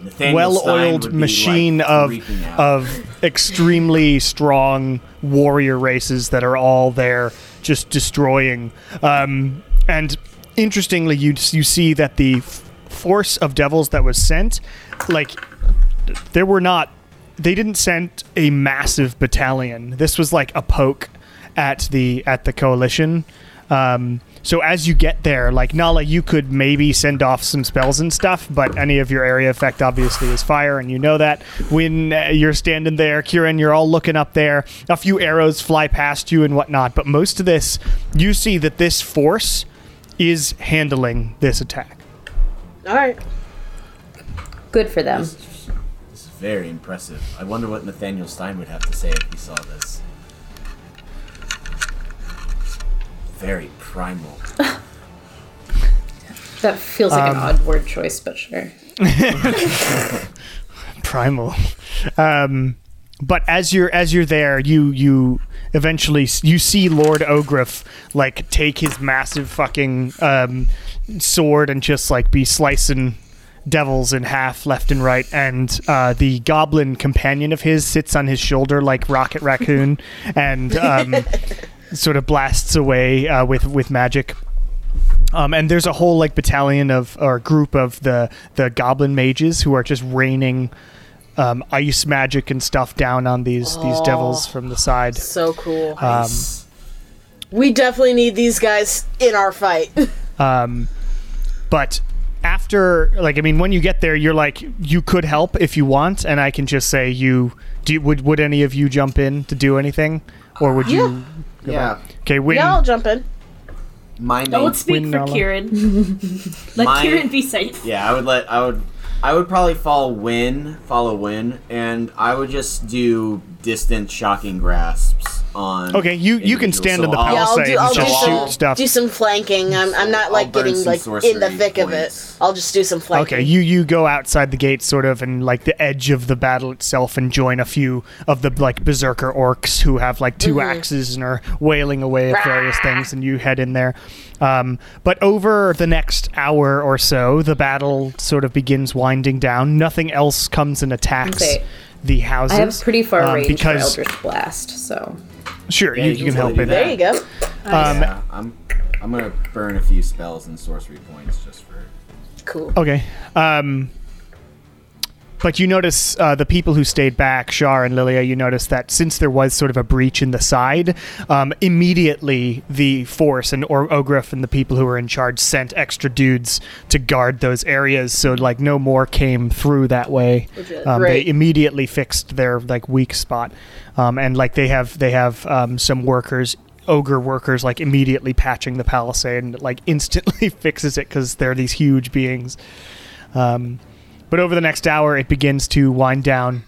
S3: Nathaniel Stein would
S1: well-oiled
S3: be,
S1: machine
S3: like,
S1: of
S3: freaking out.
S1: of extremely strong warrior races that are all there just destroying. Um, and interestingly, you you see that the f- force of devils that was sent, like there were not they didn't send a massive battalion this was like a poke at the at the coalition um, so as you get there like nala you could maybe send off some spells and stuff but any of your area effect obviously is fire and you know that when uh, you're standing there kieran you're all looking up there a few arrows fly past you and whatnot but most of this you see that this force is handling this attack
S4: All right.
S5: Good for them.
S3: This is very impressive. I wonder what Nathaniel Stein would have to say if he saw this. Very primal.
S5: That feels like an odd word choice, but sure.
S1: primal. Um, but as you're as you're there, you you eventually s- you see Lord Ogriff like take his massive fucking um, sword and just like be slicing devils in half left and right and uh, the goblin companion of his sits on his shoulder like rocket raccoon and um, sort of blasts away uh, with with magic um, and there's a whole like battalion of or group of the the goblin mages who are just raining Um, I use magic and stuff down on these these devils from the side.
S4: So cool.
S1: Um,
S4: we definitely need these guys in our fight.
S1: But after, like, I mean, when you get there, you're like, you could help if you want, and I can just say, you do. You, would would any of you jump in to do anything, or would you?
S3: Yeah.
S1: Okay, Win.
S4: yeah, I'll jump in.
S3: Mind
S2: Don't speak
S1: Win
S2: for
S1: Nala.
S2: Kieran. Let
S3: My-
S2: Kieran be safe.
S3: Yeah, I would let I would I would probably follow Win, follow Win, and I would just do distant shocking grasps on.
S1: Okay, you- you can
S3: individuals.
S1: stand in the
S3: I'll-
S4: Yeah, I'll
S1: say
S4: do. I'll
S1: just
S4: do
S1: shoot
S4: some,
S1: stuff.
S4: do some flanking. I'm, I'm not
S3: I'll
S4: like
S3: burn
S4: getting
S3: some
S4: like in the
S3: sorcery
S4: thick of it.
S3: points.
S4: I'll just do some flanking.
S1: Okay, you you go outside the gate, sort of, and like the edge of the battle itself, and join a few of the like berserker orcs who have like 2
S5: Mm-hmm.
S1: axes and are wailing away at various things, and you head in there. Um, but over the next hour or so, the battle sort of begins winding down. Nothing else comes and attacks
S5: Okay.
S1: the houses.
S5: I have pretty far
S1: um,
S5: range
S1: because
S5: for Eldritch Blast, so
S1: sure,
S3: Yeah,
S1: you,
S3: you
S1: you can
S3: can
S1: help
S3: totally
S1: in
S3: do that.
S4: There you go.
S3: Yeah, I'm I'm gonna burn a few spells and sorcery points just for.
S4: Cool.
S1: Okay. Um, but you notice uh, the people who stayed back, Shar and Lilia, you notice that since there was sort of a breach in the side, um, immediately the force and or- Ogriff and the people who were in charge sent extra dudes to guard those areas. So, like, no more came through that way. Um, they
S4: Right.
S1: immediately fixed their, like, weak spot. Um, and, like, they have, they have um, some workers ogre workers like immediately patching the palisade and it, like instantly fixes it because they're these huge beings but over the next hour, it begins to wind down.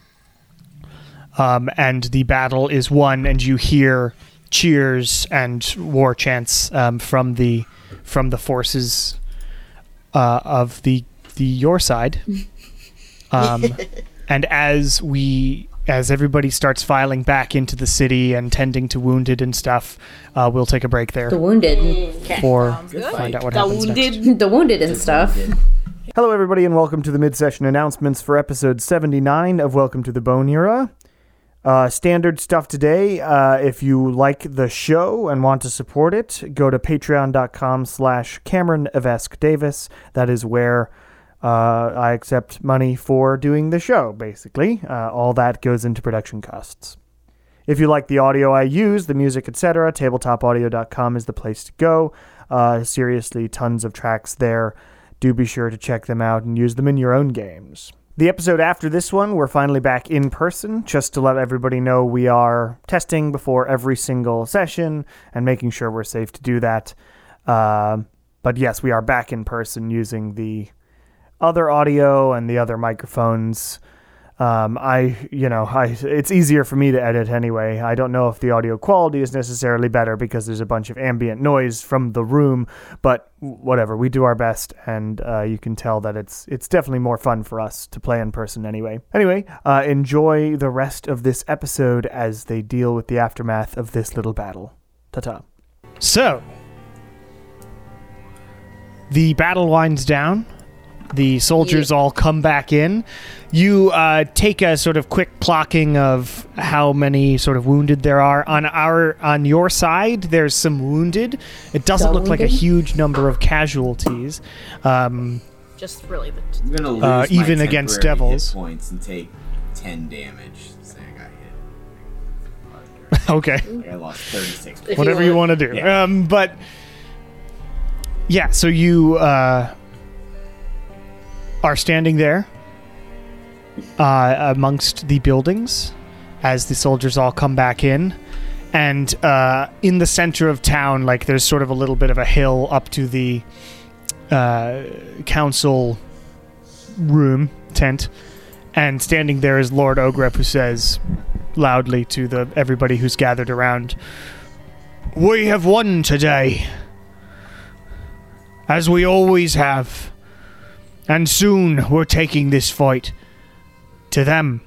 S1: Um, and the battle is won, and you hear cheers and war chants um, from the from the forces uh, of the the your side. Um, and as we as everybody starts filing back into the city and tending to wounded and stuff, uh, we'll take a break there
S5: the wounded,
S1: for find
S3: fight.
S1: out what happens next.
S5: the wounded and stuff.
S13: Hello, everybody, and welcome to the mid session announcements for episode 79 of Welcome to the Bone Era. Uh, standard stuff today. Uh, if you like the show and want to support it, go to patreon.com slash Cameron Evesque Davis. That is where uh, I accept money for doing the show, basically. Uh, all that goes into production costs. If you like the audio I use, the music, etc., tabletopaudio.com is the place to go. Uh, seriously, tons of tracks there. Do be sure to check them out and use them in your own games. The episode after this one, we're finally back in person, just to let everybody know we are testing before every single session and making sure we're safe to do that. Um but yes, we are back in person using the other audio and the other microphones um, I, you know, I it's easier for me to edit anyway. I don't know if the audio quality is necessarily better because there's a bunch of ambient noise from the room, but whatever. We do our best, and uh, you can tell that it's it's definitely more fun for us to play in person anyway. Anyway, uh, enjoy the rest of this episode as they deal with the aftermath of this little battle. Ta ta.
S1: So, the battle winds down. The soldiers all come back in. You uh, take a sort of quick clocking of how many sort of wounded there are on our on your side. There's some wounded. It doesn't
S5: Some
S1: look like a
S5: wounded?
S1: huge number of casualties. Um,
S7: Just really the.
S3: I'm gonna lose
S1: Uh,
S3: my
S1: even against
S3: temporary hit
S1: devils.
S3: points and take ten damage. Say I got hit.
S1: okay.
S3: Like I lost thirty six.
S1: whatever you want to do.
S3: Yeah.
S1: Um, but yeah, so you uh, are standing there uh, amongst the buildings as the soldiers all come back in. And uh, in the center of town, like there's sort of a little bit of a hill up to the uh, council room tent. And standing there is Lord Ogrep, who says loudly to the everybody who's gathered around, we have won today. As we always have. And soon we're taking this fight to them.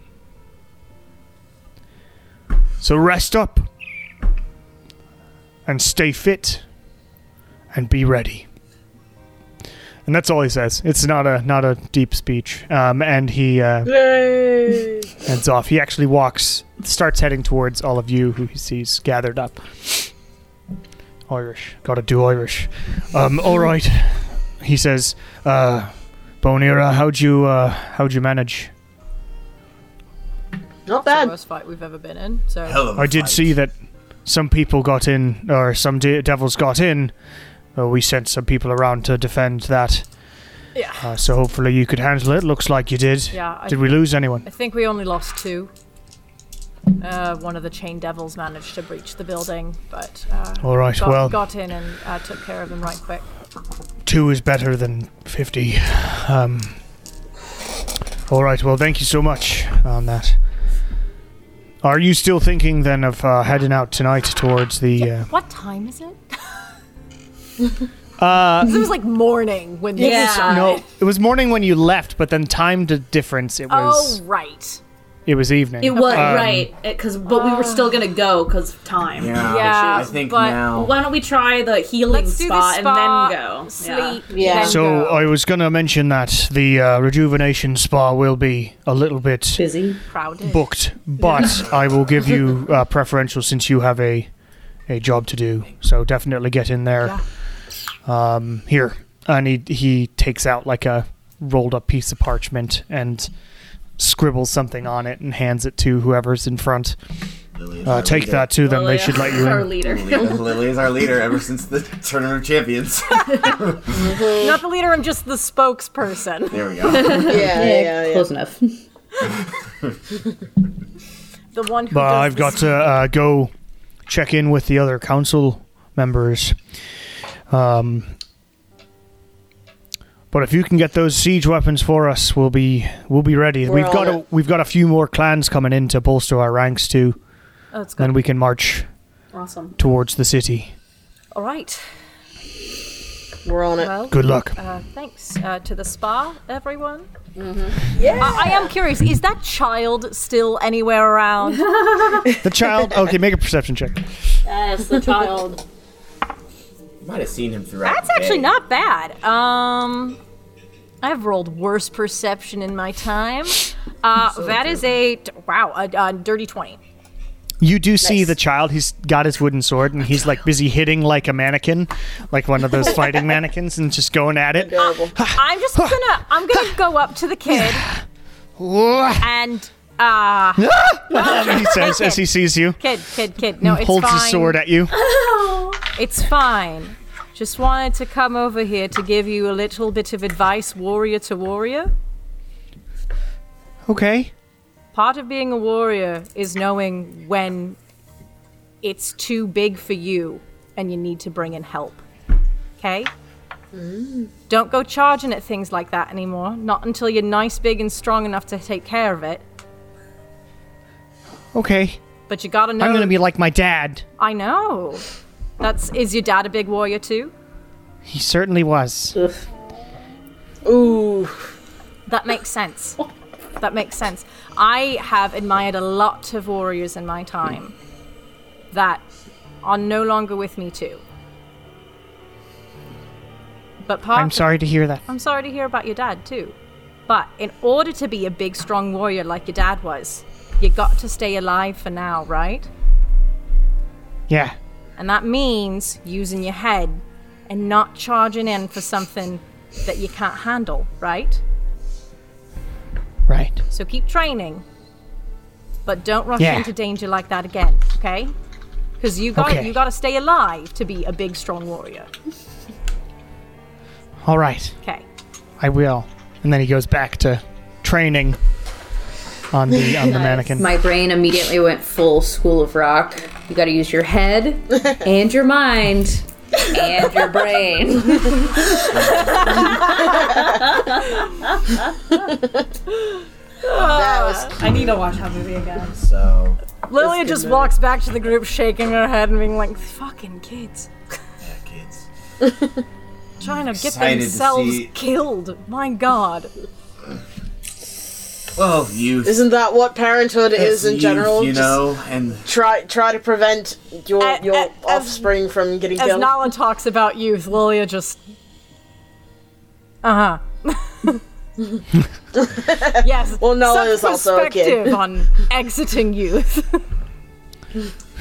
S1: So rest up. And stay fit. And be ready. And that's all he says. It's not a not a deep speech. Um, and he uh, heads off. He actually walks, starts heading towards all of you who he sees gathered up. Irish. Gotta do Irish. Um, all right. He says, uh, Bonera, how'd you, uh, how'd you manage?
S4: Not
S7: the
S4: bad.
S7: worst fight we've ever been in. So
S3: Hell of a
S1: I did
S3: fight.
S1: see that some people got in, or some de- devils got in. Uh, we sent some people around to defend that.
S7: Yeah.
S1: Uh, so hopefully you could handle it. Looks like you did.
S7: Yeah, I-
S1: did we lose anyone?
S7: I think we only lost two. Uh, one of the chain devils managed to breach the building, but uh,
S1: All right,
S7: got,
S1: well-
S7: got in and uh, took care of him right quick.
S1: Two is better than fifty. Um, all right. Well, thank you so much on that. Are you still thinking then of uh, heading out tonight towards the? Uh,
S7: What time is it? uh, it was like morning when this
S2: Yeah.
S1: no, it was morning when you left, but then time to difference. It
S7: Oh
S1: was
S7: right.
S1: it was evening.
S2: It was right, because but we were still gonna go because time.
S3: Yeah,
S7: Yeah,
S3: I think
S7: but
S3: now.
S2: Why don't we try the healing
S7: Let's do the
S2: spot
S7: spa,
S2: and then go
S7: sleep.
S4: Yeah.
S7: then
S1: So uh,
S7: go.
S1: I was going to mention that the uh, rejuvenation spa will be a little bit
S5: Busy.
S7: crowded.
S1: booked, but I will give you uh, preferential since you have a a job to do. So definitely get in there. Um, here, and he he takes out like a rolled up piece of parchment and scribbles something on it and hands it to whoever's in front.
S3: Lily is
S1: Uh,
S3: our
S1: take
S3: leader.
S1: that to them. They should let you
S2: Our
S1: in.
S2: leader.
S3: Lily, Lily is our leader ever since the Tournament of Champions.
S7: Not the leader. I'm just the spokesperson.
S3: there we go.
S4: Yeah, yeah, yeah.
S5: Close enough.
S7: The one who.
S1: But
S7: does
S1: I've
S7: the
S1: got to uh, go check in with the other council members. Um, but if you can get those siege weapons for us, we'll be we'll be ready.
S4: We're
S1: we've
S4: on
S1: got a,
S4: it.
S1: we've got a few more clans coming in to bolster our ranks too.
S7: Oh, that's good.
S1: Then we can march
S2: Awesome.
S1: towards the city.
S7: All right.
S4: We're on it.
S7: Well,
S1: Good luck.
S7: uh, thanks uh, to the spa, everyone. Mm-hmm. Yeah. I am curious. Is that child still anywhere around?
S1: The child. Okay, make a perception check.
S2: Yes, the child.
S3: Might have seen him throughout.
S7: That's
S3: the
S7: actually
S3: day.
S7: not bad. Um, I've rolled worse perception in my time. Uh, that is a wow, a, a dirty twenty.
S1: You do see the child. He's got his wooden sword and he's like busy hitting like a mannequin, like one of those fighting mannequins, and just going at it.
S4: Adorable.
S7: I'm just gonna, I'm gonna go up to the kid and uh,
S1: he says as he sees you.
S7: kid, kid, kid. No, it's
S1: holds
S7: fine.
S1: his sword at you.
S7: It's fine. Just wanted to come over here to give you a little bit of advice, warrior to warrior.
S1: Okay.
S7: Part of being a warrior is knowing when it's too big for you and you need to bring in help. Okay? Don't go charging at things like that anymore. Not until you're nice, big, and strong enough to take care of it.
S1: Okay.
S7: But you gotta know.
S1: I'm gonna be like my dad.
S7: I know. That's. Is your dad a big warrior too?
S1: He certainly was.
S4: Ooh.
S7: That makes sense. That makes sense. I have admired a lot of warriors in my time that are no longer with me too. But part
S1: I'm sorry to hear that.
S7: I'm sorry to hear about your dad too. But in order to be a big strong warrior like your dad was, you got to stay alive for now, right?
S1: Yeah.
S7: And that means using your head and not charging in for something that you can't handle, right?
S1: Right.
S7: So keep training, but don't rush
S1: Yeah.
S7: into danger like that again, okay? Because you got
S1: Okay.
S7: you got to stay alive to be a big, strong warrior.
S1: All right.
S7: Okay.
S1: I will. And then he goes back to training on the on the mannequin.
S5: My brain immediately went full School of Rock. You got to use your head and your mind and your brain.
S2: I need to watch that movie again.
S3: So
S7: Lilia just walks back to the group, shaking her head and being like, "Fucking kids,
S3: yeah, kids.
S7: trying to get
S3: Excited to
S7: themselves
S3: see-
S7: killed. My God."
S3: Well, youth.
S4: Isn't that what parenthood is in
S3: youth,
S4: general?
S3: you
S4: Just
S3: know, and
S4: try try to prevent your
S7: Uh,
S4: your
S7: uh, as-
S4: offspring from getting
S7: As
S4: killed.
S7: Nala talks about youth, Lilia just, uh huh. yes.
S4: Well, Nala
S7: some
S4: is also a kid.
S7: perspective on exiting youth.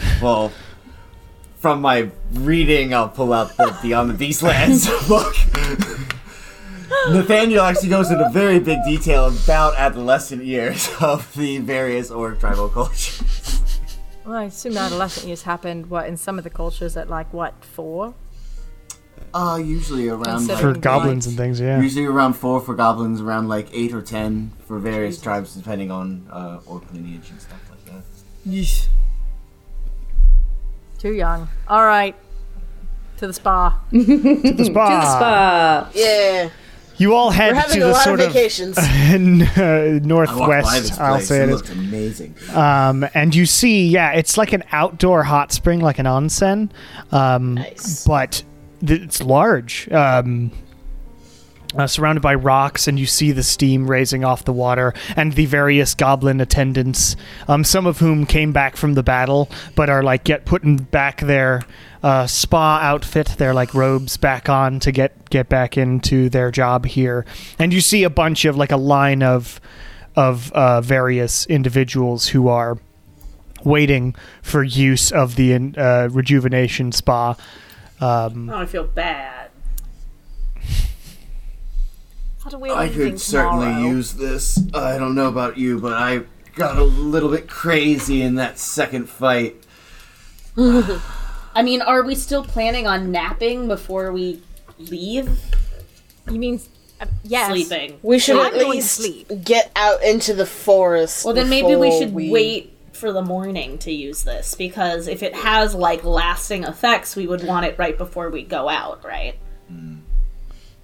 S3: well, from my reading, I'll pull out the Beyond the Beastlands book. Nathaniel actually goes into very big detail about adolescent years of the various orc tribal cultures.
S7: Well, I assume adolescent years happened, what, in some of the cultures at like, what, four?
S3: Uh, usually around
S7: Consider-
S1: for
S3: like,
S1: goblins and things. Yeah.
S3: usually around four for goblins, around like eight or ten for various tribes, depending on uh, orc lineage and stuff like that.
S7: Too young. All right. To the spa.
S1: The spa.
S5: Uh,
S4: Yeah.
S1: You all head
S4: We're
S1: to
S4: having a
S1: the
S4: lot of
S1: sort of
S4: vacations.
S1: n- uh,
S3: I walked by this
S1: northwest. I'll
S3: place.
S1: say it
S3: It
S1: is.
S3: looked amazing.
S1: Um, and you see, yeah, it's like an outdoor hot spring, like an onsen, um,
S4: Nice.
S1: but th- it's large, um, uh, surrounded by rocks, and you see the steam raising off the water and the various goblin attendants, um, some of whom came back from the battle, but are like get putting back their uh, spa outfit, their like robes back on to get get back into their job here, and you see a bunch of like a line of of uh, various individuals who are waiting for use of the uh, rejuvenation spa.
S2: Oh, I feel bad.
S7: How do we
S3: I
S7: have anything
S3: could certainly
S7: tomorrow?
S3: use this. I don't know about you, but I got a little bit crazy in that second fight.
S2: I mean, are we still planning on napping before we leave?
S7: You mean, uh, yes.
S2: Sleeping.
S4: We should
S7: I'm
S4: at
S7: going to
S4: least
S7: sleep.
S4: get out into the forest.
S2: Well, then maybe we
S4: before
S2: should wait for the morning to use this because if it has like lasting effects, we would want it right before we go out, right?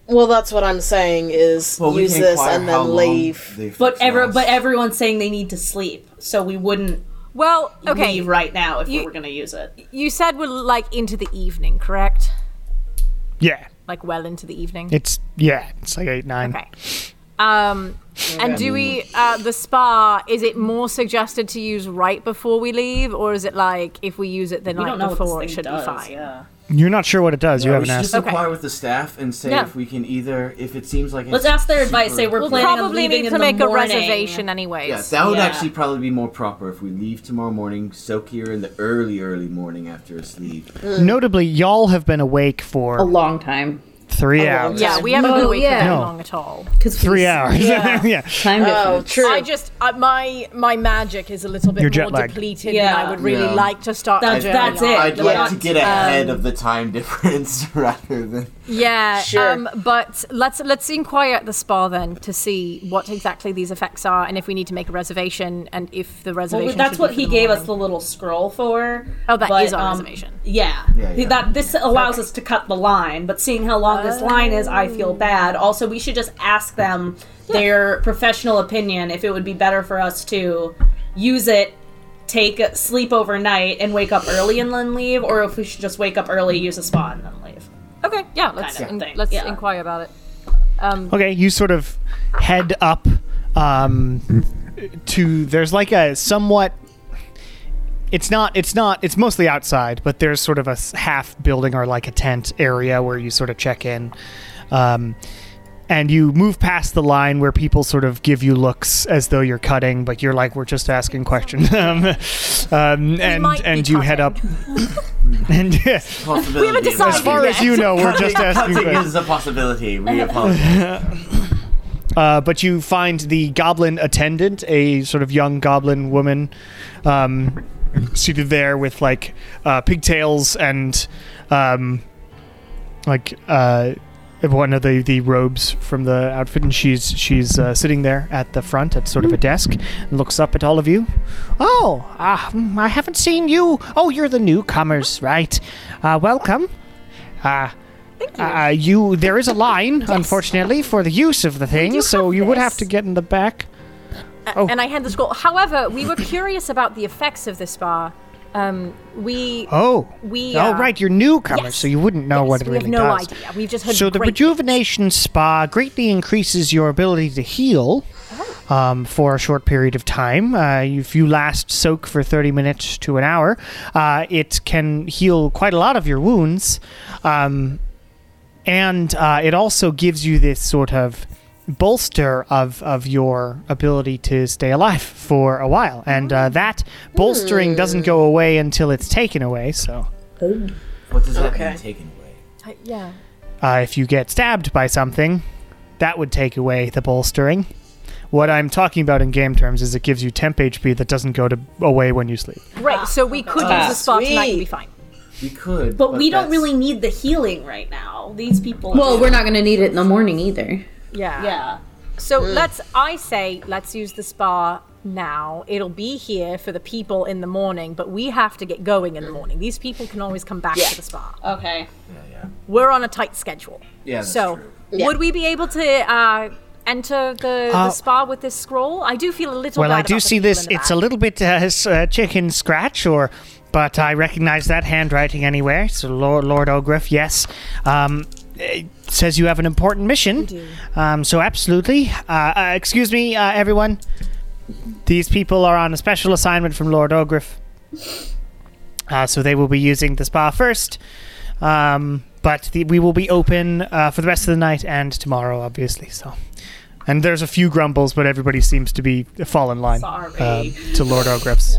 S4: Well, that's what I'm saying is
S3: Well, we
S4: use
S3: can
S4: this
S3: inquire
S4: and
S3: how
S4: then
S3: long
S4: leave.
S3: the
S2: But
S3: effects
S2: ever,
S3: last.
S2: but everyone's saying they need to sleep, so we wouldn't
S7: Well, okay.
S2: leave right now if we
S7: You-
S2: were going to use it.
S7: You said we're like into the evening, correct?
S1: Yeah,
S7: Like well into the evening.
S1: it's yeah, it's like eight nine.
S7: Okay. Um, and do we uh, the spa? Is it more suggested to use right before we leave, or is it like if we use it the
S2: We
S7: night
S2: don't know
S7: before,
S2: what
S7: it
S2: this thing
S7: should
S2: does.
S7: be fine?
S2: Yeah.
S1: You're not sure what it does. you
S3: we
S1: haven't
S3: should
S1: asked.
S3: just
S7: Okay.
S3: inquire with the staff and say
S7: Yeah.
S3: if we can either, if it seems like
S2: Let's
S3: it's
S2: ask their advice. Say
S3: super-
S2: we're
S7: We'll
S2: planning on
S7: probably
S2: leaving
S7: need
S2: in the
S7: to make a
S2: morning.
S7: reservation, anyways.
S3: Yeah, that would
S2: Yeah.
S3: actually probably be more proper if we leave tomorrow morning, soak here in the early, early morning after a sleep.
S1: Notably, y'all have been awake
S5: a
S1: for
S5: long time.
S1: three
S4: long
S1: hours.
S7: Yeah, we haven't been
S5: Oh,
S7: awake
S5: yeah.
S7: for that
S1: No.
S7: long at all.
S5: Because
S1: Three hours. Yeah.
S5: Time
S4: Oh,
S5: difference.
S4: true.
S7: I just uh, my my magic is a little bit
S1: Your jet
S7: more
S1: lag.
S7: depleted,
S2: Yeah.
S7: and I would really
S3: Yeah.
S7: like to start.
S2: That's-
S7: journaling.
S2: that's it.
S3: I'd
S2: Yeah.
S3: like to get ahead of the time difference rather than.
S7: Yeah,
S4: Sure.
S7: um, but let's let's inquire at the spa then to see what exactly these effects are and if we need to make a reservation and if the reservation.
S2: Well, that's
S7: should
S2: what
S7: be for
S2: he
S7: the
S2: gave
S7: morning.
S2: us the little scroll for.
S7: Oh, that
S2: but,
S7: is our
S2: um,
S7: reservation.
S2: Yeah.
S3: Yeah, yeah.
S2: That this allows us to cut the line, but seeing how long this line is, I
S7: Oh.
S2: feel bad. Also, we should just ask them their professional opinion if it would be better for us to use it, take sleep overnight, and wake up early and then leave, or if we should just wake up early, use a spa, and then leave.
S7: Okay, yeah, let's
S2: kind of
S7: in-
S2: thing,
S7: let's
S2: yeah.
S7: inquire about it.
S1: Okay, you sort of head up um, to there's like a somewhat. It's not. It's not. It's mostly outside, but there's sort of a s- half building or like a tent area where you sort of check in, um, and you move past the line where people sort of give you looks as though you're cutting, but you're like, we're just asking questions, um, um, and
S7: might be
S1: and you head up,
S7: cutting.
S1: and yeah,
S3: Possibility
S7: haven't
S3: of-
S7: decided
S1: as far as you know, we're just asking.
S3: Cutting
S1: questions.
S3: is a possibility. We apologize.
S1: Uh, but you find the goblin attendant, a sort of young goblin woman, um, seated there with like uh, pigtails and um, like uh, one of the, the robes from the outfit, and she's she's uh, sitting there at the front at sort of a desk and looks up at all of you. Oh, ah, mm, I haven't seen you. Oh, you're the newcomers, right? Uh, welcome. Uh, uh, you there is a line, unfortunately, for the use of the thing,
S7: do
S1: so
S7: have
S1: you would have
S7: this.
S1: to get in the back. Oh.
S7: And I had the scroll. However, we were curious about the effects of this spa. Um, we
S1: Oh,
S7: we
S1: oh,
S7: uh,
S1: right, you're newcomers,
S7: yes.
S1: so you wouldn't know
S7: yes,
S1: what it
S7: we
S1: really
S7: have no
S1: does.
S7: idea. We've just heard
S1: So the
S7: great
S1: rejuvenation spa greatly increases your ability to heal
S7: Oh.
S1: um, for a short period of time. Uh, if you last soak for 30 minutes to an hour, uh, it can heal quite a lot of your wounds. Um, and uh, it also gives you this sort of bolster of, of your ability to stay alive for a while. And
S7: Oh.
S1: uh, that bolstering doesn't
S7: Hmm.
S1: go away until it's taken away, so.
S3: What does that
S4: Okay.
S3: mean taken away?
S7: Uh, yeah.
S1: Uh, if you get stabbed by something, That would take away the bolstering. What I'm talking about in game terms is it gives you temp HP that doesn't go to away when you sleep.
S7: Right, so we
S2: Ah.
S7: could use a spot tonight and be fine.
S3: We could,
S2: But, we don't
S3: that's-
S2: really need the healing right now. These people.
S5: Well, we're not gonna need it in the morning either.
S7: Yeah.
S2: Yeah.
S7: So let's, I say, let's use the spa now. It'll be here for the people in the morning, but we have to get going in the morning. These people can always come back to the spa.
S2: Okay.
S3: Yeah, yeah.
S7: We're on a tight schedule.
S3: Yeah, that's
S7: so
S3: true.
S7: would we be able to uh, enter the,
S1: Uh,
S7: the spa with this scroll? I do feel a little.
S1: Well,
S7: bad
S1: I do
S7: about the
S1: see
S7: people
S1: this.
S7: in the
S1: It's a
S7: back.
S1: little bit uh, s- uh, chicken scratch, or but I recognize that handwriting anywhere. So, Lord, Lord Ogriff, yes, um, it says you have an important mission. Um, so, absolutely. Uh, uh, excuse me, uh, everyone. These people are on a special assignment from Lord Ogriff, uh, so they will be using the spa first. Um, but the, we will be open uh, for the rest of the night and tomorrow, obviously. So. And there's a few grumbles, but everybody seems to be fall in line um, to Lord Ogriff's.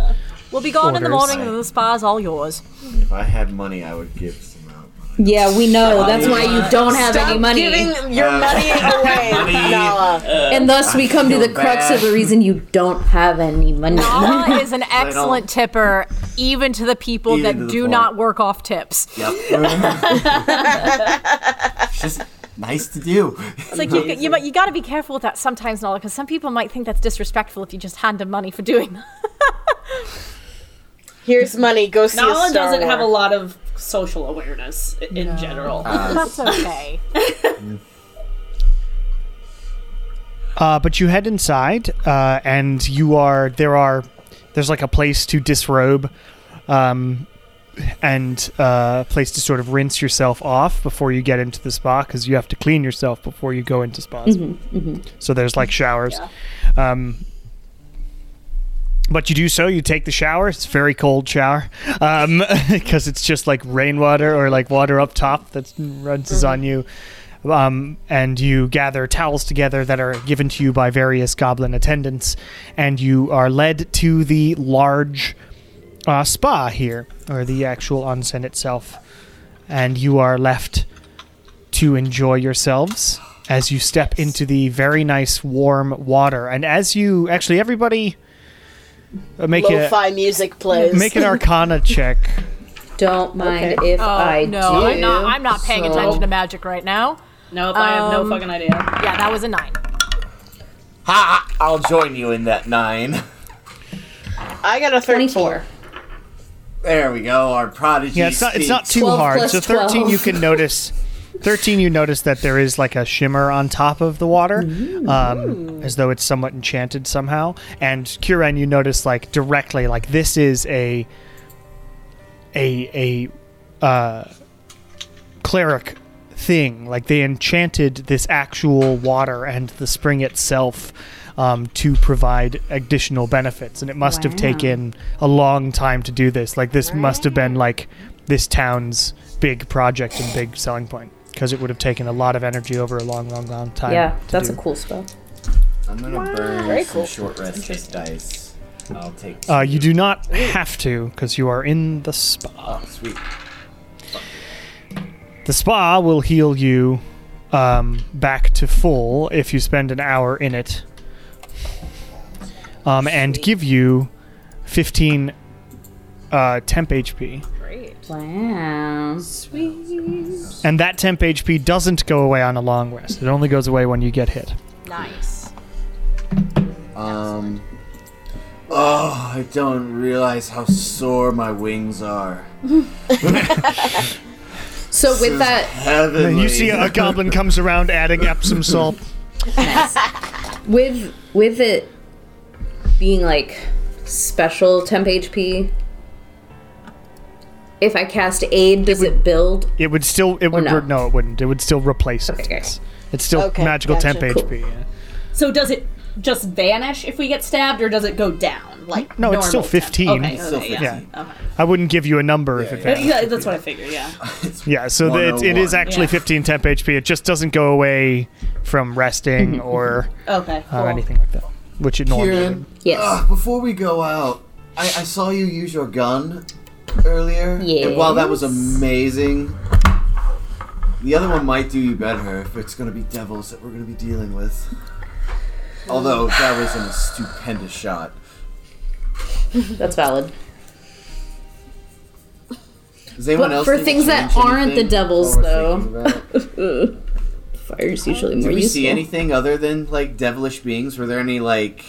S7: We'll be gone in the
S1: quarters.
S7: morning, and the spa's all yours.
S3: If I had money, I would give some out.
S5: Yeah, we know. That's why you don't have any money,
S4: Giving your
S3: Uh,
S4: money away, Nala.
S5: and thus we come to the crux of the reason you don't have any money.
S7: Nala is an excellent tipper, even to the people
S3: Even to
S7: that
S3: the
S7: do
S3: point.
S7: not work off tips.
S3: Yep. It's just nice to do.
S7: It's like you, you, might- you got to be careful with that sometimes, Nala, because some people might think that's disrespectful if you just hand them money for doing that.
S4: Here's money. Go see a
S2: Nala
S4: Star
S2: doesn't
S4: Wars.
S2: have a lot of social awareness i- in general.
S7: That's okay.
S1: Uh, but you head inside, uh, and you are there are there's like a place to disrobe, um, and uh, a place to sort of rinse yourself off before you get into the spa because you have to clean yourself before you go into spas. So there's like showers. Um, but you do so, you take the shower. It's a very cold shower because it's just like rainwater or like water up top that runs on you um, and you gather towels together that are given to you by various goblin attendants, and you are led to the large uh, spa here, or the actual onsen itself, and you are left to enjoy yourselves as you step into the very nice warm water. And as you actually, everybody uh, make a
S4: Lo-fi music plays.
S1: make an arcana check.
S5: Don't mind if
S7: Oh,
S5: I
S7: no,
S5: do.
S7: I'm not. I'm not paying
S5: so-
S7: attention to magic right now.
S2: Nope, I have no
S7: Um,
S2: fucking idea.
S7: Yeah, that was a nine.
S3: Ha! I'll join you in that nine.
S4: I got a 13.
S5: Twenty-four.
S3: There we go. Our prodigy.
S1: Yeah, it's not, it's not too
S5: Twelve
S1: hard.
S5: plus
S1: So 13
S5: twelve.
S1: you can notice 13 you notice that there is like a shimmer on top of the water um, as though it's somewhat enchanted somehow. And Kuren you notice like directly like this is a a a uh, cleric thing. Like they enchanted this actual water and the spring itself um, to provide additional benefits. And it must have taken a long time to do this. Like this must have been like this town's big project and big selling point because it would have taken a lot of energy over a long, long, long time.
S5: Yeah,
S1: to
S5: that's a
S1: do.
S5: cool spell.
S3: I'm gonna burn
S4: Very
S3: some
S4: cool.
S3: short rest dice. I'll take.
S1: Uh, you do not have to because you are in the spa.
S3: Oh, sweet.
S1: The spa will heal you um, back to full if you spend an hour in it, um, and give you 15 uh, temp HP.
S5: Wow.
S1: And that temp HP doesn't go away on a long rest; it only goes away when you get hit.
S2: Nice.
S3: Um. Oh, I don't realize how sore my wings are.
S5: So with that,
S3: Heavenly.
S1: You see, a goblin comes around adding Epsom salt.
S5: with with it being like special temp HP, if I cast aid, does it build?
S1: It would still, it would
S5: no?
S1: re- no, it wouldn't. It would still replace it.
S5: Okay.
S1: It's, it's still
S4: Okay,
S1: magical
S4: gotcha.
S1: temp
S5: Cool.
S1: HP. yeah.
S2: So does it just vanish if we get stabbed, or does it go down? Like
S1: No, it's still
S2: normal temp?
S1: 15.
S2: Okay,
S1: It's
S2: okay,
S3: still
S2: yeah.
S3: 15.
S2: Okay.
S1: I wouldn't give you a number if it.
S3: yeah.
S1: vanished.
S2: Yeah, that's what I figured. Yeah.
S1: Yeah, so the, it, it is
S3: 101.
S1: actually
S2: Yeah.
S1: 15 temp HP. It just doesn't go away from resting or
S2: Okay.
S1: uh,
S2: cool.
S1: anything like that, which it normally would.
S3: Kieran,
S5: Yes.
S3: ugh, before we go out, I, I saw you use your gun earlier. And while that was amazing, The other one might do you better if it's going to be devils that we're going to be dealing with. Although that was a stupendous shot.
S5: That's valid.
S3: Does anyone
S5: But
S3: else
S5: for
S3: need to
S5: things that
S3: change
S5: aren't
S3: anything
S5: the devils,
S3: while we're
S5: though.
S3: thinking about it?
S5: Fire's usually more
S3: Did we
S5: useful.
S3: see anything other than like devilish beings? Were there any like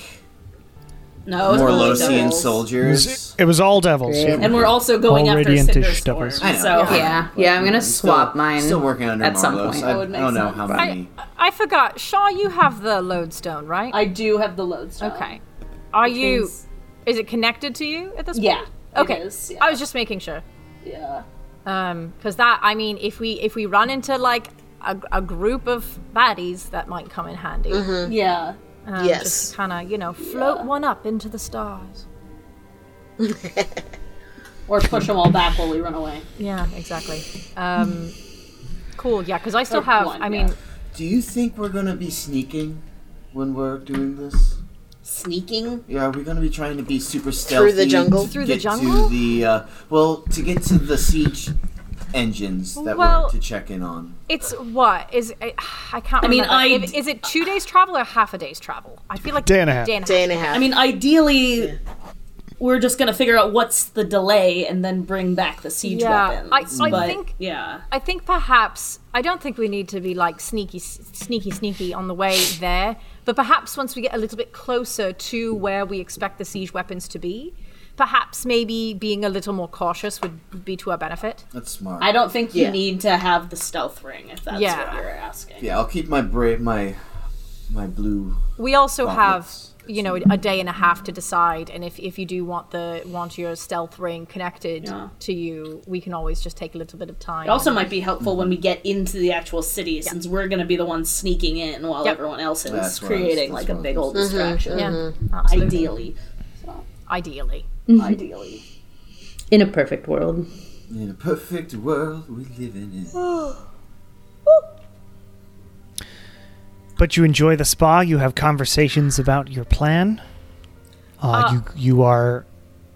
S9: No, it's only
S3: Morlosian
S9: devils.
S3: soldiers?
S1: It was all devils.
S5: Great.
S9: And we're also going
S1: All
S9: after
S1: radiantish
S9: Cinder Storm.
S1: devils.
S3: I know.
S9: So
S5: Yeah, yeah. I'm gonna
S3: Still-
S5: swap mine.
S3: Still working under
S5: at some
S3: Morlos.
S5: point.
S3: I,
S5: That
S9: would make
S3: I don't know
S9: sense.
S3: how
S7: I,
S3: many.
S7: I forgot. Shaw, you have the lodestone, right?
S9: I do have the lodestone.
S7: okay. Are you?
S9: means-
S7: Is it connected to you at this
S9: Yeah.
S7: point?
S9: it
S7: Okay.
S9: is,
S7: I
S9: Yeah.
S7: was just making sure.
S9: yeah.
S7: Um, because that I mean, if we if we run into like a, a group of baddies, that might come in handy.
S9: Yeah.
S7: Um,
S4: Yes.
S7: Just kind of you know float one up into the stars.
S9: Or push them all back while we run away.
S7: Yeah, exactly. Um, cool. Yeah, because I still
S9: Or
S7: have.
S9: one,
S7: I
S9: yeah.
S7: mean,
S3: Do you think we're gonna be sneaking when we're doing this?
S9: Sneaking.
S3: Yeah, are we gonna be trying to be super stealthy
S4: Through the jungle?
S3: to
S7: Through the
S3: get To
S7: jungle?
S3: the uh, well, to get to the siege engines that
S7: Well-
S3: we're to check in on.
S7: it's what is I, I can't.
S9: I mean,
S7: remember.
S9: I
S7: If-
S9: d-
S7: is it two days travel or half a day's travel? I feel like
S1: Day and a half.
S7: Day and a half.
S4: Day and a half.
S9: I mean, ideally, we're just gonna figure out what's the delay and then bring back the siege
S7: Yeah, I,
S9: weapons.
S7: I
S9: but,
S7: think
S9: Yeah.
S7: I think perhaps I don't think we need to be like sneaky, sneaky, sneaky on the way there. But perhaps once we get a little bit closer to where we expect the siege weapons to be, perhaps maybe being a little more cautious would be to our benefit.
S3: That's smart.
S9: I don't think you
S4: Yeah.
S9: need to have the stealth ring if that's
S7: Yeah.
S9: what you're asking.
S3: yeah, I'll keep my bra- my my blue.
S7: We also have
S3: Gauntlets.
S7: you know a day and a half to decide, and if, if you do want the want your stealth ring connected
S9: Yeah.
S7: to you, we can always just take a little bit of time.
S9: It also might be helpful when we
S3: Mm-hmm.
S9: get into the actual city, since we're going to be the ones sneaking in while
S7: Yep.
S9: everyone else is
S3: That's what I was-
S9: creating
S3: that's
S9: like a
S3: what I
S9: big
S3: was Mm-hmm.
S9: old distraction.
S7: yeah,
S9: Mm-hmm.
S7: absolutely.
S9: Ideally,
S7: ideally.
S9: ideally.
S5: In a perfect world.
S3: In a perfect world we live in.
S1: But you enjoy the spa. You have conversations about your plan. Uh, you you are.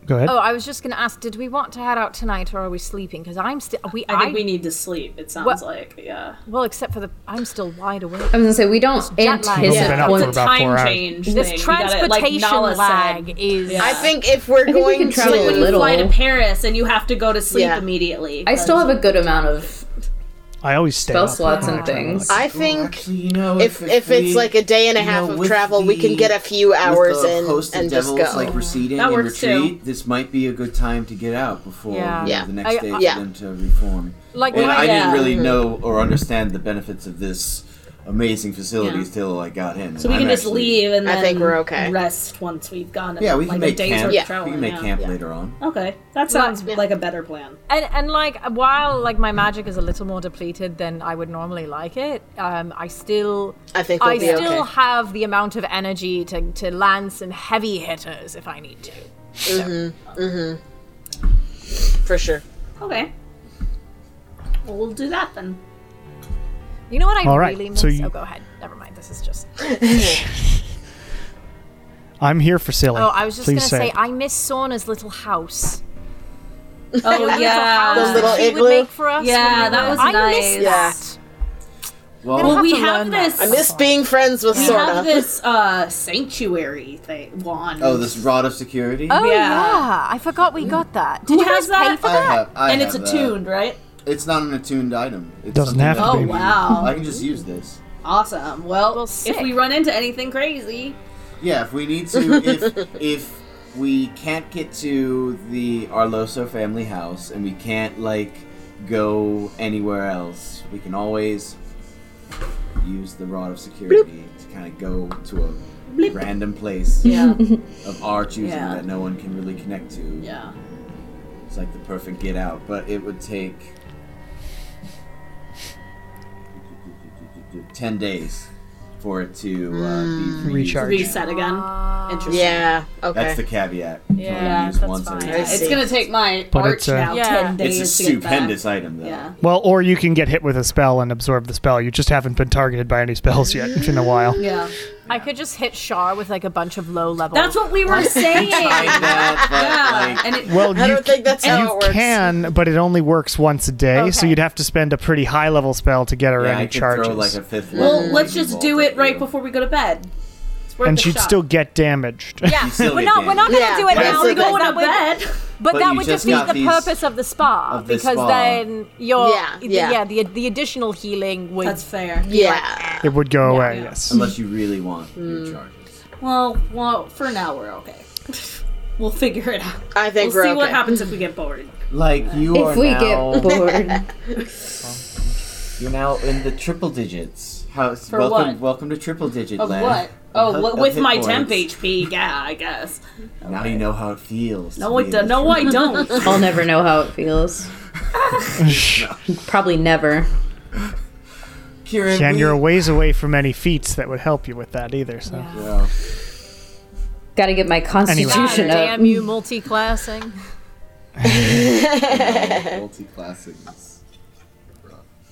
S1: Go ahead.
S7: Oh, I was just going to ask: Did we want to head out tonight, or are we sleeping? Because I'm still we.
S9: I
S7: I,
S9: think we need to sleep. It sounds
S7: Well-
S9: like yeah.
S7: well, except for the I'm still wide awake.
S5: I was gonna say we don't
S7: jet lag.
S1: We've been up for
S5: anticipate.
S1: about four
S9: Time
S1: hours.
S9: change.
S7: This
S9: thing.
S7: transportation
S9: you gotta, like Nala
S7: lag
S9: Said,
S7: is.
S4: I think if we're
S5: we
S4: going
S5: can
S4: to
S5: travel a
S9: when you
S5: little.
S9: fly to Paris and you have to go to sleep
S4: Yeah.
S9: immediately.
S5: I still have a good amount of
S1: I always stay
S5: spell
S1: up.
S5: slots and things.
S4: I
S3: Well,
S4: think
S3: actually, you know,
S4: if if it's
S3: we-
S4: like a day and a
S3: you
S4: half
S3: know,
S4: of
S3: with
S4: travel, we can
S3: the-
S4: get a few
S3: with
S4: hours
S3: the
S4: in
S3: host of
S4: and just
S3: devils,
S4: go.
S3: like receding
S9: That
S3: and
S9: works, too.
S3: retreat, this might be a good time to get out before
S7: Yeah.
S3: you know,
S4: Yeah.
S3: the next
S7: I-
S3: day
S7: I-
S3: for
S4: Yeah. Mm-hmm.
S3: them to reform.
S7: Like
S3: and
S7: my-
S3: I
S9: yeah.
S3: didn't really know or understand the benefits of this amazing facility
S9: Yeah.
S3: till I got in.
S9: So we can just leave and
S4: I
S9: then
S4: think we're okay.
S9: rest once we've gone.
S3: Yeah, we can
S9: like a
S3: make
S9: day's
S3: camp.
S9: worth of
S3: We
S9: traveling,
S3: can make
S9: yeah.
S3: camp later on.
S9: Okay, that sounds
S4: yeah.
S9: like a better plan.
S7: and and like while like my magic is a little more depleted than I would normally like it, um, I still
S4: I think we'll
S7: I
S4: be
S7: still
S4: okay.
S7: have the amount of energy to to land some heavy hitters if I need to.
S4: for sure.
S9: Okay. Well, we'll do that then.
S7: You know what I
S1: All right,
S7: really miss?
S1: so you-
S7: Oh, go ahead. Never mind. This is just.
S1: I'm here for silly.
S7: Oh, I was just
S1: Please
S7: gonna say,
S1: it.
S7: I miss Sauna's little house.
S9: Oh
S7: house
S4: The
S7: that
S4: little
S7: she
S4: igloo?
S7: would make for us.
S9: Yeah,
S7: when we
S9: that
S7: were-
S9: was
S7: I
S9: nice.
S7: Miss that.
S3: Well,
S7: We'll
S9: Well, we
S7: have to
S9: have
S7: learn that.
S9: this.
S4: I miss being friends with
S9: we have
S4: Sorna.
S9: this uh, sanctuary thing wand.
S3: oh, this rod of security.
S7: Oh yeah.
S9: Yeah.
S7: I forgot we got that. Did
S9: Who
S7: you guys
S9: has that?
S7: pay for
S3: I
S7: that?
S3: have, I
S9: and it's
S3: have that.
S9: attuned, right?
S3: It's not an attuned item. It
S1: Doesn't have to
S9: Oh
S1: Maybe.
S9: wow!
S3: I can just use this.
S9: awesome. Well,
S7: Well,
S9: if
S7: sick.
S9: we run into anything crazy,
S3: Yeah, if we need to, if if we can't get to the Arloso family house and we can't like go anywhere else, we can always use the rod of security to kind of go to a random place
S9: yeah,
S3: of our choosing
S9: Yeah.
S3: that no one can really connect to.
S9: yeah,
S3: It's like the perfect get out, but it would take ten days for it to uh,
S9: Hmm.
S3: be
S1: Recharge.
S3: reused.
S9: reset again. Interesting.
S4: Yeah. Okay.
S3: That's the caveat.
S9: Yeah,
S3: use
S7: that's
S3: once
S7: fine.
S3: every
S9: Yeah,
S4: see.
S9: it's gonna take my
S1: But
S9: arch
S1: it's uh, a-
S9: now
S7: Yeah.
S9: ten days
S3: It's a
S9: to get back.
S3: stupendous item, though.
S9: Yeah.
S1: Well, or you can get hit with a spell and absorb the spell. You just haven't been targeted by any spells yet in a while.
S9: Yeah.
S7: I could just hit Shar with like a bunch of low level.
S9: That's what we were saying.
S3: Like that, but, like,
S9: and it,
S1: Well,
S4: I
S1: you
S4: don't think that's how
S1: you
S4: it works.
S1: can, but it only works once a day, so
S7: Okay.
S1: you'd have to spend a pretty high level spell to get her
S3: yeah, I
S1: any
S3: could
S1: charges.
S3: throw like a fifth level.
S9: well, let's just
S3: lightning
S9: do
S3: bolt
S9: it
S3: at
S9: right
S3: you.
S9: before we go to bed. It's worth
S1: and
S9: a
S1: she'd
S9: shot.
S1: still get damaged.
S7: yeah,
S3: still
S7: we're
S3: get
S7: not we're not gonna
S4: damaged.
S7: do it
S4: Yeah,
S7: now.
S4: but
S7: We
S4: that's
S7: don't want
S9: Not
S7: to
S9: bad.
S7: But,
S3: But
S7: that
S3: you
S7: would
S3: just
S7: defeat
S3: got
S7: the
S3: these-
S7: purpose of the spa
S3: of the
S7: because
S3: spa.
S7: then your
S4: Yeah, yeah.
S7: yeah the the additional healing would
S9: That's fair.
S4: Yeah.
S1: It would go away, yes.
S3: Unless you really want
S9: Hmm.
S3: your charges.
S9: Well, well, for now we're okay. we'll figure it out.
S4: I think
S9: We'll
S4: we're
S9: see
S4: okay.
S9: what happens if we get bored.
S3: Like you are
S5: If we
S3: now,
S5: get bored,
S3: you're now in the triple digits. How, For welcome,
S9: what?
S3: welcome to triple digit
S9: Of
S3: land.
S9: what?
S3: Of-
S9: Oh, well,
S3: of
S9: with
S3: hit
S9: my
S3: points.
S9: temp HP, yeah, I guess.
S3: Now you know how it feels.
S9: No, I
S3: do
S9: don't. No, I don't.
S5: I'll never know how it feels. Probably never.
S3: Kieran,
S1: and
S3: we-
S1: you're a ways away from any feats that would help you with that either, so.
S3: Yeah.
S5: Got to get my constitution up.
S7: damn you multi-classing.
S3: Multi-classing is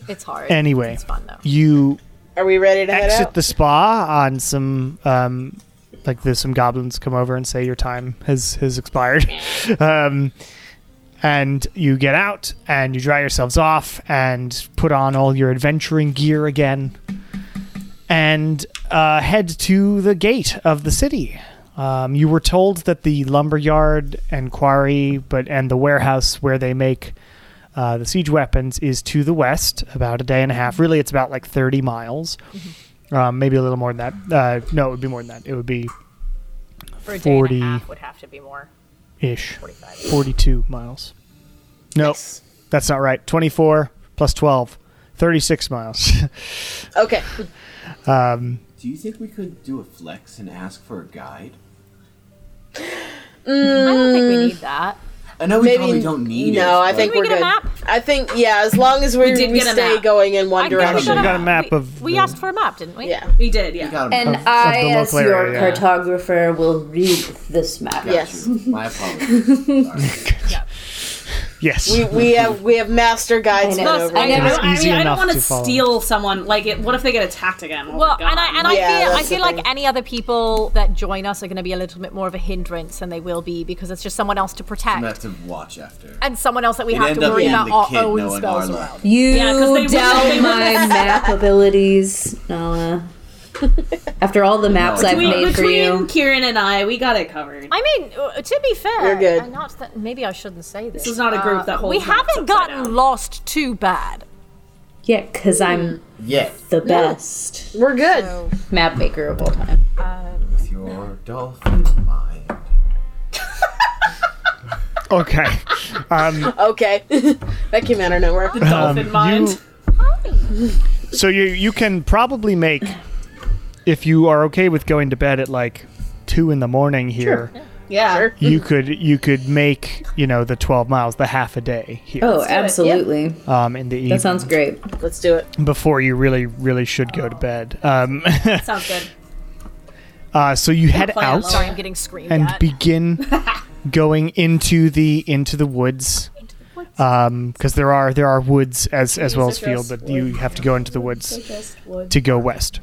S7: It's hard.
S1: Anyway,
S7: it's fun though.
S1: you
S4: Are we ready to head
S1: exit
S4: out?
S1: the spa on some um like there's some goblins come over and say your time has has expired um and you get out and you dry yourselves off and put on all your adventuring gear again and uh, head to the gate of the city um, you were told that the lumberyard and quarry but and the warehouse where they make uh, the siege weapons is to the west about a day and a half really it's about like 30 miles
S7: Mm-hmm.
S1: um, maybe a little more than that uh, no it would be more than that it would be
S7: For a day
S1: 40
S7: and a half would have to be more.
S1: ish
S7: 45.
S1: 42 miles no that's not right 24 plus 12 36 miles
S4: Okay.
S3: Do you think we could do a flex and ask for a guide?
S7: I don't think we need
S4: Mm.
S7: that.
S3: I know we
S4: Maybe-
S3: probably don't need it.
S4: no, I
S3: but-
S4: think
S7: Can we
S4: we're
S7: get a
S4: good.
S7: map?
S4: I think yeah, as long as we,
S9: did
S4: we
S9: get a
S4: stay
S9: map.
S4: going in one
S7: I think we
S4: direction.
S1: got a map
S7: we,
S1: of
S7: We
S1: the-
S7: asked for a map, didn't we?
S4: Yeah.
S9: We did, yeah.
S3: You got 'em.
S5: And
S1: of the
S5: I, as
S1: local area,
S5: your
S1: yeah.
S5: cartographer, will read this map.
S3: Got
S4: Yes.
S3: you. My apologies. Sorry.
S1: yes
S4: We, we have we have master guidesmen
S5: I know.
S4: over
S5: I
S4: here.
S5: know.
S9: I,
S5: It's
S9: don't, I
S1: easy
S9: mean, I
S1: enough
S9: don't want
S1: to
S9: to
S1: follow.
S9: steal someone. Like, it, what if they get attacked again? Oh while
S7: Well,
S9: we're
S7: and I
S9: gone?
S7: and I
S4: Yeah,
S7: feel I
S4: that's
S7: feel
S4: the
S7: like
S4: thing.
S7: any other people that join us are going to be a little bit more of a hindrance than they will be because it's just someone else to
S3: I'm gonna
S7: protect
S3: have to watch after.
S7: and someone else that we
S3: It'd
S7: have
S3: end
S7: to
S3: up
S7: worry
S3: being
S7: about
S3: the
S7: our
S3: kid
S7: own
S3: knowing
S7: spells
S3: Arlo.
S7: around.
S5: You
S9: 'cause they wouldn't-
S5: doubt
S9: they
S5: my map abilities, Nala. After all the maps
S3: No,
S5: I've
S3: it's not.
S9: We-
S5: made for
S9: between
S5: you,
S9: Kieran and I, we got it covered.
S7: I mean, uh, to be fair,
S4: You're good.
S7: and Not that maybe I shouldn't say this.
S9: This is not a group that
S7: we
S9: holds maps
S7: haven't
S9: upside
S7: gotten
S9: down.
S7: lost too bad.
S5: yeah, because I'm
S3: Yeah.
S5: the best
S4: We're good.
S5: map maker of all time.
S3: With your dolphin mind.
S1: okay Um,
S4: Okay. that came out of nowhere.
S9: Dolphin mind.
S1: so you you can probably make if you are okay with going to bed at like two in the morning here
S9: yeah.
S1: you could you could make you know the 12 miles the half a day here
S5: Oh, absolutely.
S9: Oh.
S1: um in the evening
S5: That sounds great.
S4: Let's do it.
S1: before you really really should go to bed um
S9: Sounds good.
S1: uh, so you head
S9: plan,
S1: out
S7: Sorry, I'm getting screamed
S1: and
S7: at.
S1: begin going into the into the woods um because there are there are woods as as well as field but you have to go into the woods to go west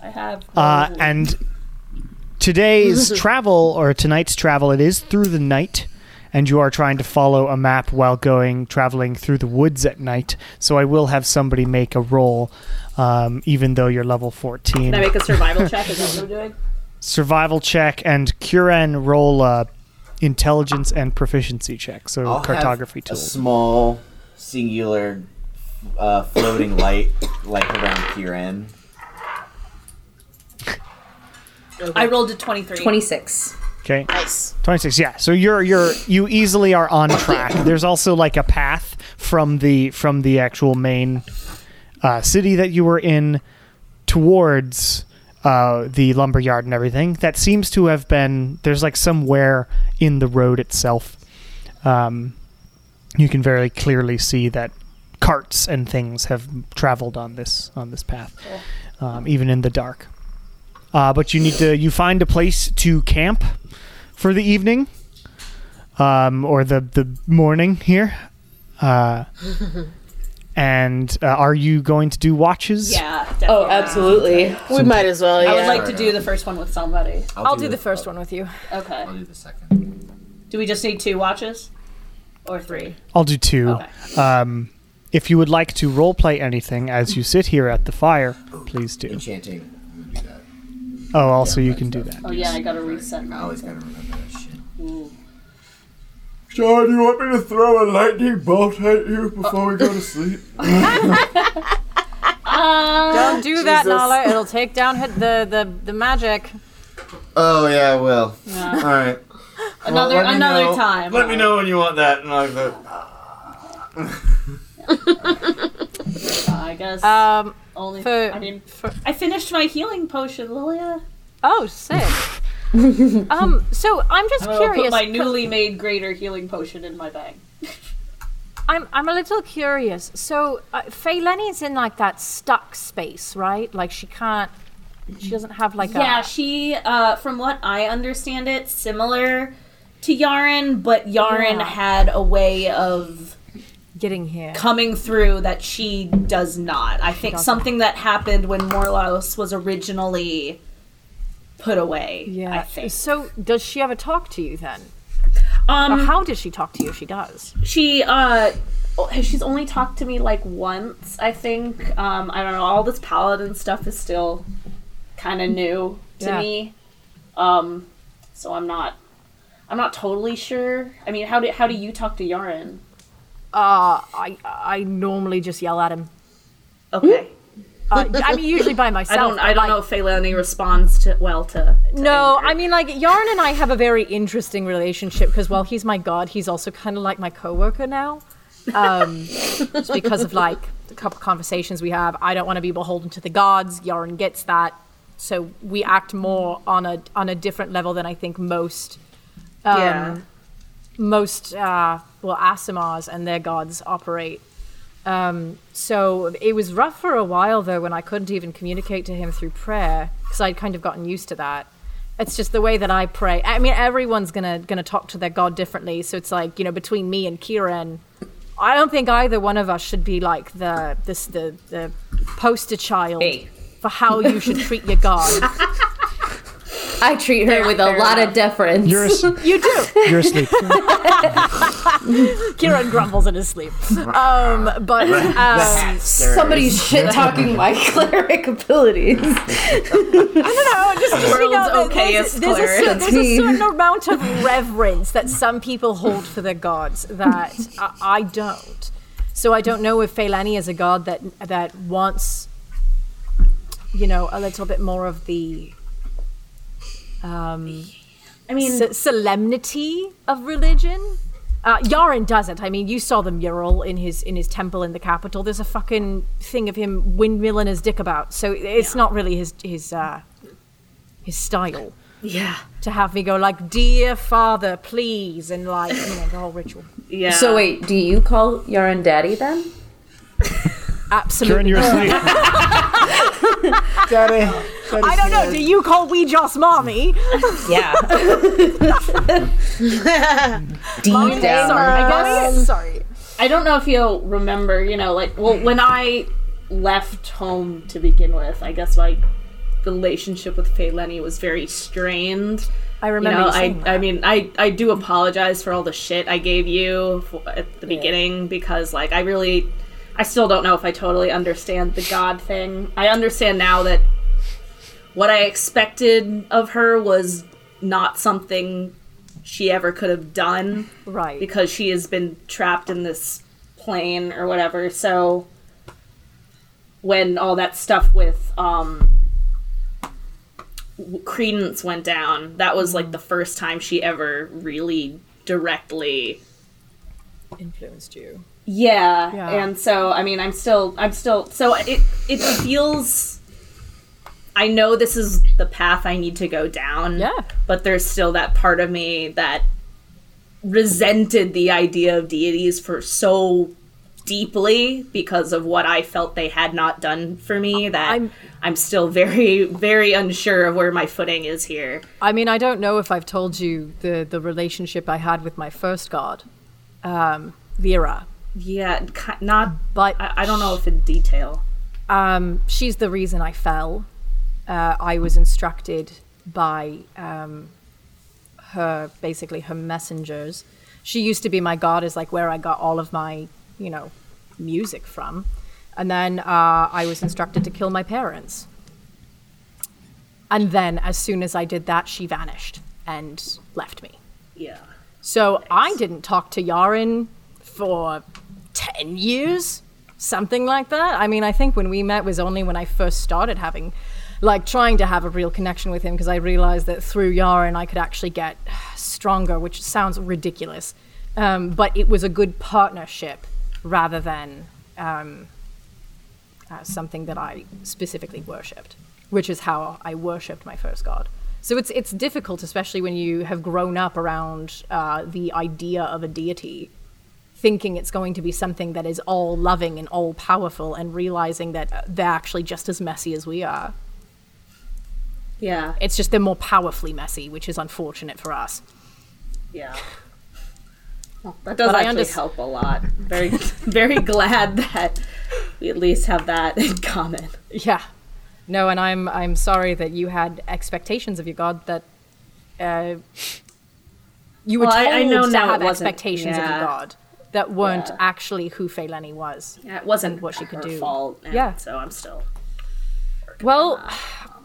S9: I have.
S1: Uh, and today's travel or tonight's travel, it is through the night, and you are trying to follow a map while going traveling through the woods at night. So I will have somebody make a roll, um, even though you're level fourteen.
S9: Can I make a survival check? Is that what we're doing?
S1: Survival check and Kuren roll a intelligence and proficiency check. So
S3: I'll have
S1: cartography
S3: A
S1: tools.
S3: small, singular, uh, floating light, like around Kieran.
S9: I rolled a 23.
S5: Twenty-six.
S1: Okay. Nice. Twenty six. Yeah. So you're you're you easily are on track. There's also like a path from the from the actual main uh, city that you were in towards uh, the lumberyard and everything. That seems to have been there's like somewhere in the road itself. Um, you can very clearly see that carts and things have traveled on this on this path, um, even in the dark. Uh, but you need to you find a place to camp for the evening, um, or the the morning here, uh, And uh, are you going to do watches?
S9: Yeah, definitely.
S5: Oh, absolutely.
S4: We might as well. Yeah.
S9: I would like to do the first one with somebody.
S7: I'll, do, the 1st one with you.
S9: Okay.
S3: I'll do the second.
S9: Do we just need two watches? Or three?
S1: I'll do two. Um, if you would like to roleplay anything as you sit here at the fire, please do.
S3: Enchanting. I'm gonna do that.
S1: Oh, also you can do that.
S9: Oh, yeah, I gotta reset
S3: I
S9: now.
S3: always gotta remember that shit.
S14: John, you want me to throw a lightning bolt at you before we go to sleep?
S7: Don't do that, Nala. It'll take down hit- the, the, the magic.
S3: Oh yeah, I will. All right.
S9: Another,
S14: let me
S9: another
S14: know.
S9: time.
S14: Let me know when you want that, and I'll go.
S9: I guess.
S7: Um,
S9: only
S7: for-
S9: I mean, Uh, for, I finished my healing potion, Lilia.
S7: oh, sick. um, so I'm just
S9: I will
S7: curious.
S9: put my newly made greater healing potion in my bag.
S7: I'm, I'm a little curious. So, uh, Faeleni is in like that stuck space, right? Like she can't, she doesn't have like
S9: Yeah,
S7: a.
S9: she, uh, from what I understand it, similar to Yaren, but Yaren
S7: Yeah.
S9: had a way of
S7: getting here.
S9: coming through that she does not. I think
S7: doesn't.
S9: something that happened when Morlos was originally put away.
S7: Yeah.
S9: I think.
S7: So, does she ever talk to you then? Or
S9: Um,
S7: how does she talk to you if she does?
S9: she uh oh, she's only talked to me like once i think um i don't know all this paladin stuff is still kind of new to
S7: Yeah.
S9: me um so i'm not i'm not totally sure i mean how do how do you talk to yaren
S7: Uh, I I normally just yell at him.
S9: okay
S7: Uh, I mean, usually by
S9: Hmm? i
S7: myself.
S9: don't
S7: but,
S9: i don't
S7: like,
S9: know if Feilani responds to well to, to
S7: No,
S9: anger.
S7: I mean like Yarn and I have a very interesting relationship because while he's my god, he's also kind of like my coworker now. Um, just because of like a couple conversations we have, I don't want to be beholden to the gods. Yarn gets that, so we act more on a on a different level than I think most um,
S9: Yeah.
S7: most uh, well Asimars and their gods operate. Um, so it was rough for a while though when I couldn't even communicate to him through prayer because I'd kind of gotten used to that. It's just the way that I pray. I mean, everyone's gonna gonna talk to their god differently. So it's like you know between me and Kieran, I don't think either one of us should be like the this the the poster child
S5: Me.
S7: for how you should treat your god.
S5: I treat her with a lot of deference.
S1: You're, as-
S7: You do.
S1: you're asleep.
S7: Kieran grumbles in his sleep. Um, but um,
S5: Somebody's shit talking my cleric abilities.
S7: no, just, just you
S9: World's
S7: know, there's,
S9: okayest
S7: there's, a,
S9: cleric.
S7: cer- there's a
S5: Team.
S7: certain amount of reverence that some people hold for their gods that I, I don't. So I don't know if Feilani is a god that that wants, you know, a little bit more of the um,
S9: i mean
S7: so- solemnity of religion. Uh, Yaren doesn't. I mean, you saw the mural in his in his temple in the capital. There's a fucking thing of him windmilling his dick about. So it's not really his his uh, his style
S9: yeah
S7: to have me go like, "Dear Father, please," and like you know the whole ritual.
S9: yeah
S5: So wait, do you call Yaron daddy then?
S1: You're in
S7: Absolutely.
S1: your sleep.
S7: I don't know. Do you call we just mommy?
S5: Yeah. Deep down.
S7: Sorry, I guess. Sorry.
S9: I don't know if you'll remember, you know, like, well, when I left home to begin with, I guess my relationship with Faye Lenny was very strained.
S7: I
S9: You
S7: remember.
S9: know,
S7: you
S9: I,
S7: saying
S9: I
S7: that.
S9: mean, I, I do apologize for all the shit I gave you for, at the beginning because, like, I really, I still don't know if I totally understand the God thing. I understand now that what I expected of her was not something she ever could have done
S7: right.
S9: because she has been trapped in this plane or whatever. So when all that stuff with um w- Credence went down, that was like the first time she ever really directly
S7: influenced you.
S9: yeah.
S7: Yeah.
S9: And so I mean, I'm still I'm still so it it feels I know this is the path I need to go down
S7: Yeah.
S9: but there's still that part of me that resented the idea of deities for so deeply because of what I felt they had not done for me that I'm,
S7: I'm-
S9: still very very unsure of where my footing is here.
S7: I mean, I don't know if I've told you the, the relationship I had with my first god, um, Vera,
S9: Yeah, ki- not.
S7: But
S9: I, I don't know if in detail.
S7: um, she's the reason I fell. Uh, I was instructed by um, her, basically her messengers. She used to be my god, is like where I got all of my, you know, music from. And then uh, I was instructed to kill my parents. And then, as soon as I did that, she vanished and left me.
S9: Yeah.
S7: So I didn't talk to Yarin for 10 years, something like that. I mean, I think when we met was only when I first started having, like, trying to have a real connection with him because I realized that through Yarin I could actually get stronger, which sounds ridiculous. Um, but it was a good partnership rather than um, uh, something that I specifically worshipped, which is how I worshipped my first god. So it's it's difficult, especially when you have grown up around uh, the idea of a deity, thinking it's going to be something that is all loving and all powerful, and realizing that uh, they're actually just as messy as we are.
S9: Yeah.
S7: It's just they're more powerfully messy, which is unfortunate for us.
S9: Yeah. Well, that does
S7: But I
S9: actually
S7: unders-
S9: help a lot. Very, very glad that we at least have that in common.
S7: Yeah. No, and I'm I'm sorry that you had expectations of your god that uh, you were
S9: Well, I-
S7: told
S9: I know
S7: to
S9: now
S7: have
S9: it wasn't-
S7: expectations of
S9: yeah.
S7: your god that weren't
S9: Yeah.
S7: actually who Feleni was.
S9: Yeah, it wasn't
S7: what she could
S9: her
S7: do.
S9: fault. and
S7: Yeah.
S9: So I'm still.
S7: Well,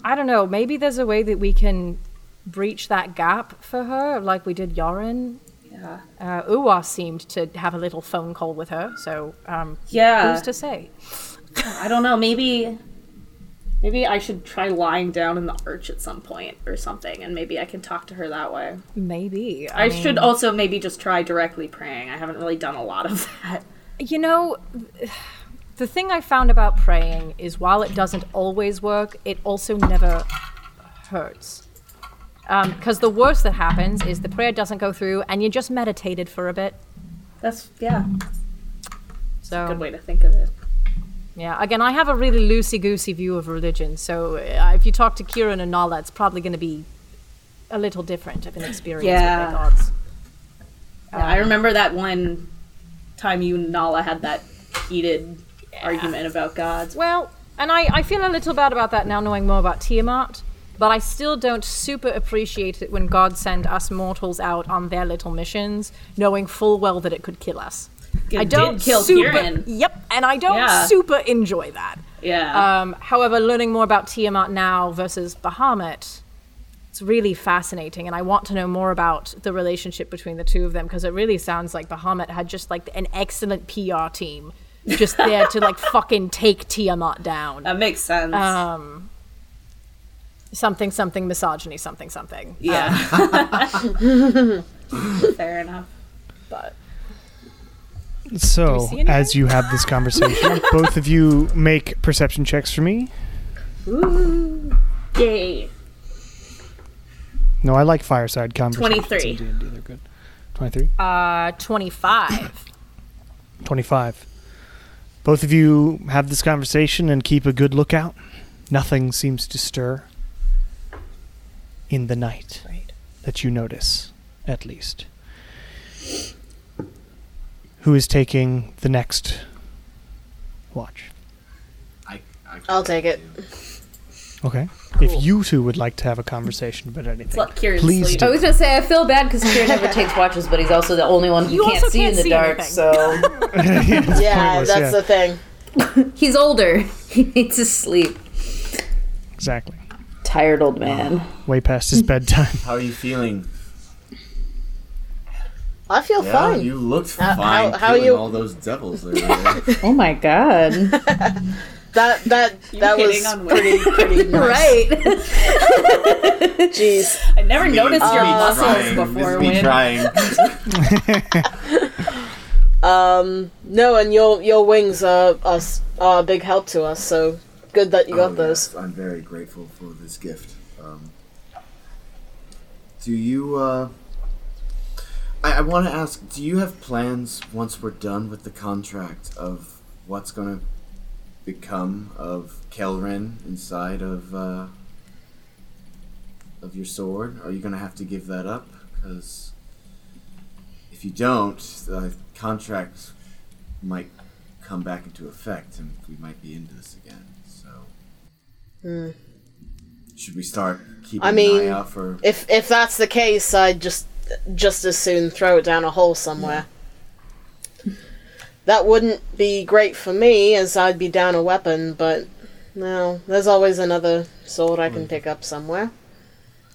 S7: I don't know. Maybe there's a way that we can breach that gap for her, like we did Yorin.
S9: Yeah.
S7: Uh, Uwa seemed to have a little phone call with her, so um,
S9: Yeah.
S7: who's to say?
S9: I don't know. Maybe. Maybe I should try lying down in the arch at some point or something, and maybe I can talk to her that way.
S7: Maybe.
S9: I should also maybe just try directly praying. I haven't really done a lot of that.
S7: You know, the thing I found about praying is while it doesn't always work, it also never hurts. Because the worst that happens is the prayer doesn't go through and you just meditated for a bit.
S9: That's yeah,
S7: So,
S9: good way to think of it.
S7: yeah. Again, I have a really loosey goosey view of religion. So, uh, if you talk to Kieran and Nala, it's probably going to be a little different of an experience with
S9: Yeah.
S7: their gods.
S9: Yeah, I remember that one time you and Nala had that heated argument about gods.
S7: Well, and I, I feel a little bad about that now knowing more about Tiamat, but I still don't super appreciate it when God send us mortals out on their little missions, knowing full well that it could kill us.
S9: It
S7: I don't
S9: did kill
S7: super,
S9: Kieran.
S7: Yep, and I don't
S9: Yeah.
S7: super enjoy that.
S9: Yeah.
S7: Um, however, learning more about Tiamat now versus Bahamut, it's really fascinating, and I want to know more about the relationship between the two of them because it really sounds like Bahamut had just like an excellent PR team, just there to like fucking take Tiamat down.
S9: that makes sense.
S7: Um, something, something, misogyny, something, something.
S9: yeah.
S7: uh.
S9: Fair enough.
S7: But
S1: So,
S7: see anything?
S1: as you have this conversation, both of you make perception checks for me.
S9: Yay.
S1: No, I like fireside conversations.
S9: 23.
S1: in D&D, They're good. 23.
S7: uh, twenty-five.
S1: 25. Both of you have this conversation and keep a good lookout. Nothing seems to stir in the night that you notice, at least. Who is taking the next watch?
S3: I, I
S4: I'll take it.
S1: Okay. If you two would like to have a conversation about anything,
S9: Let Kieran
S1: please
S9: sleep.
S5: I
S1: do.
S5: was gonna say I feel bad because Kieran never takes watches, but he's also the only one who
S7: You
S5: can't
S7: also
S5: see in
S7: can't
S5: the
S7: see
S5: dark.
S7: anything.
S5: So
S4: Yeah,
S1: pointless,
S4: that's
S1: yeah.
S4: the thing.
S5: he's older. He needs to sleep.
S1: Exactly.
S5: Tired old man.
S1: Way past his bedtime.
S3: How are you feeling?
S4: I feel
S3: Yeah,
S4: fine. Uh,
S3: you looked
S4: How-
S3: fine.
S4: how- how
S3: killing
S4: you-
S3: all those devils over there.
S5: Oh my god.
S4: That that that was
S9: hitting on
S4: pretty pretty nice.
S5: right.
S4: Jeez.
S9: I never noticed your
S3: Me
S9: muscles
S3: trying.
S9: before
S3: This is me
S9: when
S3: trying.
S4: Um, no, and your your wings are are, s- are a big help to us. So good that you
S3: Oh,
S4: got those.
S3: yes, I'm very grateful for this gift. Um, do you? Uh, I, I want to ask. Do you have plans once we're done with the contract of what's going to become of Kelrin inside of uh, of your sword? Are you going to have to give that up? Because if you don't, the contract might come back into effect, and we might be into this again. So, should we start keeping
S4: Hmm. I mean,
S3: an eye out for?
S4: If if that's the case, I'd just just as soon throw it down a hole somewhere. That wouldn't be great for me, as I'd be down a weapon. But no, there's always another sword I can pick up somewhere.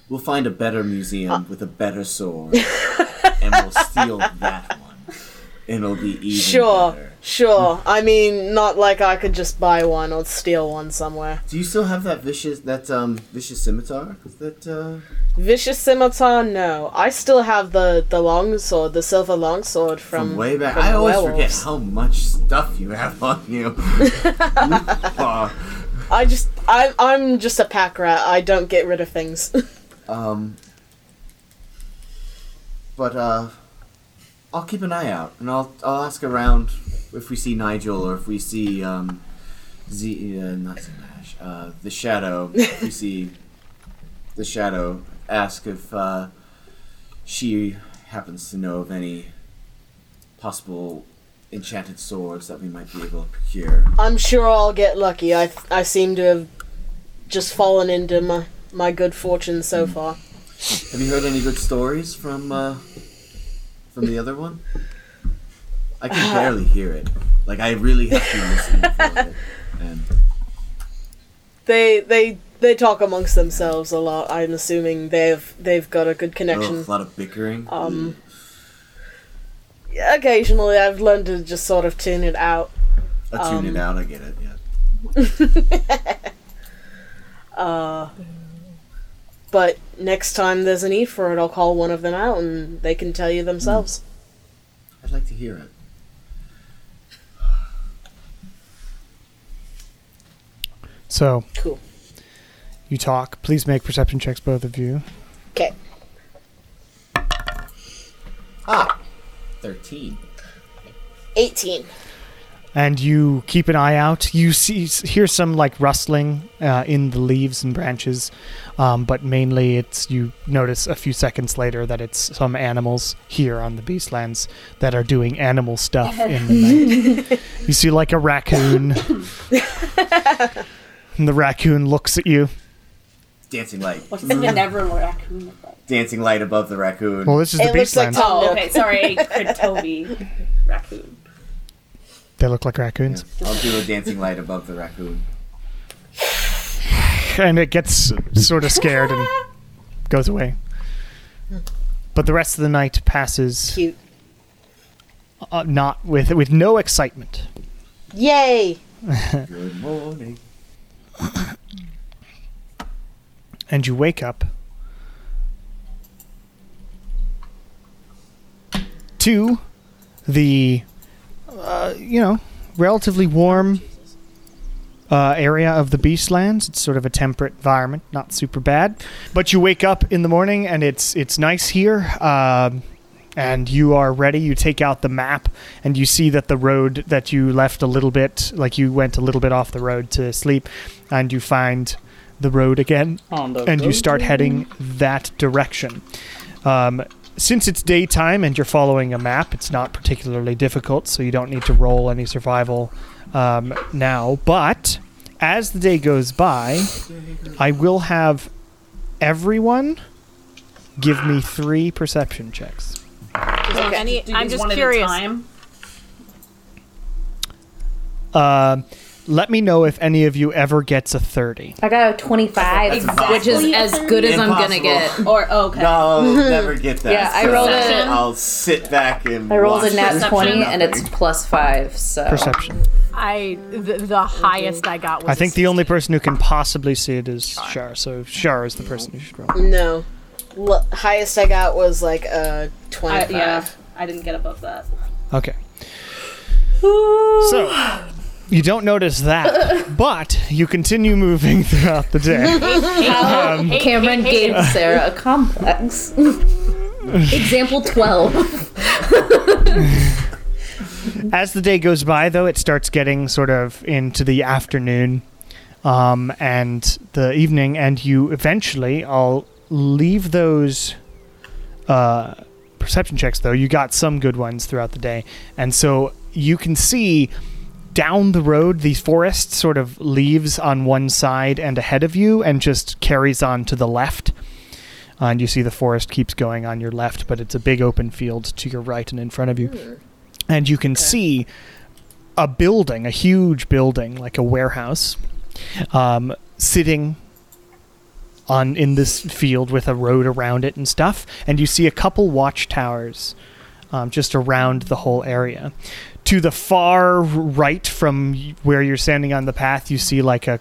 S3: We'll find a better museum
S4: Uh,
S3: with a better sword, and we'll steal that one. And it'll be even
S4: Sure,
S3: better.
S4: sure. I mean, not like I could just buy one or steal one somewhere.
S3: Do you still have that vicious that um vicious scimitar? Is that uh
S4: Vicious scimitar? No, I still have the the long sword, the silver long sword from,
S3: from way back?
S4: from
S3: I always forget
S4: werewolves.
S3: how much stuff you have on you. Yeehaw.
S4: I just I'm I'm just a pack rat. I don't get rid of things.
S3: Um, but uh, I'll keep an eye out, and I'll I'll ask around if we see Nigel or if we see um, Z uh, not Zinash, uh, the Shadow. if we see the Shadow, ask if uh, she happens to know of any possible enchanted swords that we might be able to procure.
S4: I'm sure I'll get lucky. I I seem to have just fallen into my my good fortune
S3: Mm.
S4: so far.
S3: Have you heard any good stories from uh, from the other one? I can
S5: Uh,
S3: barely hear it. Like I really have to listen for it. And
S4: They they they talk amongst themselves a lot. I'm assuming they've they've got a good
S3: oh,
S4: connection.
S3: a lot of bickering.
S4: Um, Occasionally, I've learned to just sort of tune it out.
S3: I tune
S5: um,
S3: it out. I get it. Yeah.
S4: Uh, but next time there's a need for it, I'll call one of them out, and they can tell you themselves.
S3: Mm. I'd like to hear it.
S1: So
S4: Cool.
S1: you talk. Please make perception checks, both of you.
S4: Okay.
S3: Ah, thirteen.
S4: 18.
S1: and you keep an eye out. You see, hear some like rustling uh, in the leaves and branches, um, but mainly it's you notice a few seconds later that it's some animals here on the Beastlands that are doing animal stuff in the night. you see like a raccoon, and the raccoon looks at you.
S3: Dancing light.
S9: What's the Neverland raccoon look like?
S3: Dancing light above the raccoon.
S1: Well, this is
S4: It
S1: the
S4: looks like
S1: Beastlands.
S4: Tom
S9: Oh,
S4: Nook.
S9: okay. Sorry, Toby raccoon.
S1: they look like
S3: Yeah,
S1: raccoons,
S3: I'll do a dancing light above the raccoon.
S1: and it gets sort of scared and goes away. But the rest of the night passes.
S4: Cute.
S1: uh, not with with no excitement.
S4: Yay!
S3: Good morning.
S1: And you wake up to the uh, you know relatively warm uh, area of the Beastlands. It's sort of a temperate environment, not super bad. But you wake up in the morning and it's it's nice here. Um, and you are ready. You take out the map and you see that the road that you left a little bit, like you went a little bit off the road to sleep, and you find the road again
S5: On the
S1: and you start heading that direction. Um, since it's daytime and you're following a map, it's not particularly difficult, so you don't need to roll any survival um, now. But as the day goes by, I will have everyone give me three perception checks.
S7: So any-
S9: Do
S7: I'm
S9: these
S7: just
S9: one at a
S7: curious.
S9: time?
S1: Um let me know if any of you ever gets a 30.
S5: I got a 25, which is
S9: Exactly.
S5: as good as I'm gonna get.
S3: Impossible.
S9: Or oh, okay.
S3: No, I'll never get that.
S5: Yeah, I
S3: so
S5: rolled
S3: i
S5: a-
S3: I'll sit back and.
S5: I rolled a nat
S9: Perception.
S5: 20 and it's plus 5, so.
S1: Perception.
S7: I the, the highest I got was.
S1: I think the only person who can possibly see it is Shar, so Shar is the person who should roll.
S4: No. L- highest I got was like uh, a
S9: I,
S4: 25.
S9: yeah, I didn't get above that.
S1: Okay. So, you don't notice that, but you continue moving throughout the day.
S5: Cameron gave Sarah a complex. Example 12.
S1: As the day goes by, though, it starts getting sort of into the afternoon um, and the evening, and you eventually, I'll leave those uh, perception checks, though. You got some good ones throughout the day, and so you can see down the road the forest sort of leaves on one side and ahead of you and just carries on to the left. Uh, and you see the forest keeps going on your left, but it's a big open field to your right and in front of you. And you can see a building, a huge building, like a warehouse, um, sitting on in this field with a road around it and stuff. And you see a couple watchtowers um, just around the whole area. To the far right from y- where you're standing on the path, you see like a,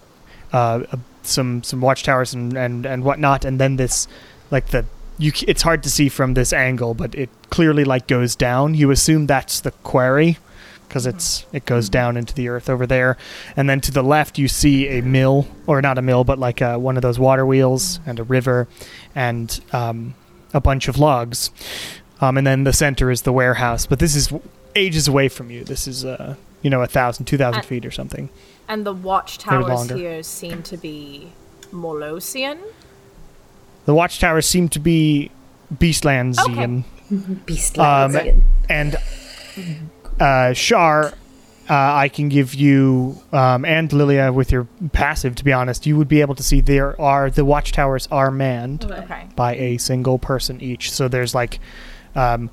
S1: uh, a some some watchtowers and, and and whatnot, and then this like the you c- it's hard to see from this angle, but it clearly like goes down. You assume that's the quarry because it's it goes down into the earth over there, and then to the left you see a mill or not a mill, but like uh one of those water wheels and a river, and um, a bunch of logs, um, and then the center is the warehouse. But this is w- ages away from you. This is uh you know a thousand, two thousand
S7: Uh,
S1: feet or something.
S7: And the watchtowers
S1: longer.
S7: here seem to be Morlosian.
S1: The watchtowers seem to be Beastlandsian.
S5: Beast
S1: Um,
S5: Lion.
S1: and uh, Shar, uh, I can give you um, and Lilia with your passive. To be honest, you would be able to see there are the watchtowers are manned
S7: Okay.
S1: by a single person each. So there's like, um,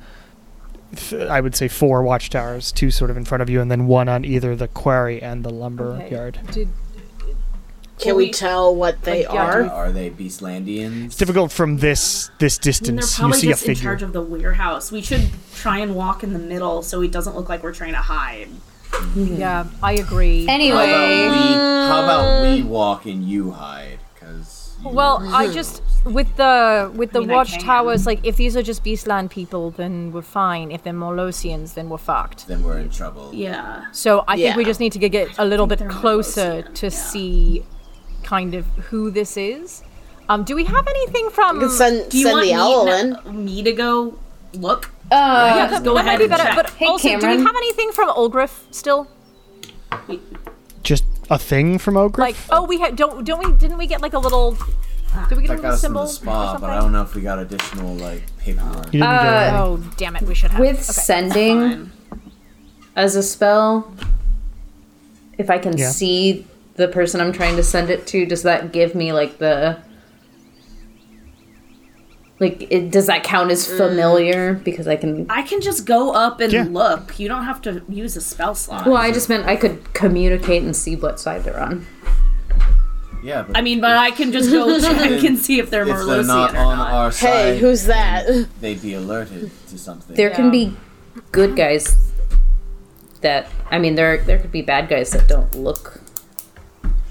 S1: th- I would say four watchtowers, two sort of in front of you, and then one on either the quarry and the lumber
S7: Okay.
S1: yard.
S7: Did,
S4: Can we tell what they
S7: Like, yeah,
S4: are?
S3: Are they Beastlandians?
S1: It's difficult from this this
S9: I mean, they're
S1: distance. You
S9: probably
S1: see a
S9: just in
S1: figure.
S9: charge of the warehouse. We should try and walk in the middle so it doesn't look like we're trying to hide.
S7: yeah, I agree.
S3: How
S5: Anyway,
S3: about we? How about we walk and you hide? Cause you-
S7: well, I just with the with the
S9: mean, I
S7: watchtowers, like if these are just Beastland people, then we're fine. If they're Morlosians, then we're fucked.
S3: then we're in trouble.
S9: Yeah.
S7: So I think we
S4: Yeah.
S7: just need to g- get a little bit
S9: they're
S7: closer
S9: Morlosian,
S7: to
S9: yeah.
S7: see kind of who this is. Um, do we have anything from?
S4: Can send
S9: Do you
S4: send
S9: want
S4: the owl
S9: me,
S4: in.
S9: na- me to go look?
S5: uh,
S9: Yeah, just go
S7: that might
S9: ahead
S7: be
S9: and
S7: better.
S9: check.
S7: But
S5: Hey,
S7: also, do we
S5: Cameron.
S7: have anything from Olgriff still?
S1: Just a thing from Ogre.
S7: Like, oh, we ha- don't don't we didn't we get like a little? Did we get
S3: That got
S7: a little
S3: us in the
S7: symbol? or
S3: spa,
S7: something?
S3: but I don't know if we got additional like paperwork.
S1: you didn't get any.
S7: Oh damn it! We should have.
S5: with
S7: okay.
S5: sending as a spell, if I can
S1: Yeah.
S5: see the person I'm trying to send it to, does that give me like the like? It, does that count as familiar? Because I can.
S9: I can just go up and
S1: Yeah.
S9: look. You don't have to use a spell slot.
S5: Well, I just meant I could communicate and see what side they're on.
S3: Yeah, but
S9: I mean, but I can just go check and see if they're
S3: if they're
S9: Merlosian
S3: not
S9: or
S3: on
S9: not.
S3: our side,
S4: Hey, who's that?
S3: they'd be alerted to something.
S5: There can be good guys that I mean there there could be bad guys that don't look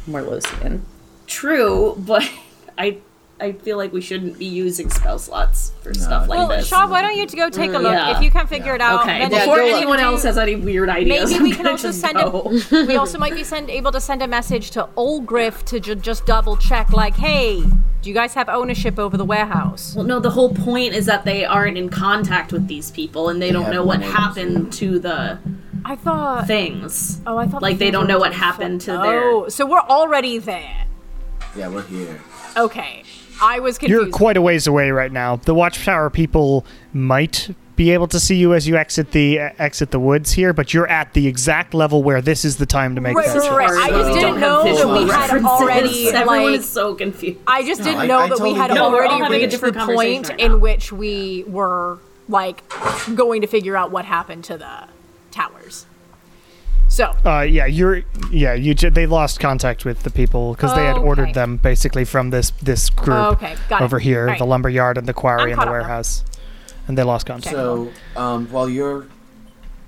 S5: Morlosian.
S9: True, but I I feel like we shouldn't be using spell slots for stuff like
S7: Well,
S9: this. Mm,
S7: Shaw, why don't you go take a look
S9: yeah.
S7: if you can figure it out?
S9: okay,
S7: then
S9: before
S7: we can
S9: anyone
S7: do-
S9: else has any weird ideas,
S7: Maybe we
S9: I'm
S7: can
S9: gonna
S7: also
S9: just
S7: send a-
S9: go.
S7: we also might be send, able to send a message to Olgriff to ju- just double check, like, hey, do you guys have ownership over the warehouse?
S9: Well, no, the whole point is that they aren't in contact with these people and they don't
S3: have
S9: know what
S3: no
S9: happened to the
S7: I thought.
S9: things.
S7: oh, I thought
S9: like, they
S7: things
S9: don't
S7: were
S9: know what
S7: different.
S9: happened to their-
S7: Oh, so we're already there.
S3: Yeah, we're here.
S7: Okay, I was confused.
S1: You're quite a ways away right now. The watchtower people might be able to see you as you exit the uh, exit the woods here, but you're at the exact level where this is the time to make
S7: Right,
S1: that
S7: right, right.
S1: switch.
S7: I
S3: So-
S7: just
S9: Don't
S7: didn't
S9: have
S7: know that
S3: visual
S7: we had
S9: references.
S7: already
S9: Everyone
S7: like.
S9: is so confused.
S7: I just didn't
S3: I-
S7: know
S3: I
S7: that
S3: totally
S7: we had
S3: get it. No, we're all
S7: already
S9: having a
S7: reached the
S9: different conversation
S7: point
S9: right now.
S7: in which we were like going to figure out what happened to the towers. So
S1: Uh, yeah, you're. Yeah, you. ju- They lost contact with the people because they had
S7: Oh, Okay. Oh,
S1: ordered them basically from this this group
S7: Okay, got it.
S1: over here,
S7: Alright.
S1: the lumber yard and the
S7: I'm
S1: quarry and
S7: caught
S1: the
S7: up now.
S1: warehouse, and they lost contact.
S3: So, um, while you're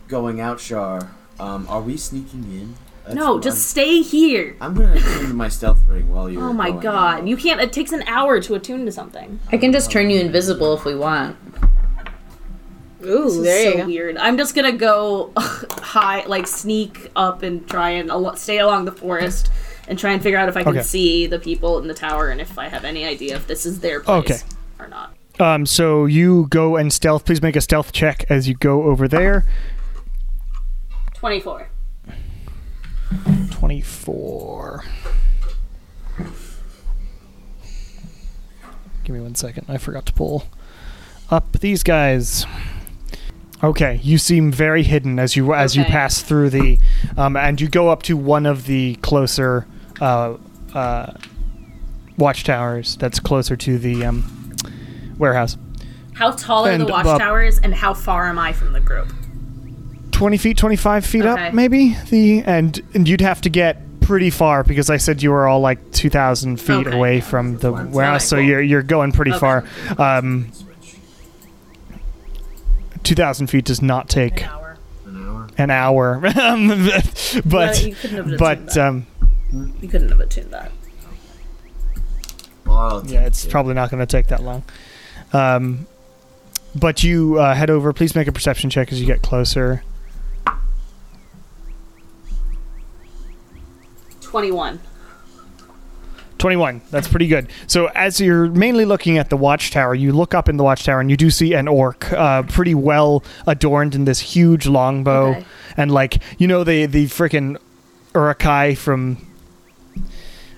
S3: going out, Shar, um, are we sneaking in? That's
S9: no,
S3: what
S9: just stay here.
S3: I'm, I'm gonna attune to my stealth ring while you're.
S9: Oh my
S3: going
S9: god.
S3: out.
S9: You can't, it takes an hour to attune to something.
S5: I can just turn you invisible if we want.
S4: Ooh,
S9: This is
S4: there you
S9: so
S4: go.
S9: weird. I'm just gonna go high, like sneak up and try and al- stay along the forest and try and figure out if I can
S1: Okay.
S9: see the people in the tower and if I have any idea if this is their place
S1: Okay.
S9: or not.
S1: Um, so you go and stealth. Please make a stealth check as you go over there.
S9: Twenty-four.
S1: Twenty four. Give me one second. I forgot to pull up these guys. Okay, you seem very hidden as you as you
S9: Okay.
S1: pass through the, um, and you go up to one of the closer uh, uh, watchtowers that's closer to the um, warehouse.
S9: How tall are
S1: And
S9: the
S1: above.
S9: watchtowers, and how far am I from the group?
S1: Twenty feet, twenty-five feet
S9: Okay.
S1: up, maybe the and and you'd have to get pretty far because I said you were all like two thousand feet
S9: Okay.
S1: away from the warehouse, so
S9: cool.
S1: you're you're going pretty far. Um, two thousand feet does not take.
S9: Hour.
S1: an hour. Um, but
S9: you couldn't have just done
S1: but
S9: that.
S1: um,
S9: You couldn't have attuned that.
S3: Well,
S1: yeah, it's probably not going to take that long. Um, but you uh, head over. Please make a perception check as you get closer.
S9: 21.
S1: 21. That's pretty good. So, as you're mainly looking at the watchtower, you look up in the watchtower and you do see an orc, uh, pretty well adorned in this huge longbow.
S9: Okay.
S1: And, like, you know, the, the freaking Urukai from.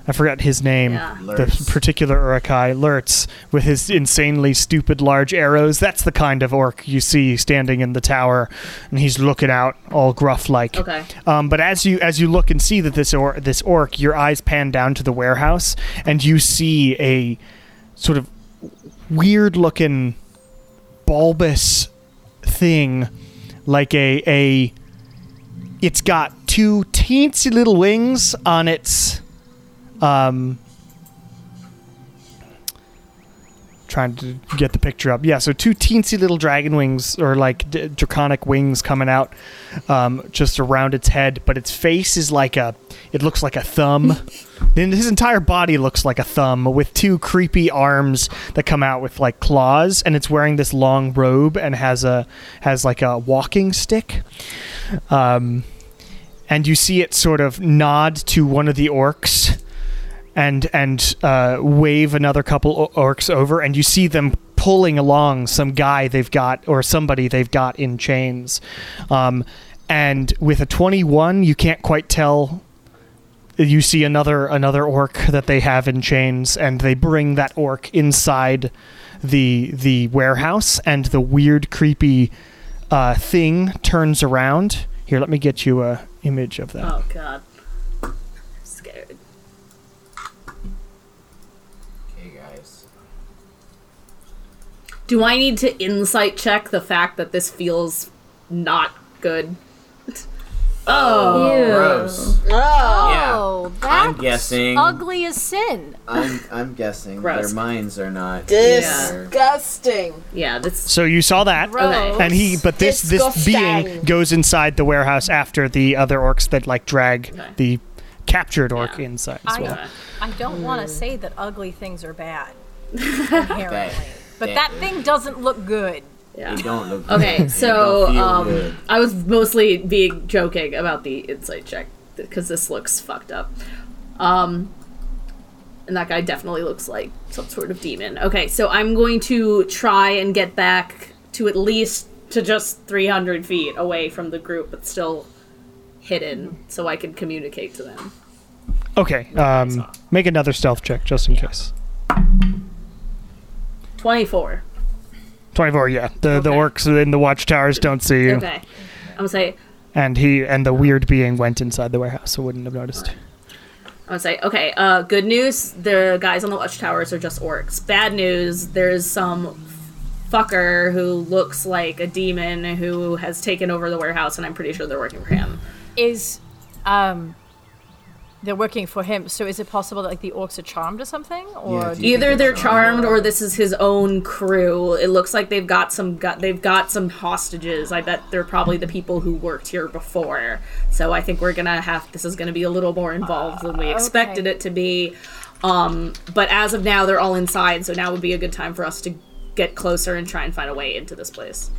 S1: I forgot his name.
S9: Yeah.
S1: The
S3: Lurtz.
S1: particular Urukai, Lurtz, with his insanely stupid large arrows. That's the kind of orc you see standing in the tower, and he's looking out all gruff like.
S9: Okay.
S1: Um, but as you as you look and see that this or this orc, your eyes pan down to the warehouse, and you see a sort of weird looking bulbous thing, like a a. It's got two teensy little wings on its. Um, trying to get the picture up. Yeah, so two teensy little dragon wings, or like d- draconic wings, coming out um, just around its head. But its face is like a, it looks like a thumb. then his entire body looks like a thumb with two creepy arms that come out with like claws, and it's wearing this long robe and has a has like a walking stick. Um, and you see it sort of nod to one of the orcs and and uh, wave another couple o- orcs over, and you see them pulling along some guy they've got or somebody they've got in chains. Um, and with a twenty-one, you can't quite tell. You see another another orc that they have in chains, and they bring that orc inside the the warehouse, and the weird, creepy uh, thing turns around. Here, let me get you a image of that.
S9: Oh, God. I'm scared.
S3: Okay, guys.
S9: Do I need to insight check the fact that this feels not good? Oh.
S3: Gross.
S4: Oh,
S7: Oh, that's
S3: I'm guessing-
S7: ugly as sin.
S3: I'm I'm guessing
S9: Gross.
S3: their minds are not.
S4: disgusting.
S9: Yeah, that's.
S1: So you saw that.
S7: Gross.
S1: And he, but this this being
S4: Disgusting.
S1: goes inside the warehouse after the other orcs that like drag the captured orc inside as
S7: I-
S1: well.
S7: I don't want to say that ugly things are bad,
S3: That,
S7: inherently, but that thing doesn't look good.
S3: they don't look.
S9: Okay,
S3: good.
S9: so
S3: They don't feel
S9: um,
S3: good.
S9: I was mostly being joking about the insight check because this looks fucked up. Um, and that guy definitely looks like some sort of demon. Okay, so I'm going to try and get back to at least to just 300 feet away from the group, but still hidden, so I can communicate to them.
S1: Okay, um, make another stealth check just in case.
S9: 24.
S1: Twenty-four. Yeah, the the orcs in the watchtowers don't see you,
S9: Okay, I'm gonna say
S1: and he and the weird being went inside the warehouse, so wouldn't have noticed.
S9: I would say, okay, uh, good news, the guys on the watchtowers are just orcs. Bad news, there's some fucker who looks like a demon who has taken over the warehouse, and I'm pretty sure they're working for him.
S7: Is, um, they're working for him. So is it possible that like the orcs are charmed or something, or
S3: Yeah,
S7: do
S3: you
S9: Either
S3: think
S9: they're
S3: so?
S9: charmed or this is his own crew. It looks like they've got some gu- they've got some hostages. I bet they're probably the people who worked here before. So I think we're gonna have this is gonna be a little more involved than
S7: Uh,
S9: we expected it to be. Um, but as of now, they're all inside, so now would be a good time for us to get closer and try and find a way into this place.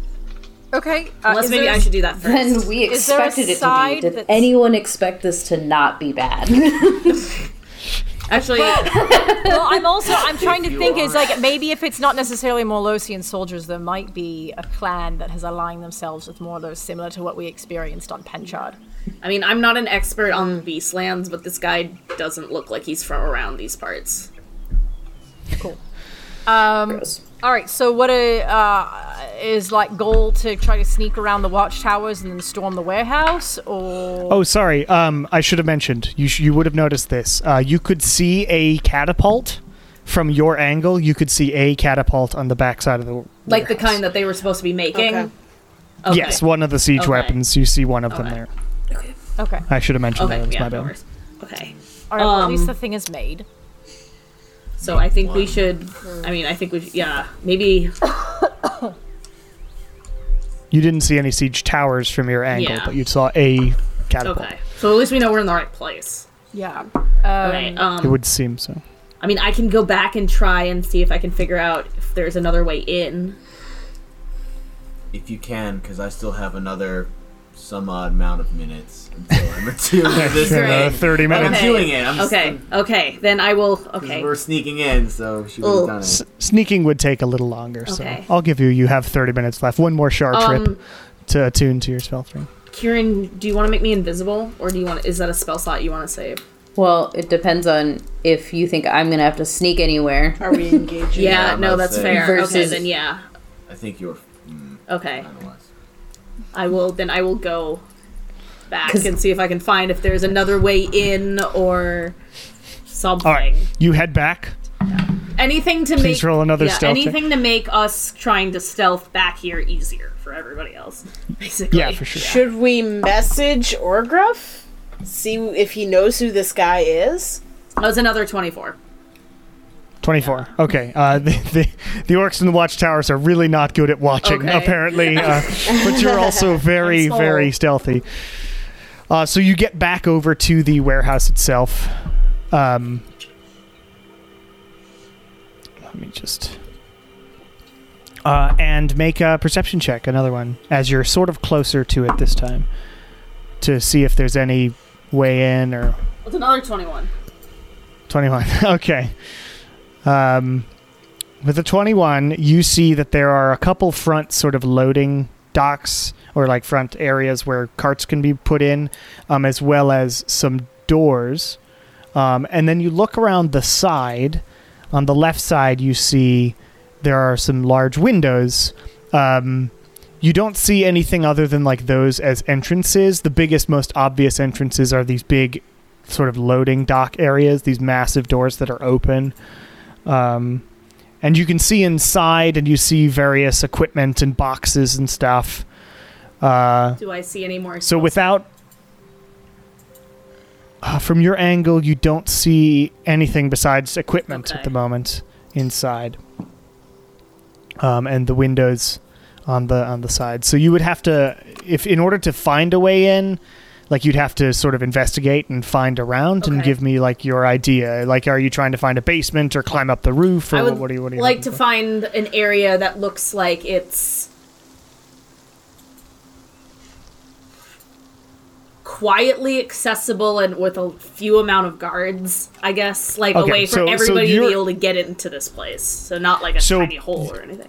S7: Okay. Uh,
S9: Unless
S7: is
S9: maybe
S7: there
S9: I
S7: s-
S9: should do that first.
S5: Than we
S7: Is there a
S5: expected it to
S7: side
S5: be. Did
S7: that's-
S5: anyone expect this to not be bad?
S9: Actually,
S7: Well, I'm also I'm trying to
S3: you
S7: think is
S3: are-
S7: like maybe if it's not necessarily Morlosian soldiers, there might be a clan that has aligned themselves with Morlos, similar to what we experienced on Penchard.
S9: I mean, I'm not an expert on Beastlands, but this guy doesn't look like he's from around these parts.
S7: Um,
S5: Gross.
S7: All right. So what a, uh, is like goal to try to sneak around the watchtowers and then storm the warehouse, or
S1: Oh, sorry. Um, I should have mentioned. You sh- you would have noticed this. Uh, you could see a catapult from your angle. You could see a catapult on the backside of the.
S9: Like the kind that they were supposed to be making.
S4: Okay.
S1: Yes, one of the siege weapons. You see one of them there.
S7: okay?
S1: I should have mentioned
S9: Okay,
S1: that. It's
S9: yeah,
S1: my
S9: no
S1: bad.
S9: worries. Okay.
S7: All right. well, at
S9: Um,
S7: least the thing is made.
S9: So I think we should. I mean, I think we. Should, yeah, maybe.
S1: You didn't see any siege towers from your angle,
S9: Yeah.
S1: but you saw a catapult.
S9: Okay. So at least we know we're in the right place.
S7: Yeah.
S9: Okay.
S1: It
S9: Um.
S1: would seem so.
S9: I mean, I can go back and try and see if I can figure out if there's another way in.
S3: If you can, because I still have another some odd amount of minutes until I'm doing this
S1: Uh,
S3: thing.
S1: Thirty
S3: But I'm
S1: minutes.
S3: doing it. I'm
S9: Okay. Okay. Then I will. Okay.
S3: We're sneaking in, so she would have done it.
S1: S- sneaking would take a little longer,
S9: Okay. Um,
S1: so I'll give you. You have thirty minutes left. One more shard trip to attune to your spell string.
S9: Kieran, do you want to make me invisible, or do you want? Is that a spell slot you want to save?
S5: Well, it depends on if you think I'm gonna have to sneak anywhere.
S4: Are we engaging?
S9: Yeah.
S3: Yeah,
S9: no,
S3: I'd
S9: that's
S3: say-
S9: fair. Okay.
S5: Versus-
S9: Then yeah.
S3: I think you're. Mm,
S9: Okay.
S3: I don't know.
S9: I will. Then I will go back and see if I can find if there's another way in or something.
S1: All right, you head back.
S9: Anything to
S1: Please
S9: make
S1: roll another
S9: yeah,
S1: stealth check.
S9: anything to make us trying to stealth back here easier for everybody else. Basically.
S1: Yeah, for sure.
S4: Should we message Orgruff? See if he knows who this guy is?
S9: That was another twenty-four.
S1: 24. Okay. Uh, the, the, the orcs in the watchtowers are really not good at watching,
S9: Okay.
S1: apparently. Uh, but you're also very,
S9: I'm sold.
S1: very stealthy. Uh, so you get back over to the warehouse itself. Um, let me just. Uh, and make a perception check, another one, as you're sort of closer to it this time, to see if there's any way in or
S9: It's another twenty-one.
S1: 21. okay. Um, with the 21, you see that there are a couple front sort of loading docks or like front areas where carts can be put in, um, as well as some doors. Um, and then you look around the side. On the left side, you see there are some large windows. Um, you don't see anything other than like those as entrances. The biggest, most obvious entrances are these big sort of loading dock areas, these massive doors that are open. Um, and you can see inside, and you see various equipment and boxes and stuff. Uh,
S9: Do I see any more?
S1: so without uh, from your angle, you don't see anything besides equipment at
S9: Okay.
S1: the moment inside, um, and the windows on the on the side. So you would have to, if in order to find a way in, like you'd have to sort of investigate and find around and
S9: Okay.
S1: give me like your idea. Like, are you trying to find a basement or climb up the roof, or
S9: I would
S1: what are you? What are you
S9: like
S1: looking
S9: to
S1: for?
S9: find an area that looks like it's quietly accessible and with a few amount of guards, I guess, like
S1: Okay,
S9: a way for
S1: so- so
S9: everybody to
S1: you're-
S9: be able to get into this place. So not like a
S1: So-
S9: tiny hole or anything.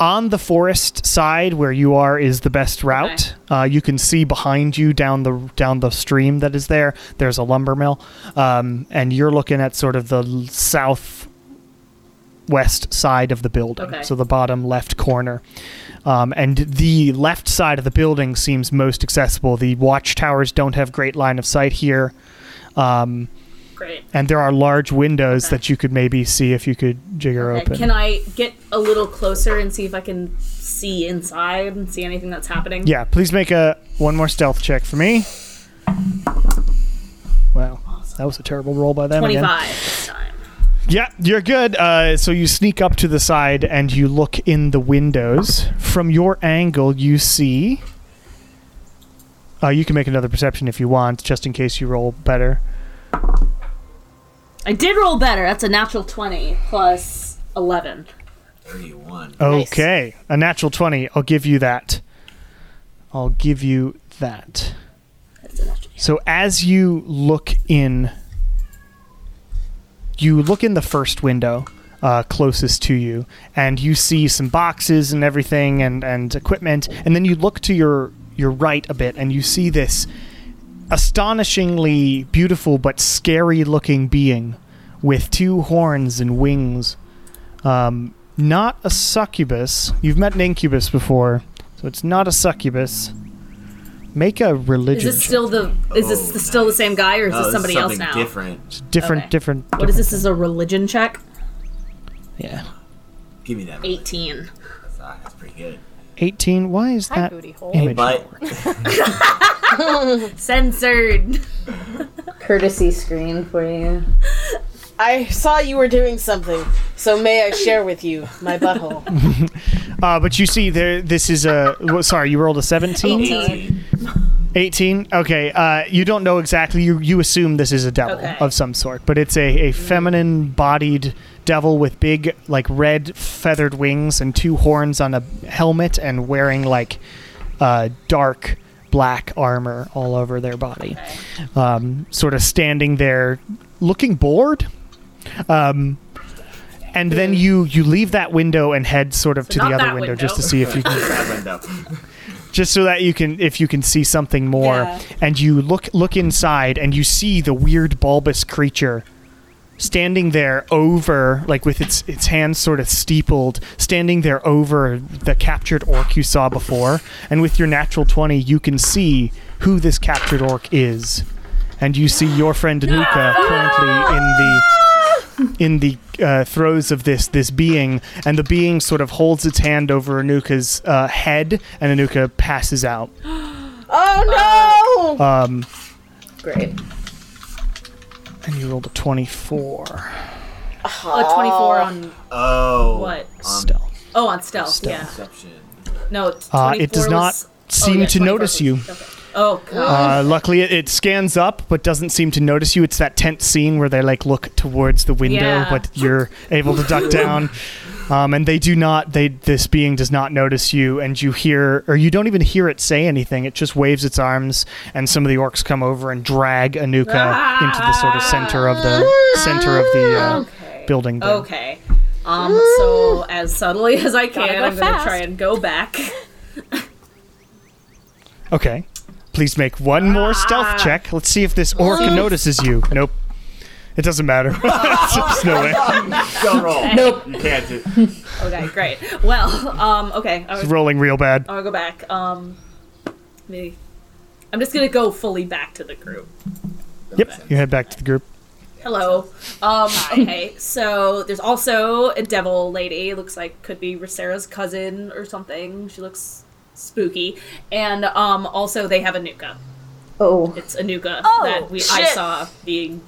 S1: on the forest side where you are is the best route. Uh, you can see behind you down the down the stream that is there. There's a lumber mill, um, and you're looking at sort of the l- south west side of the building,
S9: Okay.
S1: so the bottom left corner. Um, and the left side of the building seems most accessible. The watchtowers don't have great line of sight here,
S9: Great.
S1: and there are large windows that you could maybe see if you could jigger
S9: Okay,
S1: open.
S9: Can I get a little closer and see if I can see inside and see anything that's happening?
S1: Yeah, please make a one more stealth check for me. Wow, that was a terrible roll by them again.
S9: Twenty-five this time.
S1: Yeah, you're good. Uh, so you sneak up to the side and you look in the windows. From your angle, you see. Uh, you can make another perception if you want, just in case you roll better.
S9: I did roll better. That's a natural twenty plus eleven.
S3: 31.
S1: Oh. Okay, a natural twenty. I'll give you that. I'll give you that.
S9: That's a natural.
S1: So as you look in, you look in the first window uh, closest to you, and you see some boxes and everything and, and equipment, and then you look to your your right a bit, and you see this astonishingly beautiful but scary looking being with two horns and wings. Um, not a succubus. You've met an incubus before, so it's not a succubus. Make a
S9: Is
S1: religion.
S9: this still the is this the, still the same guy or is
S3: Oh, this
S9: this
S3: is
S9: somebody else
S3: something
S9: now?
S3: different.
S1: check. different,
S9: okay.
S1: different,
S9: What is this? Is a religion check?
S1: Yeah.
S3: Give me that.
S9: Eighteen.
S3: Ah, that's pretty good.
S1: 18. Why is that
S7: booty hole.
S1: image?
S3: But
S9: Censored.
S5: Courtesy screen for you.
S4: I saw you were doing something, so may I share with you my butthole?
S1: Uh, but you see, there. This is a. well, Sorry, you rolled a 17.
S3: 18.
S1: 18. Okay. Uh, you don't know exactly. You you assume this is a devil
S9: Okay.
S1: of some sort, but it's a a feminine bodied devil with big like red feathered wings and two horns on a helmet and wearing like uh, dark black armor all over their body, um, sort of standing there looking bored. Um, and then you you leave that window and head sort of to the
S9: not
S1: other
S9: that
S1: window,
S9: window.
S1: just to see if you can
S3: That went up.
S1: just so that you can if you can see something more
S9: Yeah.
S1: and you look look inside and you see the weird bulbous creature standing there over like with its its hands sort of steepled standing there over the captured orc you saw before and with your natural 20 you can see who this captured orc is and you see your friend Anuka currently in the in the uh, throes of this this being, and the being sort of holds its hand over Anuka's uh, head, and Anuka passes out.
S4: oh no!
S1: Um,
S5: Great.
S1: and you rolled a
S9: Um,
S1: twenty-four
S9: A twenty-four on
S3: Oh.
S9: what?
S1: still.
S9: Oh, on stealth.
S1: Stealth.
S9: Yeah.
S3: Deception.
S9: No. it's
S1: Uh, it
S9: 24
S1: does not
S9: was- oh,
S1: seem
S9: yeah,
S1: to
S9: 24
S1: notice
S9: was-
S1: you.
S9: okay. Oh god.
S1: Uh, luckily, it, it scans up, but doesn't seem to notice you. It's that tense scene where they like look towards the window,
S9: Yeah.
S1: but you're able to duck down. Um, and they do not. They this being does not notice you, and you hear, or you don't even hear it say anything. It just waves its arms, and some of the orcs come over and drag Anuka
S9: Ah.
S1: into the sort of center of the center of the uh, building. There.
S9: Okay. Um. So as subtly as I can,
S7: go
S9: I'm gonna
S7: fast.
S9: try and go back.
S1: Okay. Please make one more
S9: Ah.
S1: stealth check. Let's see if this orc notices you. Nope. It doesn't matter. There's no way.
S3: Don't roll. Nope. You can't do.
S9: Okay. Great. Well. Um. Okay. I was
S1: It's rolling real bad.
S9: I'll go back. Um, maybe. I'm just gonna go fully back to the group.
S1: Yep. You head back to the group.
S9: Hello. Um, okay, so there's also a devil lady. Looks like could be Rosera's cousin or something. She looks spooky. And um, also they have Anuka.
S5: Oh.
S9: It's Anuka
S7: Oh,
S9: that we I
S7: shit.
S9: saw being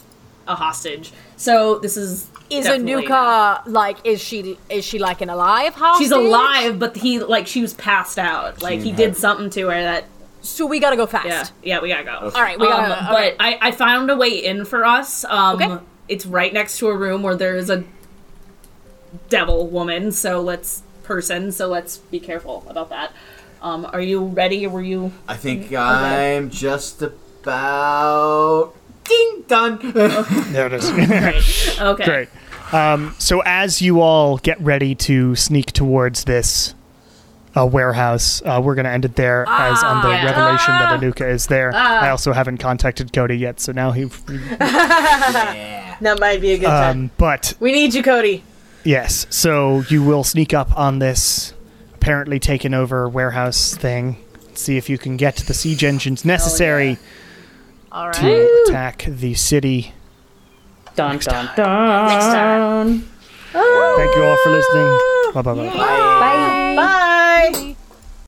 S9: a hostage. So this is
S7: Is
S9: definitely not-
S7: Anuka like? Is she? Is she like an alive house?
S9: She's alive, but he like she was passed out. Like he did something to her that
S7: So we gotta go fast.
S9: Yeah, yeah, we gotta go.
S7: All right, we gotta.
S9: Um,
S7: all right.
S9: But I, I found a way in for us. Um,
S7: Okay.
S9: It's right next to a room where there is a devil woman. So let's person. So let's be careful about that. Um, are you ready? Were you?
S3: I think I'm just about ding done.
S1: There it is.
S9: Okay.
S1: Great. Um, so as you all get ready to sneak towards this uh, warehouse, uh, we're going to end it there as on the revelation that Anuka is there. I also haven't contacted Cody yet, so now he.
S4: That might be a good time.
S1: Um, but
S4: We need you, Cody.
S1: Yes. So you will sneak up on this apparently taken over warehouse thing. See if you can get the siege engines necessary
S7: all right.
S1: to attack the city.
S5: Dun dun dun. Next time.
S1: Thank you all for listening. Bye bye bye.
S3: Bye.